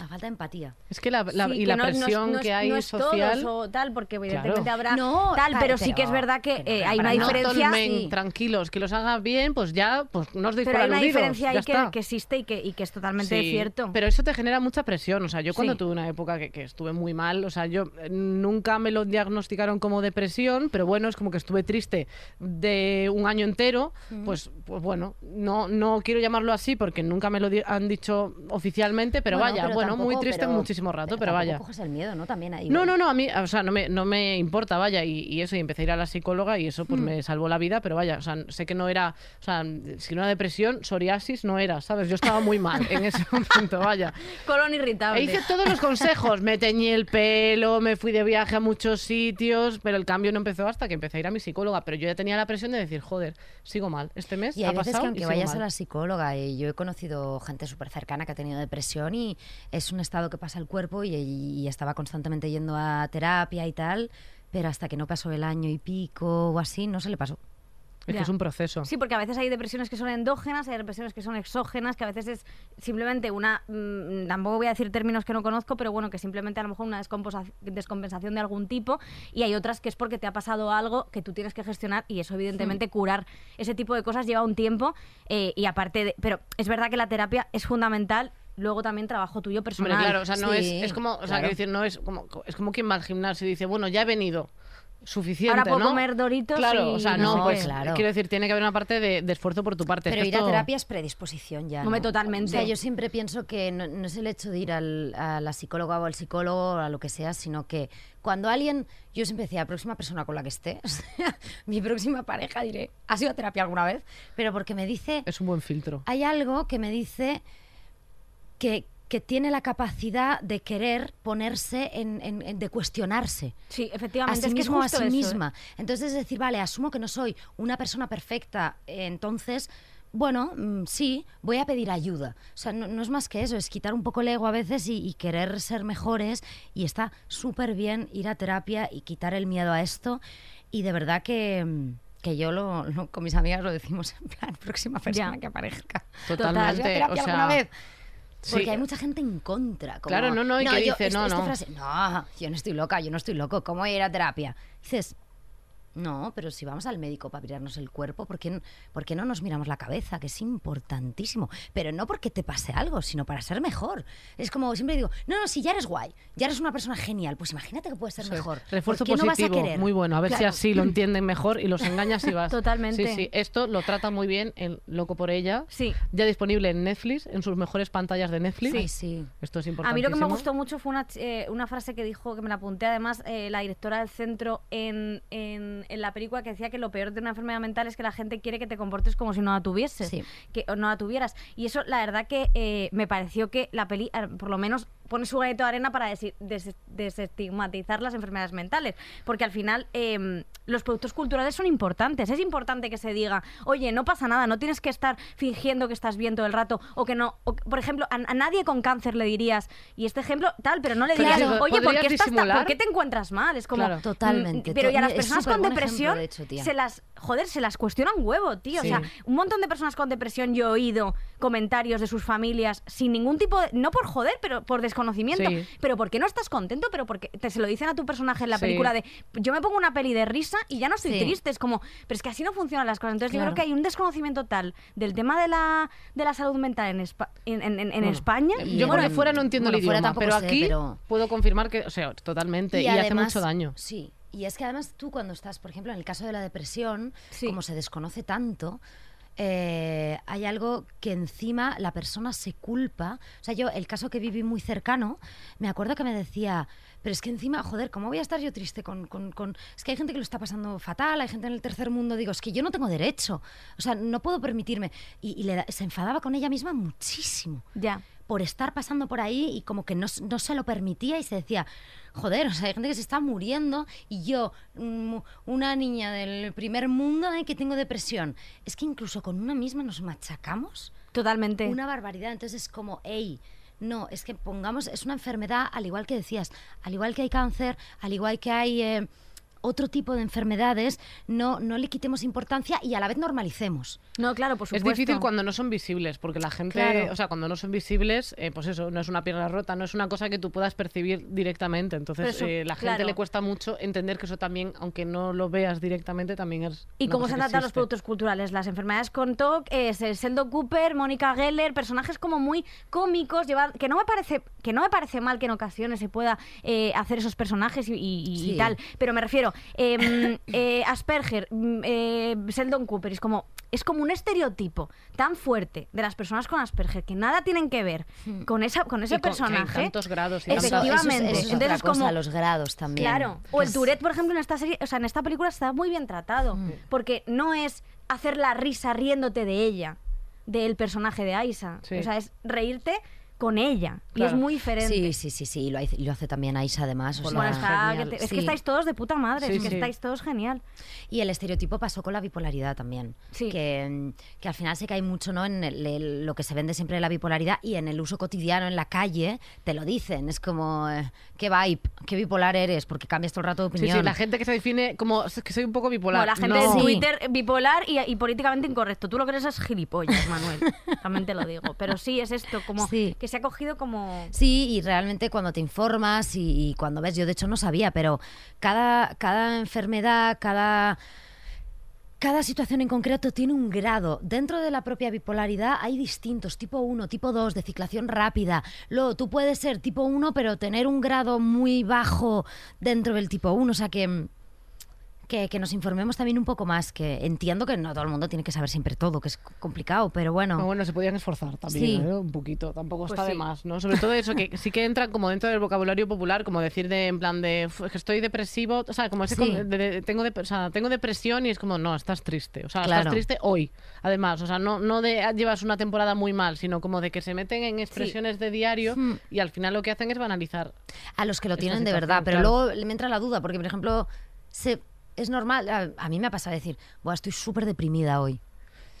Speaker 4: La falta de empatía.
Speaker 3: Es que la, la-
Speaker 2: Sí,
Speaker 3: y la
Speaker 2: no- no es-
Speaker 3: presión
Speaker 2: no es-
Speaker 3: que hay
Speaker 2: no es todos
Speaker 3: social.
Speaker 2: o tal, porque evidentemente
Speaker 3: Claro.
Speaker 2: habrá
Speaker 4: No,
Speaker 2: tal,
Speaker 4: tal,
Speaker 2: pero sí
Speaker 4: pero-
Speaker 2: que es verdad que
Speaker 4: pero
Speaker 2: eh,
Speaker 4: no,
Speaker 2: hay
Speaker 4: para
Speaker 2: una
Speaker 4: nada.
Speaker 3: no
Speaker 2: diferencia.
Speaker 3: tolmen,
Speaker 4: sí.
Speaker 3: tranquilos, que los hagan bien, pues ya, pues no os deis
Speaker 2: Pero
Speaker 3: por
Speaker 2: hay una
Speaker 3: aludidos,
Speaker 2: diferencia
Speaker 3: ya
Speaker 2: ahí que,
Speaker 3: está.
Speaker 2: que existe y que, y que es totalmente
Speaker 3: Sí,
Speaker 2: cierto.
Speaker 3: Pero eso te genera mucha presión. O sea, yo cuando
Speaker 2: Sí.
Speaker 3: tuve una época que, que estuve muy mal, o sea, yo eh, nunca me lo diagnosticaron como depresión, pero bueno, es como que estuve triste de un año entero. Pues, pues bueno, no, no quiero llamarlo así porque nunca me lo di- han dicho oficialmente, pero vaya, bueno, muy triste muchísimo rato, pero, eh, vaya.
Speaker 4: coges el miedo, ¿no? También ahí.
Speaker 3: No, no, no, a mí, o sea, no me, no me importa, vaya, y, y eso, y empecé a ir a la psicóloga y eso pues
Speaker 4: Mm.
Speaker 3: me salvó la vida, pero vaya, o sea, sé que no era, o sea, si no era depresión, psoriasis no era, ¿sabes? Yo estaba muy mal en ese [laughs] momento, vaya.
Speaker 2: Colon
Speaker 3: E
Speaker 2: irritable.
Speaker 3: hice todos los consejos, me teñí el pelo, me fui de viaje a muchos sitios, pero el cambio no empezó hasta que empecé a ir a mi psicóloga, pero yo ya tenía la presión de decir, joder, sigo mal, este mes
Speaker 4: Y
Speaker 3: ha
Speaker 4: hay veces
Speaker 3: pasado
Speaker 4: que
Speaker 3: y
Speaker 4: aunque
Speaker 3: sigo
Speaker 4: vayas
Speaker 3: mal.
Speaker 4: a la psicóloga, y yo he conocido gente súper cercana que ha tenido depresión y es un estado que pasa el cuerpo y, y estaba constantemente yendo a terapia y tal, pero hasta que no pasó el año y pico o así, no se le pasó.
Speaker 3: Es que
Speaker 2: Ya.
Speaker 3: es un proceso.
Speaker 2: Sí, porque a veces hay depresiones que son endógenas, hay depresiones que son exógenas, que a veces es simplemente una, mm, tampoco voy a decir términos que no conozco, pero bueno, que simplemente a lo mejor una descomposa- descompensación de algún tipo y hay otras que es porque te ha pasado algo que tú tienes que gestionar y eso evidentemente curar ese tipo de cosas lleva un tiempo eh, y aparte de, pero es verdad que la terapia es fundamental luego también trabajo tuyo personal.
Speaker 3: Hombre, claro, o sea, no
Speaker 4: Sí,
Speaker 3: es, es como, o sea,
Speaker 4: claro.
Speaker 3: quiero decir, no es como, es como quien va al gimnasio y dice, bueno, ya he venido, suficiente,
Speaker 2: Ahora puedo
Speaker 3: ¿no?
Speaker 2: comer doritos
Speaker 3: Claro,
Speaker 2: y
Speaker 3: o sea,
Speaker 4: no
Speaker 3: no,
Speaker 4: sé
Speaker 3: pues
Speaker 4: qué. Claro.
Speaker 3: quiero decir, tiene que haber una parte de, de esfuerzo por tu parte. es
Speaker 4: Pero
Speaker 3: que
Speaker 4: ir a
Speaker 3: esto-
Speaker 4: terapia es predisposición ya.
Speaker 2: Hombre,
Speaker 4: ¿no?
Speaker 2: totalmente.
Speaker 4: O sea, yo siempre pienso que no, no es el hecho de ir al- a la psicóloga o al psicólogo o a lo que sea, sino que cuando alguien. Yo siempre decía, la próxima persona con la que esté, [laughs] o sea, mi próxima pareja, diré, ¿has ido a terapia alguna vez? Pero porque me dice.
Speaker 3: Es un buen filtro.
Speaker 4: Hay algo que me dice que, que tiene la capacidad de querer ponerse en- en- en de cuestionarse
Speaker 2: Sí,
Speaker 4: a
Speaker 2: efectivamente.
Speaker 4: sí
Speaker 2: es que es
Speaker 4: mismo, a
Speaker 2: justo
Speaker 4: sí
Speaker 2: eso, ¿eh?
Speaker 4: misma. Entonces es decir, vale, asumo que no soy una persona perfecta, eh, entonces, bueno, mm, sí, voy a pedir ayuda. O sea, no, no es más que eso, es quitar un poco el ego a veces y, y querer ser mejores y está súper bien ir a terapia y quitar el miedo a esto y de verdad que... mm, que yo lo, lo- con mis amigas lo decimos en plan [laughs] próxima persona
Speaker 2: Ya.
Speaker 4: que aparezca.
Speaker 3: Totalmente,
Speaker 4: ¿Has ido a terapia
Speaker 3: o sea,
Speaker 4: alguna vez?
Speaker 3: sí.
Speaker 4: Porque hay mucha gente en contra. como,
Speaker 3: Claro, no, no, y que
Speaker 4: yo-
Speaker 3: dice,
Speaker 4: esta-
Speaker 3: no,
Speaker 4: esta
Speaker 3: no.
Speaker 4: frase, no, yo no estoy loca, yo no estoy loco, ¿cómo voy a ir a terapia? Dices, no, pero si vamos al médico para mirarnos el cuerpo, ¿por qué, n- por qué no nos miramos la cabeza? Que es importantísimo. Pero no porque te pase algo, sino para ser mejor. Es como siempre digo, no, no, si ya eres guay, ya eres una persona genial, pues imagínate que puedes ser mejor.
Speaker 3: Refuerzo
Speaker 4: ¿Por qué
Speaker 3: positivo,
Speaker 4: no vas a querer?
Speaker 3: muy bueno. A ver si
Speaker 4: Claro.
Speaker 3: así lo entienden mejor y los engañas y
Speaker 4: [laughs]
Speaker 3: vas.
Speaker 2: Totalmente.
Speaker 3: Sí, sí. Esto lo trata muy bien el Loco por ella.
Speaker 2: Sí.
Speaker 3: Ya disponible en Netflix, en sus mejores pantallas de Netflix.
Speaker 4: Ay, sí.
Speaker 3: Esto es
Speaker 2: A
Speaker 3: importante.
Speaker 2: mí lo que me gustó mucho fue una, ch- eh, una frase que dijo, que me la apunté además, eh, la directora del centro en, en- en la película que decía que lo peor de una enfermedad mental es que la gente quiere que te comportes como si no la tuvieses,
Speaker 4: Sí.
Speaker 2: que o no la tuvieras. Y eso la verdad que eh, me pareció que la peli, eh, por lo menos, pone su granito de arena para desi- des- desestigmatizar las enfermedades mentales. Porque al final eh, los productos culturales son importantes. Es importante que se diga, oye, no pasa nada, no tienes que estar fingiendo que estás bien todo el rato o que no. o que- por ejemplo, a, a nadie con cáncer le dirías, y este ejemplo tal, pero no le
Speaker 3: Pero
Speaker 2: dirías,
Speaker 3: sí,
Speaker 2: oye, ¿por
Speaker 3: podrías
Speaker 2: qué, estás tan-
Speaker 3: disimular.
Speaker 2: ¿por qué te encuentras mal? Es como.
Speaker 3: Claro.
Speaker 2: mm,
Speaker 4: Totalmente.
Speaker 2: Pero y a las
Speaker 4: Es
Speaker 2: personas con
Speaker 4: superbuen ejemplo,
Speaker 2: depresión,
Speaker 4: de hecho, tía.
Speaker 2: se las. Joder, se las cuestiona un huevo, tío.
Speaker 3: Sí.
Speaker 2: O sea, un montón de personas con depresión yo he oído comentarios de sus familias sin ningún tipo de, no por joder, pero por desconocimiento,
Speaker 3: Sí.
Speaker 2: pero porque no estás contento, pero porque te se lo dicen a tu personaje en la
Speaker 3: Sí.
Speaker 2: película de yo me pongo una peli de risa y ya no estoy
Speaker 4: Sí.
Speaker 2: triste, es como, pero es que así no funcionan las cosas. Entonces
Speaker 4: Claro.
Speaker 2: yo creo que hay un desconocimiento tal del tema de la de la salud mental en Espa- en, en- en- en
Speaker 3: Bueno,
Speaker 2: España.
Speaker 4: y
Speaker 3: Mm. Yo
Speaker 4: en-
Speaker 3: por ahí fuera no entiendo
Speaker 4: bueno,
Speaker 3: el
Speaker 4: fuera
Speaker 3: idioma,
Speaker 4: tampoco
Speaker 3: pero
Speaker 4: sé,
Speaker 3: aquí
Speaker 4: pero-
Speaker 3: puedo confirmar que, o sea, totalmente, y, hace
Speaker 4: además-
Speaker 3: mucho daño.
Speaker 4: Sí, y es que además tú cuando estás, por ejemplo, en el caso de la depresión,
Speaker 2: Sí.
Speaker 4: como se desconoce tanto, eh, hay algo que encima la persona se culpa. O sea, yo el caso que viví muy cercano, me acuerdo que me decía, pero es que encima, joder, ¿cómo voy a estar yo triste con, con- con- Es que hay gente que lo está pasando fatal, hay gente en el tercer mundo, digo, es que yo no tengo derecho, o sea, no puedo permitirme. Y, y le da- se enfadaba con ella misma muchísimo
Speaker 2: Ya.
Speaker 4: por estar pasando por ahí y como que no, s- no se lo permitía y se decía, joder, o sea, hay gente que se está muriendo y yo, mm, una niña del primer mundo ay, que tengo depresión. Es que incluso con una misma nos machacamos
Speaker 2: Totalmente.
Speaker 4: una barbaridad. Entonces es como, hey, no, es que pongamos, es una enfermedad, al igual que decías, al igual que hay cáncer, al igual que hay eh, otro tipo de enfermedades, no, no le quitemos importancia y a la vez normalicemos.
Speaker 2: No, claro, por supuesto.
Speaker 3: Es difícil cuando no son visibles, porque la gente,
Speaker 4: Claro.
Speaker 3: o sea, cuando no son visibles, eh, pues eso, no es una pierna rota, no es una cosa que tú puedas percibir directamente. Entonces,
Speaker 2: Pero eso,
Speaker 3: eh, la gente
Speaker 2: claro.
Speaker 3: le cuesta mucho entender que eso también, aunque no lo veas directamente, también es.
Speaker 2: ¿Y
Speaker 3: una
Speaker 2: cómo se
Speaker 3: cosa
Speaker 2: han tratado
Speaker 3: que
Speaker 2: los
Speaker 3: existe.
Speaker 2: productos culturales? Las enfermedades con TOC, eh, Seldo Cooper, Mónica Geller, personajes como muy cómicos, llevar- que, no me parece, que no me parece mal que en ocasiones se pueda eh, hacer esos personajes y, y- y
Speaker 4: Sí.
Speaker 2: tal, pero me refiero, em, [coughs] eh, Asperger, mm, eh, Sheldon Cooper, es como, es como un estereotipo tan fuerte de las personas con Asperger que nada tienen que ver con, esa, con ese
Speaker 3: Hmm. Y con- que hay
Speaker 2: personaje.
Speaker 3: tantos grados y
Speaker 4: Eso- eso es-
Speaker 2: Efectivamente.
Speaker 4: eso es
Speaker 2: Entonces
Speaker 4: otra
Speaker 2: es
Speaker 4: cosa,
Speaker 2: como-
Speaker 4: los grados
Speaker 3: Mm.
Speaker 4: también.
Speaker 2: Claro. O
Speaker 3: Pues
Speaker 2: el Tourette, por ejemplo, en esta serie, o sea, en esta película está muy bien tratado.
Speaker 3: Mm.
Speaker 2: Porque no es hacer la risa riéndote de ella, del personaje de Aisa.
Speaker 3: Sí.
Speaker 2: O sea, es reírte con ella. Y
Speaker 3: Claro.
Speaker 2: es muy diferente.
Speaker 4: Sí, sí, sí, sí, y lo, hace- y lo hace también Aisha además. o
Speaker 3: Bueno,
Speaker 4: sea-
Speaker 2: Bueno, está-
Speaker 3: Genial.
Speaker 2: que te- es
Speaker 4: Sí.
Speaker 2: que estáis todos de puta madre,
Speaker 3: Sí,
Speaker 2: es que
Speaker 3: sí.
Speaker 2: estáis todos genial.
Speaker 4: Y el estereotipo pasó con la bipolaridad también.
Speaker 2: Sí.
Speaker 4: Que, mm, que al final se cae mucho ¿no? en el- el- lo que se vende siempre de la bipolaridad y en el uso cotidiano, en la calle, te lo dicen. Es como, eh, qué vibe, qué bipolar eres, porque cambias todo el rato de
Speaker 3: Sí,
Speaker 4: opinión.
Speaker 3: sí, la gente que se define como "Es que soy un poco bipolar.
Speaker 2: Bueno, la gente
Speaker 3: No.
Speaker 2: de
Speaker 4: Sí.
Speaker 2: Twitter eh, bipolar y, y políticamente incorrecto. Tú lo crees es gilipollas, Manuel. [laughs] También te lo digo. Pero sí, es esto, como
Speaker 4: Sí.
Speaker 2: que se ha cogido como...
Speaker 4: Sí, y realmente cuando te informas y, y cuando ves, yo de hecho no sabía, pero cada, cada enfermedad, cada, cada situación en concreto tiene un grado. Dentro de la propia bipolaridad hay distintos, tipo 1, tipo 2, de ciclación rápida. Luego, tú puedes ser tipo 1, pero tener un grado muy bajo dentro del tipo 1. O sea que, mm, que, que nos informemos también un poco más, que entiendo que no todo el mundo tiene que saber siempre todo, que es c- complicado, pero bueno.
Speaker 3: Pero bueno, se podían esforzar también,
Speaker 4: Sí.
Speaker 3: ¿eh? un poquito, tampoco
Speaker 2: Pues
Speaker 3: está de
Speaker 2: sí.
Speaker 3: más, ¿no? Sobre todo eso, que sí que entran como dentro del vocabulario popular, como decir de, en plan de, "Fu, es que estoy depresivo, o sea, como ese,
Speaker 4: Sí.
Speaker 3: con- de- de- tengo, dep- o sea, tengo depresión y es como, no, estás triste, o sea,
Speaker 4: Claro.
Speaker 3: estás triste hoy, además, o sea, no, no de "Ah, llevas una temporada muy mal, sino como de que se meten en expresiones de diario
Speaker 4: Mm.
Speaker 3: y al final lo que hacen es banalizar.
Speaker 4: A los que lo
Speaker 3: Esta
Speaker 4: tienen de
Speaker 3: situación,
Speaker 4: verdad, pero
Speaker 3: claro.
Speaker 4: luego me entra la duda, porque por ejemplo, se, es normal, a, a mí me ha pasado decir, Buah, estoy súper deprimida hoy.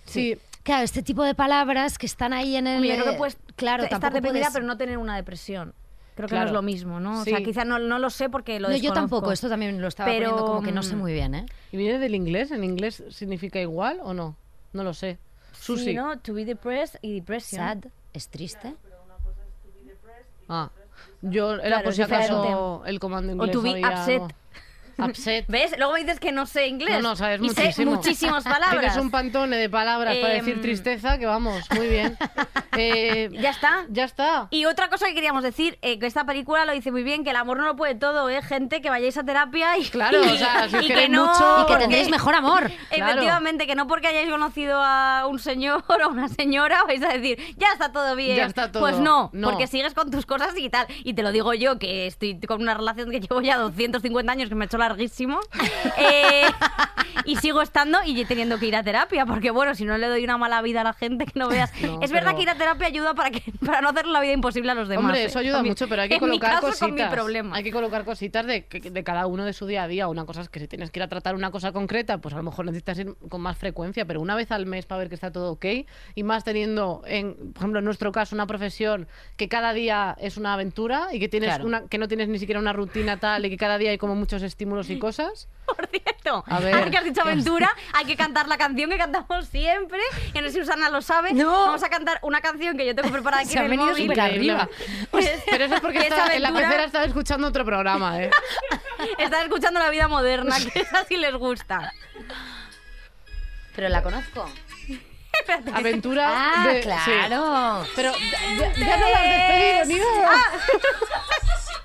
Speaker 3: Sí,
Speaker 4: Claro, este tipo de palabras que están ahí en el...
Speaker 2: Hombre, yo creo
Speaker 4: eh,
Speaker 2: que puedes
Speaker 4: claro,
Speaker 2: estar
Speaker 4: tampoco
Speaker 2: deprimida,
Speaker 4: puedes-
Speaker 2: pero no tener una depresión. Creo que
Speaker 3: Claro.
Speaker 2: no es lo mismo, ¿no? O
Speaker 3: Sí.
Speaker 2: sea, quizás no, no lo sé porque lo
Speaker 4: No, yo
Speaker 2: desconozco.
Speaker 4: tampoco, esto también lo estaba
Speaker 2: Pero,
Speaker 4: poniendo como que no sé
Speaker 2: mm,
Speaker 4: muy bien, ¿eh?
Speaker 3: ¿y viene del inglés? ¿En inglés significa igual o no? No lo sé. Susi.
Speaker 2: Sí, ¿no? To be depressed y depression.
Speaker 4: Sad, es triste.
Speaker 3: Ah, yo era
Speaker 2: Claro,
Speaker 3: por
Speaker 2: es
Speaker 3: si acaso
Speaker 2: diferente.
Speaker 3: el comando
Speaker 2: O
Speaker 3: inglés.
Speaker 2: to be
Speaker 3: había
Speaker 2: upset.
Speaker 3: algo. Upset.
Speaker 2: [laughs] ¿Ves? Luego me dices que no sé inglés.
Speaker 3: No, no, sabes
Speaker 2: y sé
Speaker 3: muchísimo. [laughs]
Speaker 2: muchísimas
Speaker 3: Tienes
Speaker 2: palabras.
Speaker 3: un pantone de palabras para decir
Speaker 2: Em,
Speaker 3: tristeza que vamos,
Speaker 2: [laughs]
Speaker 3: muy bien. Eh,
Speaker 2: Ya está.
Speaker 3: Ya está.
Speaker 2: Y otra cosa que queríamos decir, eh, que esta película lo dice muy bien, que el amor no lo puede todo, ¿eh? Gente, que vayáis a terapia y...
Speaker 3: Claro, o sea, si
Speaker 2: [laughs]
Speaker 3: os
Speaker 2: y que
Speaker 3: queréis
Speaker 2: no, Eh,
Speaker 3: mucho-
Speaker 4: Y que
Speaker 2: porque-
Speaker 4: tendréis mejor amor.
Speaker 3: Claro.
Speaker 2: Efectivamente, que no porque hayáis conocido a un señor [laughs] o una señora vais a decir, ya está todo bien.
Speaker 3: Ya está todo.
Speaker 2: Pues no,
Speaker 3: No.
Speaker 2: porque sigues con tus cosas y tal. Y te lo digo yo, que estoy con una relación que llevo ya 250 años, que me ha hecho
Speaker 3: [laughs]
Speaker 2: larguísimo. Eh, y sigo estando y teniendo que ir a terapia, porque bueno, si no le doy una mala vida a la gente, que no veas.
Speaker 3: No,
Speaker 2: es verdad
Speaker 3: pero-
Speaker 2: que ir a terapia ayuda para, que, [laughs] para no hacer la vida imposible a los demás.
Speaker 3: Hombre,
Speaker 2: ¿eh?
Speaker 3: eso ayuda
Speaker 2: Con mi-
Speaker 3: mucho, pero hay que
Speaker 2: en mi
Speaker 3: colocar
Speaker 2: caso,
Speaker 3: cositas.
Speaker 2: Con mi problema.
Speaker 3: Hay que colocar cositas de, que- de cada uno de su día a día. Una cosa es que si tienes que ir a tratar una cosa concreta, pues a lo mejor necesitas ir con más frecuencia, pero una vez al mes para ver que está todo ok. Y más teniendo, en, por ejemplo, en nuestro caso, una profesión que cada día es una aventura y que, tienes
Speaker 4: Claro.
Speaker 3: una, que no tienes ni siquiera una rutina tal y que cada día hay como muchos estímulos y cosas.
Speaker 2: Por cierto,
Speaker 3: A ver.
Speaker 2: ahora que has dicho aventura, hay que cantar la canción que cantamos siempre. Que no sé si Susana lo sabe.
Speaker 4: No.
Speaker 2: Vamos a cantar una canción que yo tengo preparada aquí
Speaker 4: Se
Speaker 2: en
Speaker 4: ha
Speaker 2: el
Speaker 4: venido
Speaker 2: móvil. [laughs]
Speaker 4: súper arriba.
Speaker 3: Pues, Pero eso es porque
Speaker 2: Que
Speaker 3: estaba-
Speaker 2: Pues, esa
Speaker 3: en la
Speaker 2: aventura-
Speaker 3: pecera estaba escuchando otro programa,
Speaker 2: [laughs]
Speaker 3: ¿eh?
Speaker 2: Estás escuchando La Vida Moderna, que esa sí les gusta.
Speaker 4: Pero la conozco.
Speaker 2: Espérate.
Speaker 3: Aventura
Speaker 4: Ah,
Speaker 3: de- sí.
Speaker 4: claro.
Speaker 3: Pero ya, ya- ya no la has despedido, ni nada.
Speaker 2: Ah.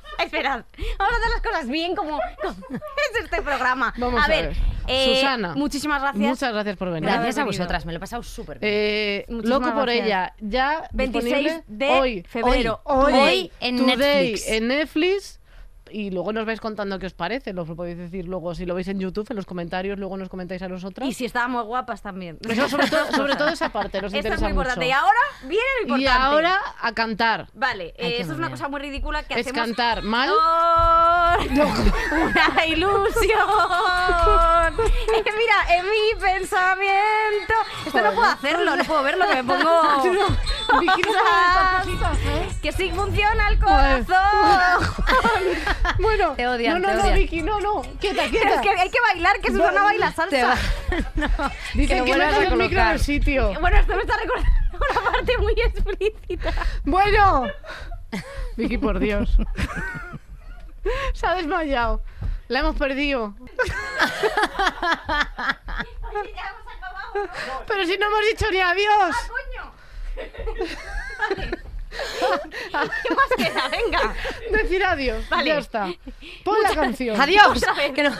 Speaker 2: [laughs] Esperad, vamos a hacer las cosas bien como, como es este programa.
Speaker 3: Vamos a ver.
Speaker 2: eh,
Speaker 3: Susana,
Speaker 2: Muchísimas gracias.
Speaker 3: Muchas gracias por venir.
Speaker 4: Gracias a
Speaker 2: Bienvenido.
Speaker 4: vosotras, me lo he pasado súper bien.
Speaker 3: Eh,
Speaker 2: Muchísimas
Speaker 3: loco por
Speaker 2: gracias.
Speaker 3: ella. Ya
Speaker 2: 26
Speaker 3: disponible
Speaker 2: de
Speaker 3: hoy.
Speaker 2: febrero.
Speaker 4: Hoy.
Speaker 3: Today,
Speaker 4: en
Speaker 3: Today,
Speaker 4: Netflix.
Speaker 3: en Netflix. Y luego nos vais contando qué os parece. Lo podéis decir luego si lo veis en YouTube, en los comentarios, luego nos comentáis a nosotras.
Speaker 2: Y si estábamos guapas también.
Speaker 3: Eso sobre, todo, sobre todo esa parte nos
Speaker 2: Esto es
Speaker 3: interesa
Speaker 2: muy importante. Y
Speaker 3: mucho.
Speaker 2: ahora viene lo importante.
Speaker 3: Y ahora a cantar.
Speaker 2: Vale,
Speaker 4: Ay,
Speaker 2: eh,
Speaker 4: qué
Speaker 2: esto es una
Speaker 4: manía.
Speaker 2: cosa muy ridícula que
Speaker 3: Es
Speaker 2: hacemos.
Speaker 3: cantar
Speaker 4: [laughs]
Speaker 3: mal. [laughs]
Speaker 2: Por una ilusión. Eh, mira, en mi pensamiento. Esto no puedo hacerlo, no puedo verlo, que me
Speaker 4: [laughs]
Speaker 2: pongo.
Speaker 3: Vicky, no
Speaker 2: cosas.
Speaker 3: ¿eh?
Speaker 2: Que sí funciona el corazón.
Speaker 3: Bueno,
Speaker 4: Te odian,
Speaker 3: no, no,
Speaker 4: te
Speaker 3: no,
Speaker 4: odian.
Speaker 3: Vicky, no, no, quieta,
Speaker 2: [laughs]
Speaker 3: quieta.
Speaker 2: Es que hay que bailar, que Susana baila
Speaker 4: Te
Speaker 2: salsa.
Speaker 4: va- No,
Speaker 3: Dicen
Speaker 4: lo
Speaker 3: que,
Speaker 4: vuelvas
Speaker 3: metas
Speaker 4: a
Speaker 3: el micro en
Speaker 4: colocar.
Speaker 3: el sitio.
Speaker 2: Bueno, esto me está recordando una parte muy explícita.
Speaker 3: Bueno, Vicky, por Dios. Se ha desmayado. La hemos perdido.
Speaker 2: Oye, ya hemos
Speaker 4: [laughs]
Speaker 2: acabado, ¿no?
Speaker 3: Pero si no hemos dicho ni adiós.
Speaker 2: ¡Coño! Vale. ¿Qué más queda? Venga.
Speaker 3: Decir adiós.
Speaker 2: Vale.
Speaker 3: Ya está. Pon la canción.
Speaker 4: Adiós.
Speaker 2: [laughs] Otra vez.
Speaker 4: Que no-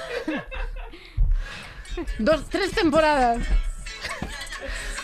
Speaker 3: Dos, tres temporadas.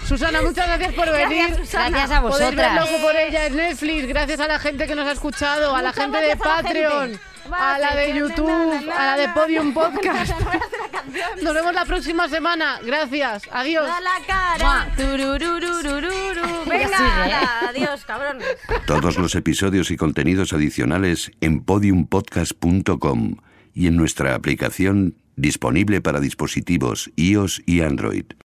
Speaker 3: Susana, muchas gracias por venir.
Speaker 2: Susana.
Speaker 4: Gracias a
Speaker 3: Poder ver
Speaker 4: vosotras.
Speaker 3: Loco por ella en Netflix. Gracias a la gente que nos ha escuchado, a la
Speaker 2: Muchas
Speaker 3: gente de
Speaker 2: gracias a la
Speaker 3: Patreon,
Speaker 2: gente.
Speaker 3: a la de
Speaker 2: Vale,
Speaker 3: YouTube,
Speaker 2: na, na,
Speaker 3: a la de
Speaker 2: na, na, na,
Speaker 3: Podium Podcast.
Speaker 2: na, na, na, na, la canción.
Speaker 3: Nos vemos la próxima semana. Gracias. Adiós.
Speaker 2: Da la cara.
Speaker 4: Mua, tururururururu.
Speaker 2: Venga,
Speaker 4: Sigue, ¿eh?
Speaker 2: ala, adiós, cabrones.
Speaker 5: Todos los episodios y contenidos adicionales en podiumpodcast.com y en nuestra aplicación disponible para dispositivos iOS y Android.